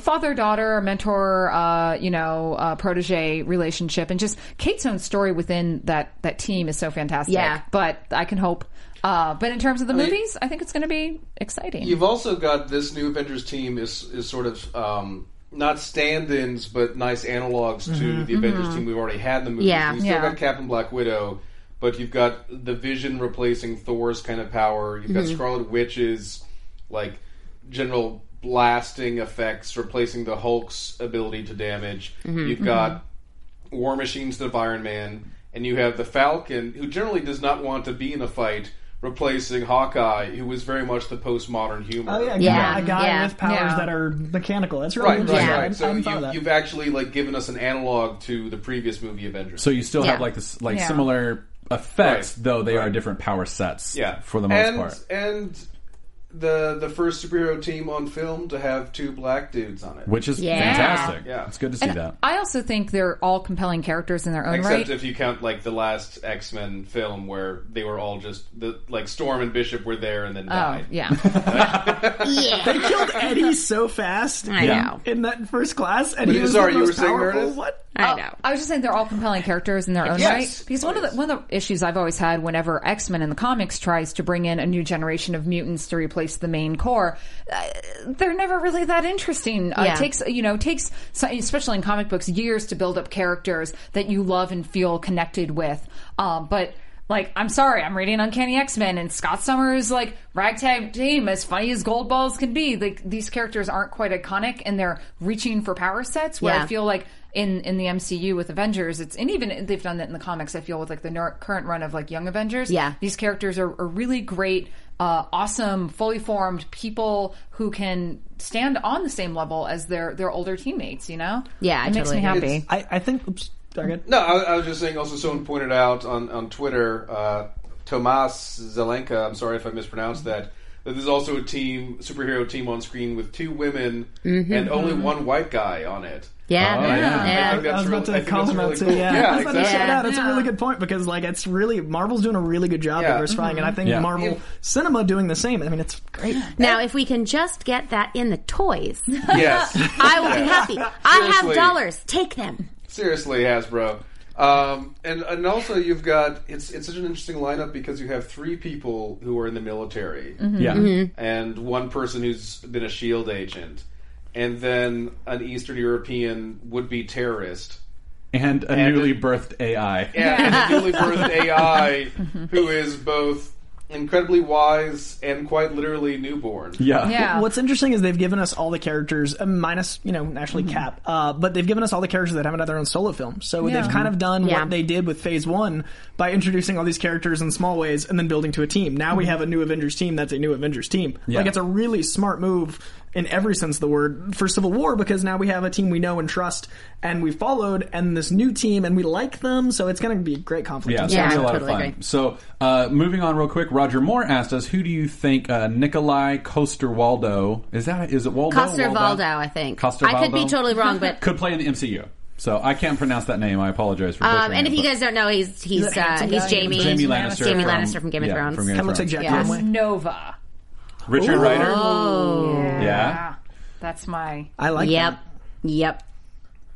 [SPEAKER 3] father daughter mentor uh, you know uh, protege relationship, and just Kate's own story within that that team is so fantastic.
[SPEAKER 6] Yeah.
[SPEAKER 3] but I can hope. Uh, but in terms of the movies, I think it's going to be exciting.
[SPEAKER 4] You've also got this new Avengers team is is sort of um, not stand-ins, but nice analogs to the Avengers team we've already had in the movies.
[SPEAKER 6] Yeah.
[SPEAKER 4] You've still
[SPEAKER 3] Yeah.
[SPEAKER 4] got Captain Black Widow, but you've got the Vision replacing Thor's kind of power. You've got Scarlet Witch's like general blasting effects replacing the Hulk's ability to damage.
[SPEAKER 6] Mm-hmm.
[SPEAKER 4] You've got War Machine instead of Iron Man, and you have the Falcon, who generally does not want to be in a fight, replacing Hawkeye, who was very much the postmodern humor.
[SPEAKER 5] Oh yeah,
[SPEAKER 6] Yeah,
[SPEAKER 5] a guy
[SPEAKER 6] yeah,
[SPEAKER 5] with powers
[SPEAKER 3] yeah.
[SPEAKER 5] that are mechanical. That's
[SPEAKER 4] Right,
[SPEAKER 5] really
[SPEAKER 4] right,
[SPEAKER 5] interesting.
[SPEAKER 6] Yeah.
[SPEAKER 4] right. So
[SPEAKER 5] I'm proud of
[SPEAKER 4] you,
[SPEAKER 5] that.
[SPEAKER 4] you've actually like given us an analog to the previous movie Avengers.
[SPEAKER 2] So you still have
[SPEAKER 6] Yeah.
[SPEAKER 2] like this, like
[SPEAKER 3] Yeah.
[SPEAKER 2] similar effects,
[SPEAKER 4] Right.
[SPEAKER 2] though they are
[SPEAKER 4] Right.
[SPEAKER 2] different power sets.
[SPEAKER 4] yeah,
[SPEAKER 2] for the most
[SPEAKER 4] and,
[SPEAKER 2] part.
[SPEAKER 4] and the the first superhero team on film to have two black dudes on it.
[SPEAKER 2] Which is
[SPEAKER 6] Yeah.
[SPEAKER 2] fantastic.
[SPEAKER 4] Yeah.
[SPEAKER 2] It's good to see that.
[SPEAKER 3] I also think they're all compelling characters in their own
[SPEAKER 4] Except
[SPEAKER 3] right.
[SPEAKER 4] if you count like the last X Men film where they were all just the like Storm and Bishop were there and then
[SPEAKER 3] oh
[SPEAKER 4] died.
[SPEAKER 3] yeah.
[SPEAKER 5] They killed Eddie so fast
[SPEAKER 6] I
[SPEAKER 2] Yeah.
[SPEAKER 6] know.
[SPEAKER 5] in that first class, and he was
[SPEAKER 4] Sorry,
[SPEAKER 5] the
[SPEAKER 4] you
[SPEAKER 5] most
[SPEAKER 4] were saying,
[SPEAKER 5] powerful.
[SPEAKER 4] Meredith?
[SPEAKER 5] What?
[SPEAKER 6] I
[SPEAKER 3] Uh,
[SPEAKER 6] know.
[SPEAKER 3] I was just saying they're all compelling characters in their own
[SPEAKER 4] Yes.
[SPEAKER 3] right. Because one of the one of the issues I've always had whenever X Men in the comics tries to bring in a new generation of mutants to replace the main core, uh, they're never really that interesting. Uh,
[SPEAKER 6] Yeah.
[SPEAKER 3] It takes you know it takes so- especially in comic books years to build up characters that you love and feel connected with. Um, but like I'm sorry, I'm reading Uncanny X Men and Scott Summers like ragtag team as funny as gold balls can be. Like these characters aren't quite iconic and they're reaching for power sets where I
[SPEAKER 6] Yeah.
[SPEAKER 3] feel like in in the MCU with Avengers, it's and even they've done that in the comics. I feel with like the ner- current run of like Young Avengers,
[SPEAKER 6] Yeah.
[SPEAKER 3] these characters are, are really great, uh, awesome, fully formed people who can stand on the same level as their their older teammates. You know,
[SPEAKER 6] Yeah, I
[SPEAKER 3] it makes
[SPEAKER 6] totally
[SPEAKER 3] me
[SPEAKER 6] agree.
[SPEAKER 3] happy.
[SPEAKER 5] I, I think. Oops, darn it.
[SPEAKER 4] No, I, I was just saying. Also, someone pointed out on on Twitter, uh, Tomas Zelenka. I'm sorry if I mispronounced that. That there's also a team superhero team on screen with two women and only one white guy on it.
[SPEAKER 6] Yeah,
[SPEAKER 2] Oh, yeah.
[SPEAKER 4] I
[SPEAKER 6] yeah.
[SPEAKER 4] think
[SPEAKER 5] I
[SPEAKER 4] that's
[SPEAKER 5] was about
[SPEAKER 4] really, I
[SPEAKER 5] to
[SPEAKER 4] think
[SPEAKER 5] call
[SPEAKER 4] that's
[SPEAKER 5] him
[SPEAKER 4] really
[SPEAKER 5] out too.
[SPEAKER 4] cool.
[SPEAKER 5] Yeah, I was about to
[SPEAKER 4] exactly.
[SPEAKER 5] shout out. That's a
[SPEAKER 3] Yeah.
[SPEAKER 5] really good point because like it's really Marvel's doing a really good job
[SPEAKER 4] Mm-hmm. Yeah.
[SPEAKER 5] diversifying, and I think
[SPEAKER 2] Yeah.
[SPEAKER 5] Marvel
[SPEAKER 4] If-
[SPEAKER 5] cinema doing the same. I mean, it's great.
[SPEAKER 6] Now, if we can just get that in the toys,
[SPEAKER 4] Yes,
[SPEAKER 6] I will be happy. I have
[SPEAKER 4] Seriously.
[SPEAKER 6] dollars. Take them.
[SPEAKER 4] seriously, Hasbro. Um, and and also you've got it's it's such an interesting lineup because you have three people who are in the military.
[SPEAKER 2] Yeah.
[SPEAKER 4] and one person who's been a shield E agent and then an eastern european would-be terrorist
[SPEAKER 2] And a
[SPEAKER 4] And-
[SPEAKER 2] newly birthed AI.
[SPEAKER 4] and a newly birthed ai who is both incredibly wise and quite literally newborn
[SPEAKER 2] Yeah.
[SPEAKER 3] Yeah.
[SPEAKER 5] What's interesting is they've given us all the characters, uh, minus you know actually
[SPEAKER 6] Mm-hmm.
[SPEAKER 5] Cap, uh, but they've given us all the characters that haven't had their own solo film. So
[SPEAKER 3] Yeah.
[SPEAKER 5] they've kind of done
[SPEAKER 6] Yeah.
[SPEAKER 5] what they did with Phase One by introducing all these characters in small ways and then building to a team. Now
[SPEAKER 6] Mm-hmm.
[SPEAKER 5] we have a new Avengers team. That's a new Avengers team. Like it's a really smart move in every sense of the word for Civil War because now we have a team we know and trust and we followed and this new team and we like them. So it's going to be a great conflict.
[SPEAKER 2] Yeah, it's
[SPEAKER 5] So-
[SPEAKER 2] gonna be a
[SPEAKER 6] Yeah,
[SPEAKER 2] lot
[SPEAKER 6] totally
[SPEAKER 2] of fun.
[SPEAKER 6] agree.
[SPEAKER 2] So, uh, moving on real quick, Roger Moore asked us, "Who do you think uh, Nikolai Coster Waldo is? That is it Waldo?
[SPEAKER 6] Coster Valdo, I think.
[SPEAKER 2] Coster
[SPEAKER 6] I could be
[SPEAKER 2] Waldo?
[SPEAKER 6] totally wrong, but
[SPEAKER 2] could play in the MCU." So I can't pronounce that name. I apologize for.
[SPEAKER 6] Um,
[SPEAKER 2] butchering
[SPEAKER 6] and if
[SPEAKER 2] it,
[SPEAKER 6] you
[SPEAKER 2] but-
[SPEAKER 6] guys don't know, he's he's
[SPEAKER 5] He's a
[SPEAKER 6] uh,
[SPEAKER 5] handsome
[SPEAKER 6] he's
[SPEAKER 5] guy.
[SPEAKER 6] Jamie
[SPEAKER 2] Jamie Lannister,
[SPEAKER 6] Jamie Lannister from Game of
[SPEAKER 2] yeah,
[SPEAKER 6] Thrones.
[SPEAKER 2] From Game
[SPEAKER 5] Kind
[SPEAKER 2] of
[SPEAKER 5] of looks like
[SPEAKER 2] Thrones.
[SPEAKER 5] Jack
[SPEAKER 6] Yeah.
[SPEAKER 5] Conway.
[SPEAKER 3] Nova.
[SPEAKER 2] Richard Ryder.
[SPEAKER 6] Oh.
[SPEAKER 2] Yeah.
[SPEAKER 3] Ah, that's my.
[SPEAKER 5] I like
[SPEAKER 6] Yep,
[SPEAKER 5] that.
[SPEAKER 6] yep.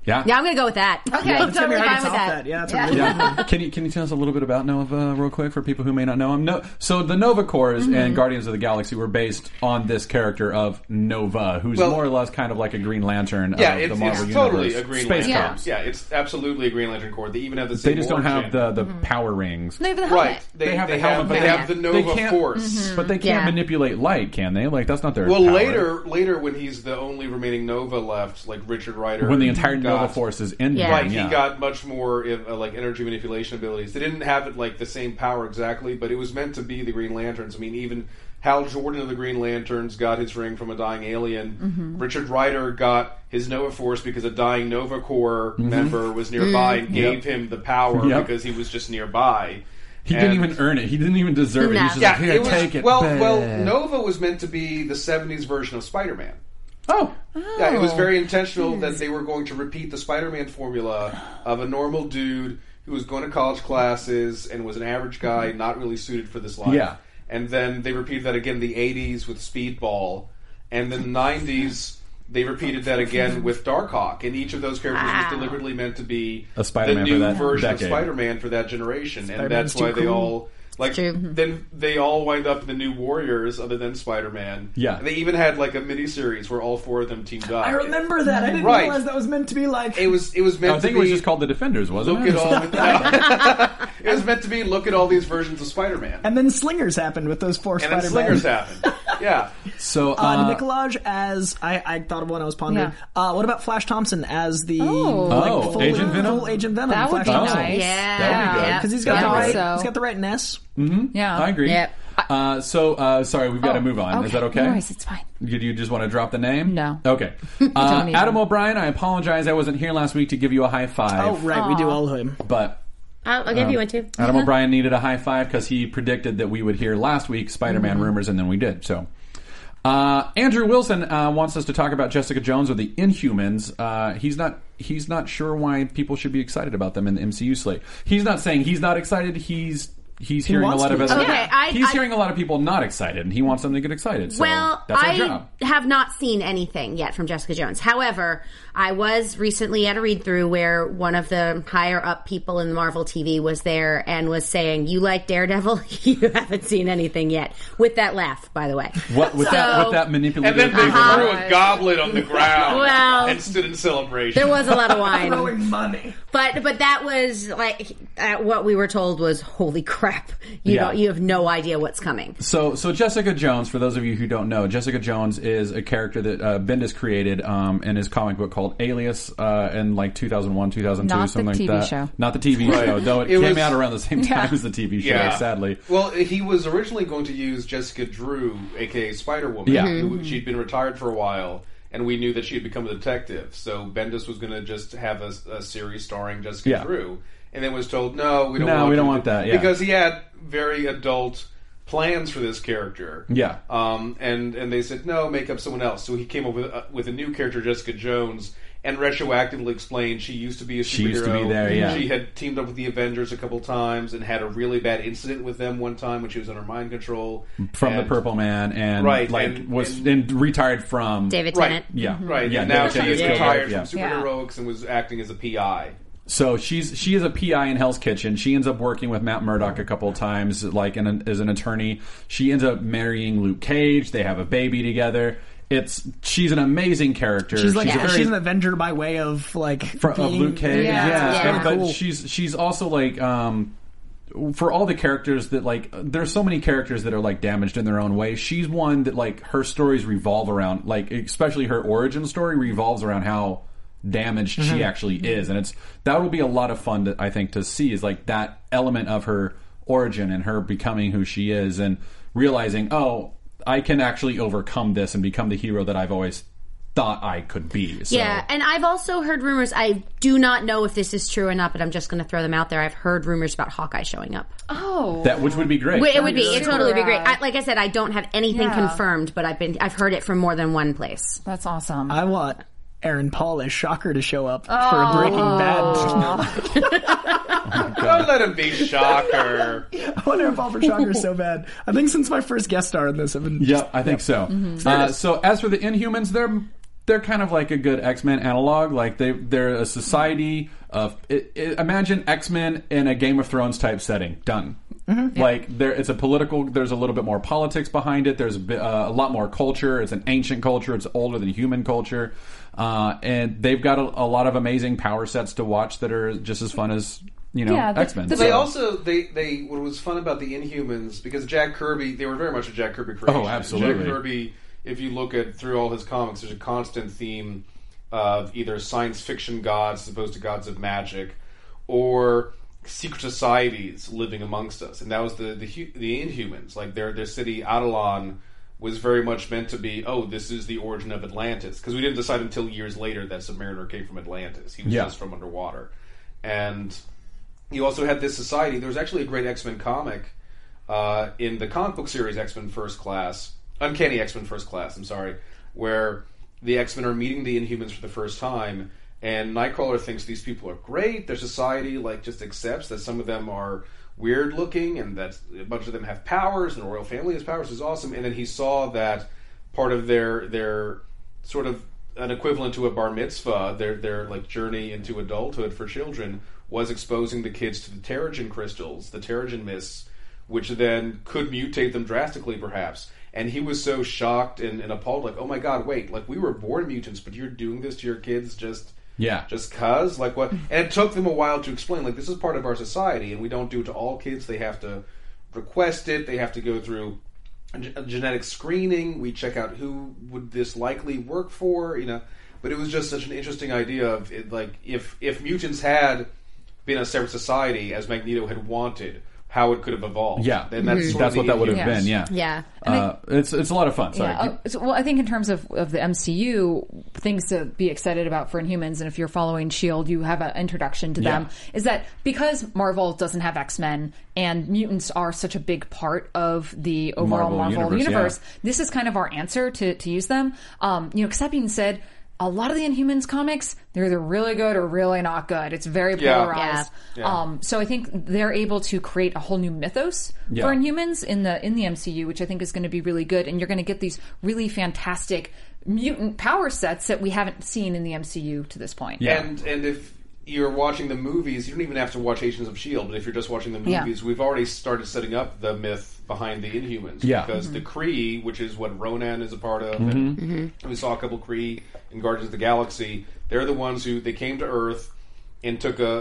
[SPEAKER 2] Yeah.
[SPEAKER 6] Yeah, I'm gonna go with that.
[SPEAKER 3] Okay,
[SPEAKER 6] I'm
[SPEAKER 3] That's
[SPEAKER 5] Timmy
[SPEAKER 6] totally
[SPEAKER 5] Harding's
[SPEAKER 6] fine with
[SPEAKER 5] off
[SPEAKER 6] that.
[SPEAKER 5] Yeah, that's a really good
[SPEAKER 2] Yeah. can you can you tell us a little bit about Nova real quick for people who may not know him? No, so the Nova Corps
[SPEAKER 4] Mm-hmm.
[SPEAKER 2] and Guardians of the Galaxy were based on this character of Nova, who's
[SPEAKER 4] Well-
[SPEAKER 2] more or less kind of like a Green Lantern.
[SPEAKER 4] Yeah,
[SPEAKER 2] of
[SPEAKER 4] it's,
[SPEAKER 2] the Marvel
[SPEAKER 4] it's
[SPEAKER 2] universe.
[SPEAKER 4] totally a Green
[SPEAKER 2] Space
[SPEAKER 4] Lantern.
[SPEAKER 2] Corps.
[SPEAKER 4] Yeah, it's absolutely a Green Lantern Corps. They even have the same.
[SPEAKER 2] They just don't have
[SPEAKER 4] origin.
[SPEAKER 2] the the power rings.
[SPEAKER 3] They have the helmet.
[SPEAKER 4] Mm-hmm.
[SPEAKER 3] Mm-hmm.
[SPEAKER 4] right. They,
[SPEAKER 2] They have
[SPEAKER 4] they
[SPEAKER 2] the helmet,
[SPEAKER 4] have,
[SPEAKER 2] but
[SPEAKER 4] they
[SPEAKER 2] they
[SPEAKER 4] have the
[SPEAKER 2] can't- they
[SPEAKER 4] Nova
[SPEAKER 2] can't-
[SPEAKER 4] Force.
[SPEAKER 2] But they can't
[SPEAKER 6] Yeah.
[SPEAKER 2] manipulate light, can they? Like that's not their
[SPEAKER 4] Well,
[SPEAKER 2] power.
[SPEAKER 4] later, later when he's the only remaining Nova left, like Richard Rider,
[SPEAKER 2] when the entire Nova
[SPEAKER 4] got-
[SPEAKER 2] Force is in
[SPEAKER 6] Yeah.
[SPEAKER 2] him,
[SPEAKER 4] Right,
[SPEAKER 2] yeah.
[SPEAKER 4] he got much more uh, like energy manipulation abilities. They didn't have it like the same power exactly, but it was meant to be the Green Lanterns. I mean, even Hal Jordan of the Green Lanterns got his ring from a dying alien. Richard Rider got his Nova Force because a dying Nova Corps member was nearby and gave him the power
[SPEAKER 2] Mm-hmm. Yep.
[SPEAKER 4] because he was just nearby.
[SPEAKER 2] He didn't
[SPEAKER 4] And-
[SPEAKER 2] even earn it. He didn't even deserve it.
[SPEAKER 6] No.
[SPEAKER 2] He's just
[SPEAKER 4] Yeah,
[SPEAKER 2] like, here,
[SPEAKER 4] it was,
[SPEAKER 2] take it.
[SPEAKER 4] well,
[SPEAKER 2] babe."
[SPEAKER 4] well, Nova was meant to be the '70s version of Spider-Man.
[SPEAKER 2] Oh,
[SPEAKER 4] Yeah, it was very intentional that they were going to repeat the Spider-Man formula of a normal dude who was going to college classes and was an average guy, not really suited for this life.
[SPEAKER 2] Mm-hmm. Yeah.
[SPEAKER 4] And then they repeated that again in the 80s with Speedball, and then the 90s they repeated that again with Darkhawk, and each of those characters was deliberately meant to be
[SPEAKER 2] A Spider-Man
[SPEAKER 4] the
[SPEAKER 2] for
[SPEAKER 4] new
[SPEAKER 2] that
[SPEAKER 4] version of
[SPEAKER 2] decade.
[SPEAKER 4] Spider-Man for that generation, and
[SPEAKER 5] Spider-Man's
[SPEAKER 4] that's why
[SPEAKER 5] too
[SPEAKER 4] they
[SPEAKER 5] cool.
[SPEAKER 4] all like
[SPEAKER 6] It's true. Mm-hmm.
[SPEAKER 4] then they all wind up in the New Warriors, other than Spider-Man.
[SPEAKER 2] Yeah.
[SPEAKER 4] they even had like a miniseries where all four of them teamed up.
[SPEAKER 5] I remember that. I didn't
[SPEAKER 4] Right.
[SPEAKER 5] realize that was meant to be like.
[SPEAKER 4] It was it was meant
[SPEAKER 2] I think it
[SPEAKER 4] to
[SPEAKER 2] was
[SPEAKER 4] be
[SPEAKER 2] just called the Defenders, wasn't
[SPEAKER 4] look
[SPEAKER 2] it?
[SPEAKER 4] at all. no. it was meant to be look at all these versions of Spider-Man, and,
[SPEAKER 5] and then Slingers happened with those four
[SPEAKER 4] then
[SPEAKER 5] Spider-Man.
[SPEAKER 4] Slingers happened. Yeah,
[SPEAKER 2] So,
[SPEAKER 5] Uh,
[SPEAKER 2] uh,
[SPEAKER 5] Nicolaj as I, I thought of one I was pondering.
[SPEAKER 3] Yeah.
[SPEAKER 5] Uh, what about Flash Thompson as the
[SPEAKER 3] Oh.
[SPEAKER 5] like,
[SPEAKER 2] Oh,
[SPEAKER 5] full,
[SPEAKER 2] Agent Venom?
[SPEAKER 5] full Agent Venom?
[SPEAKER 3] That would
[SPEAKER 5] Flash
[SPEAKER 3] be
[SPEAKER 2] Thompson.
[SPEAKER 3] nice.
[SPEAKER 6] Yeah,
[SPEAKER 2] That'd be good.
[SPEAKER 6] yeah.
[SPEAKER 5] because he's got
[SPEAKER 2] Yeah,
[SPEAKER 5] the
[SPEAKER 2] I
[SPEAKER 5] right
[SPEAKER 2] think
[SPEAKER 3] so.
[SPEAKER 5] he's got the right ness.
[SPEAKER 3] Yeah.
[SPEAKER 2] I agree.
[SPEAKER 6] Yep.
[SPEAKER 2] Uh, so, uh, sorry, we've got to
[SPEAKER 3] Oh,
[SPEAKER 2] move on. Is that okay?
[SPEAKER 3] No worries, it's fine.
[SPEAKER 2] Did you just want to drop the name?
[SPEAKER 3] No.
[SPEAKER 2] Okay. Uh,
[SPEAKER 3] need
[SPEAKER 2] Adam
[SPEAKER 3] one.
[SPEAKER 2] O'Brien, I apologize. I wasn't here last week to give you a high five.
[SPEAKER 5] Oh right, we do all of him.
[SPEAKER 2] But uh,
[SPEAKER 6] I'll, I'll give you one too. Uh-huh.
[SPEAKER 2] Adam O'Brien needed a high five because he predicted that we would hear last week Spider
[SPEAKER 3] Mm-hmm.
[SPEAKER 2] Man rumors, and then we did. So. Uh, Andrew Wilson uh, wants us to talk about Jessica Jones or the Inhumans. Uh, he's not he's not sure why people should be excited about them in the MCU slate. He's not saying he's not excited. He's he's hearing a
[SPEAKER 5] wants
[SPEAKER 2] lot
[SPEAKER 5] to
[SPEAKER 2] of
[SPEAKER 5] be
[SPEAKER 2] other
[SPEAKER 6] excited. Okay, I-
[SPEAKER 2] he's
[SPEAKER 6] I-
[SPEAKER 2] hearing a lot of people not excited, and he wants them to get excited. So
[SPEAKER 6] Well,
[SPEAKER 2] that's our
[SPEAKER 6] I
[SPEAKER 2] job.
[SPEAKER 6] have not seen anything yet from Jessica Jones. However, I was recently at a read through where one of the higher up people in Marvel TV was there and was saying, "You like Daredevil? you haven't seen anything yet." With that laugh, by the way.
[SPEAKER 2] What with that
[SPEAKER 6] So-
[SPEAKER 2] with that
[SPEAKER 4] and
[SPEAKER 2] manipulative?
[SPEAKER 4] then they
[SPEAKER 2] paper-
[SPEAKER 4] threw
[SPEAKER 5] Uh-huh.
[SPEAKER 4] a goblet on the ground
[SPEAKER 6] Well.
[SPEAKER 4] and stood in celebration.
[SPEAKER 6] There was a lot of wine.
[SPEAKER 5] money.
[SPEAKER 6] But but that was like uh, what we were told was holy crap. You
[SPEAKER 2] Yeah.
[SPEAKER 6] know you have no idea what's coming.
[SPEAKER 2] So, so Jessica Jones, for those of you who don't know, Jessica Jones is a character that uh, Bendis created um, in his comic book called Alias uh, in like 2001, 2002,
[SPEAKER 3] Not the
[SPEAKER 2] something like
[SPEAKER 3] TV
[SPEAKER 2] that.
[SPEAKER 3] show.
[SPEAKER 2] Not the TV show, though it,
[SPEAKER 4] It
[SPEAKER 2] came
[SPEAKER 4] was-
[SPEAKER 2] out around the same time as the TV show,
[SPEAKER 4] Yeah.
[SPEAKER 2] sadly.
[SPEAKER 4] Well, he was originally going to use Jessica Drew, aka Spider Woman.
[SPEAKER 2] Yeah.
[SPEAKER 4] who she'd been retired for a while, and we knew that she had become a detective. So Bendis was going to just have a, a series starring Jessica
[SPEAKER 2] Yeah.
[SPEAKER 4] Drew, and then was told, "No, we don't.
[SPEAKER 2] No,
[SPEAKER 4] want
[SPEAKER 2] we don't
[SPEAKER 4] you to
[SPEAKER 2] want
[SPEAKER 4] do-"
[SPEAKER 2] that, yeah.
[SPEAKER 4] because he had very adult plans for this character.
[SPEAKER 2] Yeah.
[SPEAKER 4] Um, and and they said, "No, make up someone else." So he came up with uh, with a new character, Jessica Jones. And retroactively explained she used to be a superhero.
[SPEAKER 2] She used to be there, yeah.
[SPEAKER 4] She had teamed up with the Avengers a couple times and had a really bad incident with them one time when she was under mind control
[SPEAKER 2] From the
[SPEAKER 4] And-
[SPEAKER 2] Purple Man, and
[SPEAKER 4] Right,
[SPEAKER 2] like
[SPEAKER 4] and-
[SPEAKER 2] was
[SPEAKER 4] and-
[SPEAKER 2] and retired from
[SPEAKER 6] David
[SPEAKER 4] Right.
[SPEAKER 6] Tennant. Mm-hmm.
[SPEAKER 2] Yeah,
[SPEAKER 4] Right.
[SPEAKER 2] Yeah,
[SPEAKER 4] and now
[SPEAKER 2] David
[SPEAKER 4] she
[SPEAKER 2] Tennant's
[SPEAKER 4] is
[SPEAKER 2] co-writer,
[SPEAKER 4] retired
[SPEAKER 2] yeah.
[SPEAKER 4] from superheroics and was acting as a PI.
[SPEAKER 2] So she's she is a PI in Hell's Kitchen. She ends up working with Matt Murdock a couple of times, like an, as an attorney. She ends up marrying Luke Cage. They have a baby together. It's she's an amazing character.
[SPEAKER 5] She's like
[SPEAKER 2] a
[SPEAKER 5] yeah, she's an Avenger by way of like
[SPEAKER 2] fr- of
[SPEAKER 5] being-
[SPEAKER 2] Luke Cage. Yeah,
[SPEAKER 3] Yeah.
[SPEAKER 2] it's
[SPEAKER 6] Yeah.
[SPEAKER 2] kinda- but
[SPEAKER 5] Cool.
[SPEAKER 2] she's she's also like um, for all the characters that like there's so many characters that are like damaged in their own way. She's one that like her stories revolve around like especially her origin story revolves around how damaged she actually is, and it's that will be a lot of fun to, I think to see is like that element of her origin and her becoming who she is and realizing oh. I can actually overcome this and become the hero that I've always thought I could be. So.
[SPEAKER 6] Yeah, and I've also heard rumors. I do not know if this is true or not, but I'm just going to throw them out there. I've heard rumors about Hawkeye showing up.
[SPEAKER 3] Oh.
[SPEAKER 2] That which would be great.
[SPEAKER 6] it would be. It
[SPEAKER 3] super
[SPEAKER 6] totally be great.
[SPEAKER 3] rad.
[SPEAKER 6] I, like I said, I don't have anything
[SPEAKER 3] Yeah.
[SPEAKER 6] confirmed, but I've been I've heard it from more than one place.
[SPEAKER 3] that's awesome.
[SPEAKER 5] I want Aaron Paul as Shocker to show up for
[SPEAKER 3] Oh.
[SPEAKER 5] a Breaking Bad.
[SPEAKER 4] Don't let him be shocker.
[SPEAKER 5] I want Aaron Paul for Shocker so bad. I think since my first guest star in this, I've been Mm-hmm.
[SPEAKER 2] Yeah, I think so.
[SPEAKER 6] Mm-hmm.
[SPEAKER 2] Uh, so as for the Inhumans, they're they're kind of like a good X Men analog. Like they they're a society of i i imagine X Men in a Game of Thrones type setting. Done. Like there, it's a political. There's a little bit more politics behind it. There's a, bit, uh, a lot more culture. It's an ancient culture. It's older than human culture, uh, and they've got a, a lot of amazing power sets to watch that are just as fun as you know
[SPEAKER 3] Yeah, the-
[SPEAKER 2] X Men.
[SPEAKER 3] the-
[SPEAKER 4] They also they they what was fun about the Inhumans because Jack Kirby they were very much a Jack Kirby creation.
[SPEAKER 2] Oh, absolutely.
[SPEAKER 4] Jack Kirby, if you look at through all his comics, there's a constant theme of either science fiction gods as opposed to gods of magic, or secret societies living amongst us, and that was the the, hu- the Inhumans. Like their their city Adelon was very much meant to be. Oh, this is the origin of Atlantis because we didn't decide until years later that Submariner came from Atlantis. He was
[SPEAKER 2] Yeah.
[SPEAKER 4] just from underwater, and you also had this society. There was actually a great X Men comic uh, in the comic book series X Men First Class, Uncanny X Men First Class. I'm sorry, where the X Men are meeting the Inhumans for the first time, and Nightcrawler thinks these people are great. Their society like just accepts that some of them are weird looking, and that a bunch of them have powers, and the royal family has powers. is awesome. And then he saw that part of their their sort of an equivalent to a bar mitzvah, their their like journey into adulthood for children was exposing the kids to the terrigen crystals, the terrigen mists, which then could mutate them drastically, perhaps. And he was so shocked and, and appalled, like, "Oh my God, wait! Like we were born mutants, but you're doing this to your kids just
[SPEAKER 2] Yeah.
[SPEAKER 4] just cuz like what?" And it took them a while to explain, like this is part of our society, and we don't do it to all kids. They have to request it. They have to go through a ge- a genetic screening. We check out who would this likely work for, you know. But it was just such an interesting idea of it, like if if mutants had been a separate society as Magneto had wanted, how it could have evolved.
[SPEAKER 2] yeah, Mm-hmm.
[SPEAKER 4] then that's sort
[SPEAKER 2] that's
[SPEAKER 4] of
[SPEAKER 2] what
[SPEAKER 4] the
[SPEAKER 2] that would have
[SPEAKER 4] Inhumans.
[SPEAKER 2] been. Yeah,
[SPEAKER 6] Yeah.
[SPEAKER 2] Uh, it's it's a lot of fun. Sorry,
[SPEAKER 3] Yeah. uh, so- well, I think in terms of, of the MCU, things to be excited about for Inhumans, and if you're following Shield, E you have an introduction to them. Is that because Marvel doesn't have X Men and mutants are such a big part of the overall
[SPEAKER 2] Marvel
[SPEAKER 3] Marvel,
[SPEAKER 2] universe,
[SPEAKER 3] universe?
[SPEAKER 2] yeah.
[SPEAKER 3] This is kind of our answer to to use them. Um, you know, 'cause that being said. A lot of the Inhumans comics, they're either really good or really not good. It's very
[SPEAKER 4] Yeah.
[SPEAKER 3] polarized.
[SPEAKER 4] Yeah. Yeah.
[SPEAKER 3] Um, so I think they're able to create a whole new mythos
[SPEAKER 2] Yeah.
[SPEAKER 3] for Inhumans in the in the MCU, which I think is going to be really good. And you're going to get these really fantastic mutant power sets that we haven't seen in the MCU to this point.
[SPEAKER 2] Yeah.
[SPEAKER 4] And and if you're watching the movies, you don't even have to watch Agents of Shield. E But if you're just watching the
[SPEAKER 3] Yeah.
[SPEAKER 4] movies, we've already started setting up the myth behind the Inhumans.
[SPEAKER 2] Yeah.
[SPEAKER 4] because the Kree, which is what Ronan is a part of, and
[SPEAKER 2] Mm-hmm.
[SPEAKER 4] we saw a couple Kree in Guardians of the Galaxy. They're the ones who they came to Earth and took a,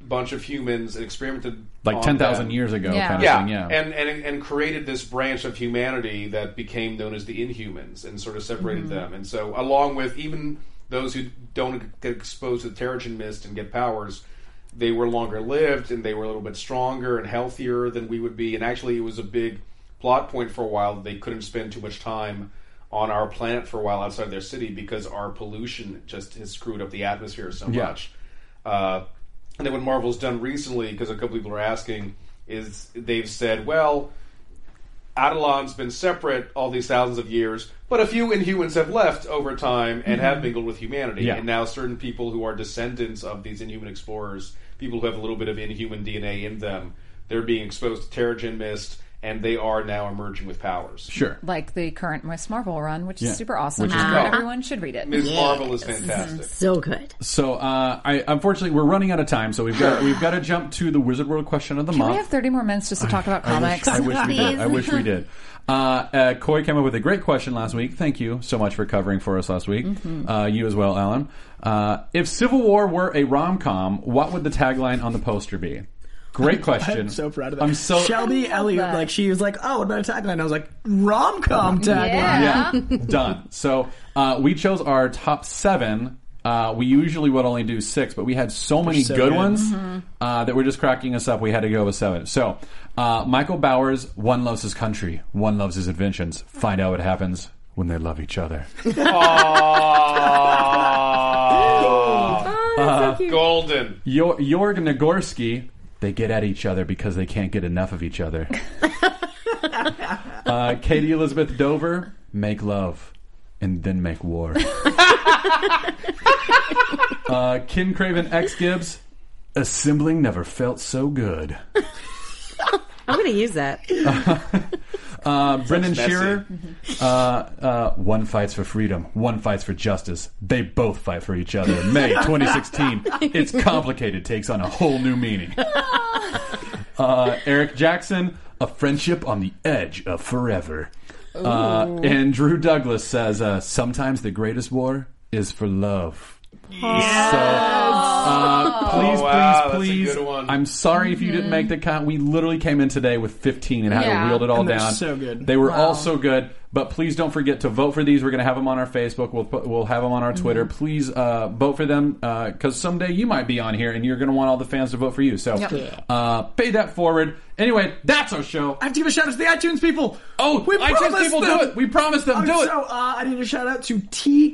[SPEAKER 4] a bunch of humans and experimented
[SPEAKER 2] like
[SPEAKER 4] on
[SPEAKER 2] ten thousand
[SPEAKER 4] them.
[SPEAKER 2] years ago,
[SPEAKER 3] Yeah.
[SPEAKER 2] kind of
[SPEAKER 4] Yeah,
[SPEAKER 2] thing. Yeah,
[SPEAKER 4] And, and and created this branch of humanity that became known as the Inhumans, and sort of separated them. And so, along with even those who don't get exposed to the Terrigen mist and get powers, they were longer lived, and they were a little bit stronger and healthier than we would be. And actually, it was a big plot point for a while that they couldn't spend too much time on our planet for a while outside of their city because our pollution just has screwed up the atmosphere so
[SPEAKER 2] Yeah.
[SPEAKER 4] much. Uh, and then what Marvel's done recently, because a couple people are asking, is they've said, well, Adelon's been separate all these thousands of years, but a few Inhumans have left over time and
[SPEAKER 5] Mm-hmm.
[SPEAKER 4] have mingled with humanity.
[SPEAKER 2] Yeah.
[SPEAKER 4] And now certain people who are descendants of these Inhuman explorers, people who have a little bit of Inhuman DNA in them, they're being exposed to Terrigen Mist, and they are now emerging with powers.
[SPEAKER 2] sure.
[SPEAKER 3] Like the current Miss Marvel run, which
[SPEAKER 2] Yeah.
[SPEAKER 3] is super awesome.
[SPEAKER 2] Which is
[SPEAKER 3] and
[SPEAKER 4] great.
[SPEAKER 3] Everyone should read it.
[SPEAKER 4] Ms. Marvel is
[SPEAKER 3] Mm-hmm.
[SPEAKER 4] fantastic.
[SPEAKER 6] So good.
[SPEAKER 2] So uh, I unfortunately we're running out of time, so we've got we've got to jump to the Wizard World question of the
[SPEAKER 3] Can
[SPEAKER 2] month.
[SPEAKER 3] we have 30 more minutes just to talk about
[SPEAKER 2] I wish-
[SPEAKER 3] comics?
[SPEAKER 2] I wish, we did. I wish we did. Uh, uh, Coy came up with a great question last week. Thank you so much for covering for us last week. Uh, you as well, Alan. Uh, if Civil War were a rom com, what would the tagline on the poster be? Great question.
[SPEAKER 5] I'm so proud of that.
[SPEAKER 2] I'm so
[SPEAKER 5] Shelby Elliott,
[SPEAKER 3] that.
[SPEAKER 5] like she was like, "Oh, what about a tagline?" I was like, "Rom com tagline."
[SPEAKER 2] yeah, done. So uh, we chose our top seven. Uh, we usually would only do six, but we had so many
[SPEAKER 5] so
[SPEAKER 2] good
[SPEAKER 5] good.
[SPEAKER 2] ones uh, that were just cracking us up. We had to go with seven. So uh, Michael Bowers, one loves his country, one loves his inventions. Find out what happens when they love each other.
[SPEAKER 4] Golden.
[SPEAKER 2] Yor- Jorg Nagorski, they get at each other because they can't get enough of each other. uh, Katie Elizabeth Dover, make love. and then make war. uh, Ken Craven X Gibbs, assembling never felt so good.
[SPEAKER 6] I'm going to use that.
[SPEAKER 2] Uh, Brendan
[SPEAKER 4] messy.
[SPEAKER 2] Shearer, uh, uh, one fights for freedom, one fights for justice. They both fight for each other. May 2016. it's complicated takes on a whole new meaning. Uh, Eric Jackson, a friendship on the edge of forever. Uh, and Drew Douglas says, uh, sometimes the greatest war is for love.
[SPEAKER 6] Oh.
[SPEAKER 2] So, uh, please,
[SPEAKER 4] Oh, wow, that's a
[SPEAKER 2] please, please.
[SPEAKER 4] good one.
[SPEAKER 2] I'm sorry if you didn't make the count. We literally came in today with 15 and had to
[SPEAKER 3] Mm-hmm. Yeah.
[SPEAKER 2] wield it all
[SPEAKER 5] And they're
[SPEAKER 2] down.
[SPEAKER 5] so good.
[SPEAKER 2] They were all so good. But please don't forget to vote for these. We're going to have them on our Facebook. We'll put, we'll have them on our
[SPEAKER 3] Mm-hmm.
[SPEAKER 2] Twitter. Please uh, vote for them because someday you might be on here and you're going to want all the fans to vote for you. So uh, pay that forward. Anyway, that's our show.
[SPEAKER 5] I have to give a shout out to the iTunes people.
[SPEAKER 2] Oh,
[SPEAKER 5] we
[SPEAKER 2] iTunes
[SPEAKER 5] promised
[SPEAKER 2] people
[SPEAKER 5] them.
[SPEAKER 2] do it. We promised them
[SPEAKER 5] Um,
[SPEAKER 2] do it.
[SPEAKER 5] So uh, I need a shout out to T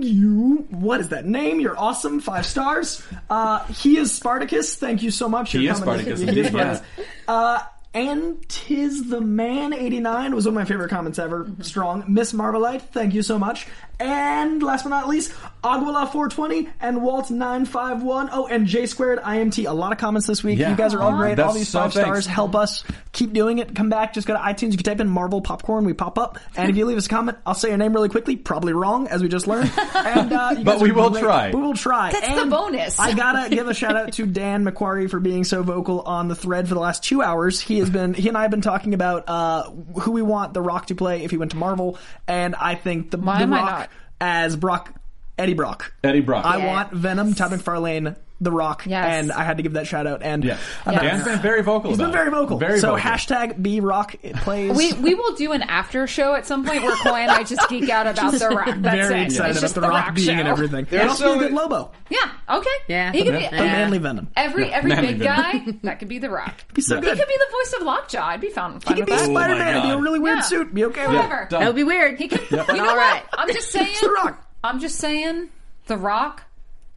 [SPEAKER 5] Kengyu. What is that name? You're awesome. Five stars. Uh, he is Spartacus. Thank you so much.
[SPEAKER 2] He
[SPEAKER 5] You're
[SPEAKER 2] is
[SPEAKER 5] coming.
[SPEAKER 2] Spartacus
[SPEAKER 5] He
[SPEAKER 2] indeed,
[SPEAKER 5] is Spartacus. Uh, and tis the man 89 was one of my favorite comments ever.
[SPEAKER 2] Mm-hmm.
[SPEAKER 5] Strong. Miss Marvelite, thank you so much. And last but not least, Aguila 420 and Walt 951. Oh, and J squared IMT. A lot of comments this week.
[SPEAKER 2] Yeah.
[SPEAKER 5] You guys are all
[SPEAKER 2] Aw.
[SPEAKER 5] great.
[SPEAKER 2] That's
[SPEAKER 5] all these
[SPEAKER 2] so
[SPEAKER 5] five
[SPEAKER 2] thanks.
[SPEAKER 5] stars help us keep doing it. Come back. Just go to iTunes. You can type in Marvel Popcorn. We pop up. And if you leave us a comment, I'll say your name really quickly. Probably wrong, as we just learned. And, uh, you
[SPEAKER 2] But
[SPEAKER 5] guys
[SPEAKER 2] we
[SPEAKER 5] are
[SPEAKER 2] will
[SPEAKER 5] great.
[SPEAKER 2] try.
[SPEAKER 5] We will try.
[SPEAKER 3] That's the
[SPEAKER 5] And
[SPEAKER 3] bonus.
[SPEAKER 5] I gotta give a shout out to Dan McQuarrie for being so vocal on the thread for the last two hours. He has been. He and I have been talking about uh, who we want The Rock to play if he went to Marvel. And I think the,
[SPEAKER 3] Why
[SPEAKER 5] the
[SPEAKER 3] am I
[SPEAKER 5] Rock
[SPEAKER 3] not?
[SPEAKER 5] as Brock, Eddie Brock.
[SPEAKER 2] Eddie Brock.
[SPEAKER 5] I want Venom, Todd McFarlane, The Rock,
[SPEAKER 3] Yes.
[SPEAKER 5] and I had to give that shout out. And
[SPEAKER 2] yeah,
[SPEAKER 5] I'm not-
[SPEAKER 2] Dan's been very vocal.
[SPEAKER 5] He's been
[SPEAKER 2] about it.
[SPEAKER 5] very vocal.
[SPEAKER 2] Very
[SPEAKER 5] so
[SPEAKER 2] vocal.
[SPEAKER 5] hashtag B Rock plays.
[SPEAKER 3] We, we will do an after show at some point where Coy and I just geek out about the rock. That's
[SPEAKER 5] very
[SPEAKER 3] it.
[SPEAKER 5] excited
[SPEAKER 3] it's
[SPEAKER 5] about
[SPEAKER 3] just
[SPEAKER 5] the Rock, being
[SPEAKER 3] show.
[SPEAKER 5] and everything.
[SPEAKER 4] There's
[SPEAKER 5] and also
[SPEAKER 4] so
[SPEAKER 5] a good
[SPEAKER 4] many-
[SPEAKER 5] Lobo,
[SPEAKER 3] Yeah. Okay.
[SPEAKER 6] Yeah.
[SPEAKER 3] He could be
[SPEAKER 5] the
[SPEAKER 6] Yeah.
[SPEAKER 5] manly Venom.
[SPEAKER 3] every every
[SPEAKER 2] Manly
[SPEAKER 3] big
[SPEAKER 2] villain.
[SPEAKER 3] guy. That could be the rock.
[SPEAKER 5] Be so
[SPEAKER 3] He
[SPEAKER 5] good.
[SPEAKER 3] could be the voice of Lockjaw. I'd be found
[SPEAKER 5] He
[SPEAKER 3] fine with
[SPEAKER 5] could be
[SPEAKER 4] Oh
[SPEAKER 3] that.
[SPEAKER 2] my
[SPEAKER 5] Spider Man. Be a
[SPEAKER 2] God.
[SPEAKER 5] really weird
[SPEAKER 3] Yeah.
[SPEAKER 5] suit. Be okay. with it.
[SPEAKER 3] Whatever.
[SPEAKER 2] done.
[SPEAKER 6] That would be weird.
[SPEAKER 3] He could. You know
[SPEAKER 6] All right.
[SPEAKER 3] what? I'm just saying.
[SPEAKER 5] The Rock.
[SPEAKER 3] I'm just saying. The Rock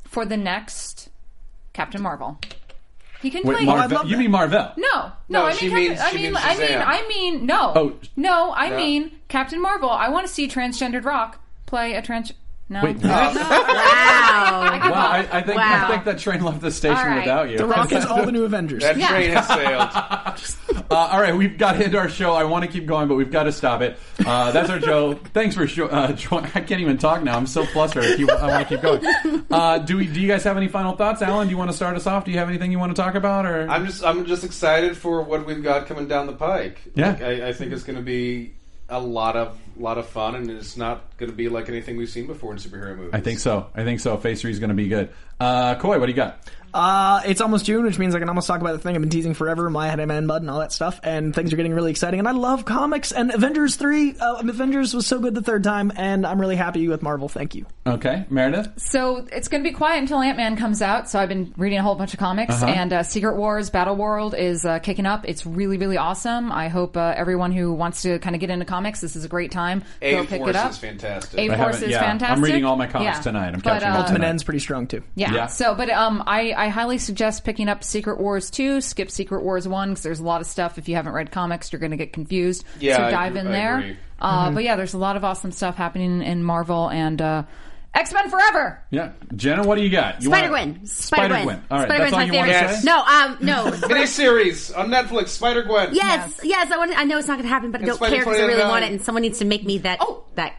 [SPEAKER 3] for the next Captain Marvel. He can
[SPEAKER 2] Wait,
[SPEAKER 3] play.
[SPEAKER 2] Marvel.
[SPEAKER 5] Oh, love
[SPEAKER 2] you
[SPEAKER 5] that.
[SPEAKER 2] mean Marvel?
[SPEAKER 3] No, no,
[SPEAKER 4] No,
[SPEAKER 3] I mean,
[SPEAKER 4] she
[SPEAKER 3] Captain,
[SPEAKER 4] means-
[SPEAKER 3] I
[SPEAKER 4] she
[SPEAKER 3] mean,
[SPEAKER 4] means
[SPEAKER 3] I mean,
[SPEAKER 4] Shazam.
[SPEAKER 3] I mean, no,
[SPEAKER 2] Oh.
[SPEAKER 3] no, I
[SPEAKER 4] Yeah.
[SPEAKER 3] mean, Captain Marvel. I want to see transgendered Rock play a trans. No,
[SPEAKER 2] Oh, Wait, what?
[SPEAKER 6] Wow.
[SPEAKER 2] Wow, I, I think I
[SPEAKER 6] Wow.
[SPEAKER 2] think that train left the station
[SPEAKER 3] All right.
[SPEAKER 2] without you.
[SPEAKER 5] The Rock is all the new Avengers.
[SPEAKER 4] That
[SPEAKER 3] Yeah.
[SPEAKER 4] train has sailed.
[SPEAKER 2] Uh, all right, we've got to end our show. I want to keep going, but we've got to stop it. Uh, that's our show. Thanks for sho- uh, jo- I can't even talk now. I'm so flustered. I, keep, I want to keep going. Uh, do we? Do you guys have any final thoughts, Alan? Do you want to start us off? Do you have anything you want to talk about? Or
[SPEAKER 4] I'm just I'm just excited for what we've got coming down the pike.
[SPEAKER 2] Yeah.
[SPEAKER 4] Like, I, I think it's going to be a lot of lot of fun, and it's not going to be like anything we've seen before in superhero movies.
[SPEAKER 2] I think so. I think so. Phase three is going to be good. Uh, Coy, what do you got?
[SPEAKER 5] Uh, it's almost June, which means I can almost talk about the thing I've been teasing forever, my head man bud and all that stuff, and things are getting really exciting. And I love comics and Avengers three. Uh, Avengers was so good the third time, and I'm really happy with Marvel. Thank you.
[SPEAKER 2] Okay, Meredith.
[SPEAKER 3] so it's going to be quiet until Ant Man comes out. So I've been reading a whole bunch of comics, and uh, Secret Wars Battle World is uh, kicking up. It's really, really awesome. I hope uh, everyone who wants to kind of get into comics, this is a great time.
[SPEAKER 4] A
[SPEAKER 3] Go pick it
[SPEAKER 4] Force
[SPEAKER 3] up.
[SPEAKER 4] is fantastic.
[SPEAKER 3] A
[SPEAKER 2] I
[SPEAKER 3] Force
[SPEAKER 2] haven't-
[SPEAKER 3] is
[SPEAKER 2] yeah. I'm
[SPEAKER 3] fantastic. uh,
[SPEAKER 2] reading all my comics tonight. I'm catching up
[SPEAKER 5] Ultimate End's pretty strong too.
[SPEAKER 3] Yeah.
[SPEAKER 2] Yeah.
[SPEAKER 3] So, but um, I, I highly suggest picking up Secret Wars 2, skip Secret Wars 1, because there's a lot of stuff. If you haven't read comics, you're going to get confused.
[SPEAKER 4] Yeah,
[SPEAKER 3] So
[SPEAKER 4] I
[SPEAKER 3] dive
[SPEAKER 4] agree-
[SPEAKER 3] in
[SPEAKER 4] I
[SPEAKER 3] there.
[SPEAKER 4] agree.
[SPEAKER 3] Uh,
[SPEAKER 2] Mm-hmm.
[SPEAKER 5] Mm-hmm.
[SPEAKER 3] But yeah, there's a lot of awesome stuff happening in Marvel and uh, X Men Forever.
[SPEAKER 2] Yeah, Jenna, what do you got? You
[SPEAKER 6] Spider
[SPEAKER 2] want-
[SPEAKER 6] Gwen. Spider Gwen.
[SPEAKER 2] All right,
[SPEAKER 6] Spider
[SPEAKER 2] that's all you
[SPEAKER 6] Gwen's my
[SPEAKER 2] want to
[SPEAKER 6] favorite.
[SPEAKER 2] say.
[SPEAKER 6] No, um,
[SPEAKER 5] Oh,
[SPEAKER 6] no.
[SPEAKER 4] Miniseries on Netflix, Spider Gwen.
[SPEAKER 6] yes, yes. I want. I know it's not going to happen, but I
[SPEAKER 4] It's
[SPEAKER 6] don't care because I really
[SPEAKER 4] 2029.
[SPEAKER 6] want it, and someone needs to make me that. Oh, that.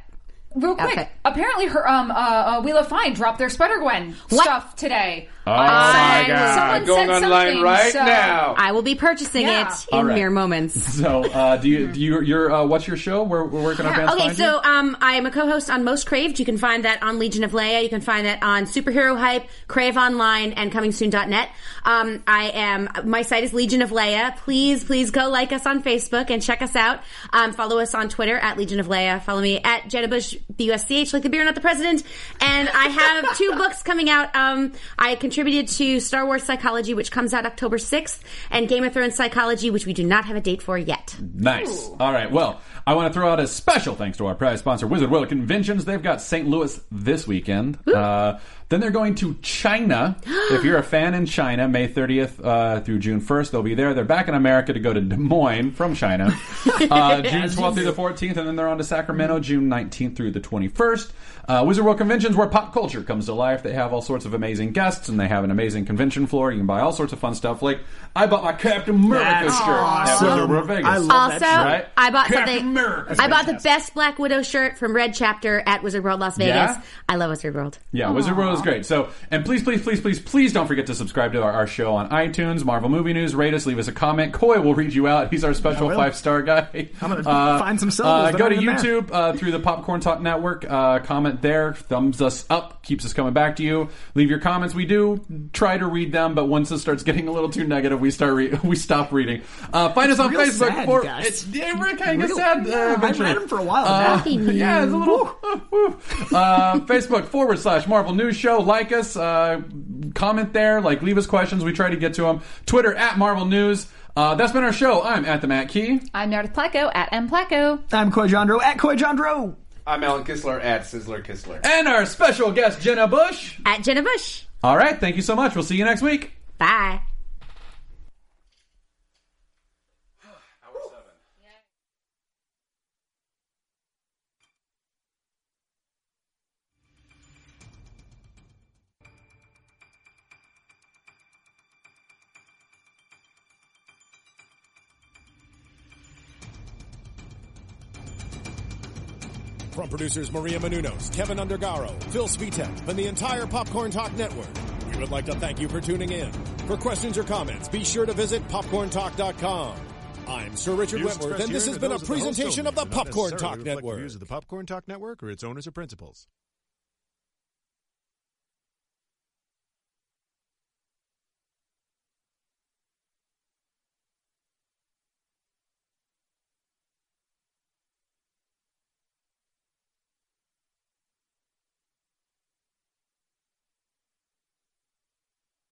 [SPEAKER 3] Real quick.
[SPEAKER 6] Okay.
[SPEAKER 3] Apparently, her um uh, uh Wheel of Fine dropped their Spider Gwen
[SPEAKER 6] What?
[SPEAKER 3] stuff today. Oh
[SPEAKER 2] my God.
[SPEAKER 3] Someone
[SPEAKER 4] Going
[SPEAKER 3] said
[SPEAKER 4] online
[SPEAKER 3] something,
[SPEAKER 4] right
[SPEAKER 3] so-
[SPEAKER 4] now.
[SPEAKER 6] I will be purchasing
[SPEAKER 3] Yeah.
[SPEAKER 6] it in
[SPEAKER 2] All right.
[SPEAKER 6] mere moments.
[SPEAKER 2] So, uh, do you do you your uh, what's your show? Where where can our fans
[SPEAKER 6] Okay,
[SPEAKER 2] find you?
[SPEAKER 6] so um, I am a co-host on Most Craved. You can find that on Legion of Leia. You can find that on Superhero Hype, Crave Online, and ComingSoon.net. Um, I am my site is Legion of Leia. Please, please go like us on Facebook and check us out. Um, follow us on Twitter at Legion of Leia. Follow me at Jenna Bush B U S C H, like the beer, not the president. And I have two books coming out. Um, I contributed to Star Wars Psychology, which comes out October sixth, and Game of Thrones Psychology, which we do not have a date for yet.
[SPEAKER 2] Nice. All right. Well, I want to throw out a special thanks to our prize sponsor, Wizard World Conventions. They've got St. Louis this weekend. Uh, Then they're going to China. if you're a fan in China, May 30th uh, through June 1st, they'll be there. They're back in America to go to Des Moines from China, uh, June 12th through the 14th, and then they're on to Sacramento, June 19th through the 21st. Uh, Wizard World Convention's where pop culture comes to life. They have all sorts of amazing guests, and they have an amazing convention floor. You can buy all sorts of fun stuff. Like I bought my Captain America
[SPEAKER 5] That's
[SPEAKER 2] shirt
[SPEAKER 5] awesome.
[SPEAKER 2] at Wizard World Vegas.
[SPEAKER 5] I love
[SPEAKER 6] Also,
[SPEAKER 5] that
[SPEAKER 2] right?
[SPEAKER 6] I bought
[SPEAKER 2] Captain
[SPEAKER 6] something.
[SPEAKER 2] America.
[SPEAKER 6] I bought the best Black Widow shirt from Red Chapter at Wizard World Las Vegas.
[SPEAKER 2] Yeah?
[SPEAKER 6] I love Wizard World.
[SPEAKER 2] Yeah, Wizard World is great. So, and please, please, please, please, please don't forget to subscribe to our, our show on iTunes, Marvel Movie News. Rate us, leave us a comment. Coy will read you out. He's our special
[SPEAKER 5] will.
[SPEAKER 2] five star guy.
[SPEAKER 5] I'm gonna find some syllables
[SPEAKER 2] Uh,
[SPEAKER 5] that
[SPEAKER 2] go to
[SPEAKER 5] aren't in there.
[SPEAKER 2] YouTube uh, through the Popcorn Talk Network. Uh, comment there, thumbs us up, keeps us coming back to you. Leave your comments. We do try to read them, but once it starts getting a little too negative, we start re- we stop reading. Uh, find us on
[SPEAKER 5] real
[SPEAKER 2] Facebook
[SPEAKER 5] sad,
[SPEAKER 2] for
[SPEAKER 5] guys.
[SPEAKER 2] it's yeah, we're kind of
[SPEAKER 5] Real-
[SPEAKER 2] sad.
[SPEAKER 5] Yeah,
[SPEAKER 2] uh,
[SPEAKER 5] I've read
[SPEAKER 2] eventually.
[SPEAKER 5] them for a while
[SPEAKER 2] Uh,
[SPEAKER 5] now.
[SPEAKER 2] yeah, it's a little. uh, Facebook forward slash Marvel News Show. Like us, uh, comment there, like leave us questions. We try to get to them. Twitter at Marvel News. Uh, that's been our show. I'm at the Matt Key.
[SPEAKER 3] I'm Meredith Placco at M Placco.
[SPEAKER 5] I'm Koi Jandro at Koi Jandro.
[SPEAKER 4] I'm Alan Kistler at Sizzler Kistler.
[SPEAKER 2] and our special guest, Jenna Bush.
[SPEAKER 6] At Jenna Bush.
[SPEAKER 2] All right, thank you so much. We'll see you next week.
[SPEAKER 6] Bye.
[SPEAKER 8] From producers Maria Menunos, Kevin Undergaro, Phil Svitek, and the entire Popcorn Talk Network, we would like to thank you for tuning in. For questions or comments, be sure to visit popcorntalk.com. I'm Sir Richard
[SPEAKER 9] Views
[SPEAKER 8] Wentworth,
[SPEAKER 9] expressed
[SPEAKER 8] and this
[SPEAKER 9] here
[SPEAKER 8] has
[SPEAKER 9] are
[SPEAKER 8] been a
[SPEAKER 9] those of the host
[SPEAKER 8] presentation
[SPEAKER 9] only
[SPEAKER 8] of the
[SPEAKER 9] and do not necessarily
[SPEAKER 8] Popcorn Talk
[SPEAKER 9] reflect the
[SPEAKER 8] Network.
[SPEAKER 9] Views of the Popcorn Talk Network or its owners or principals.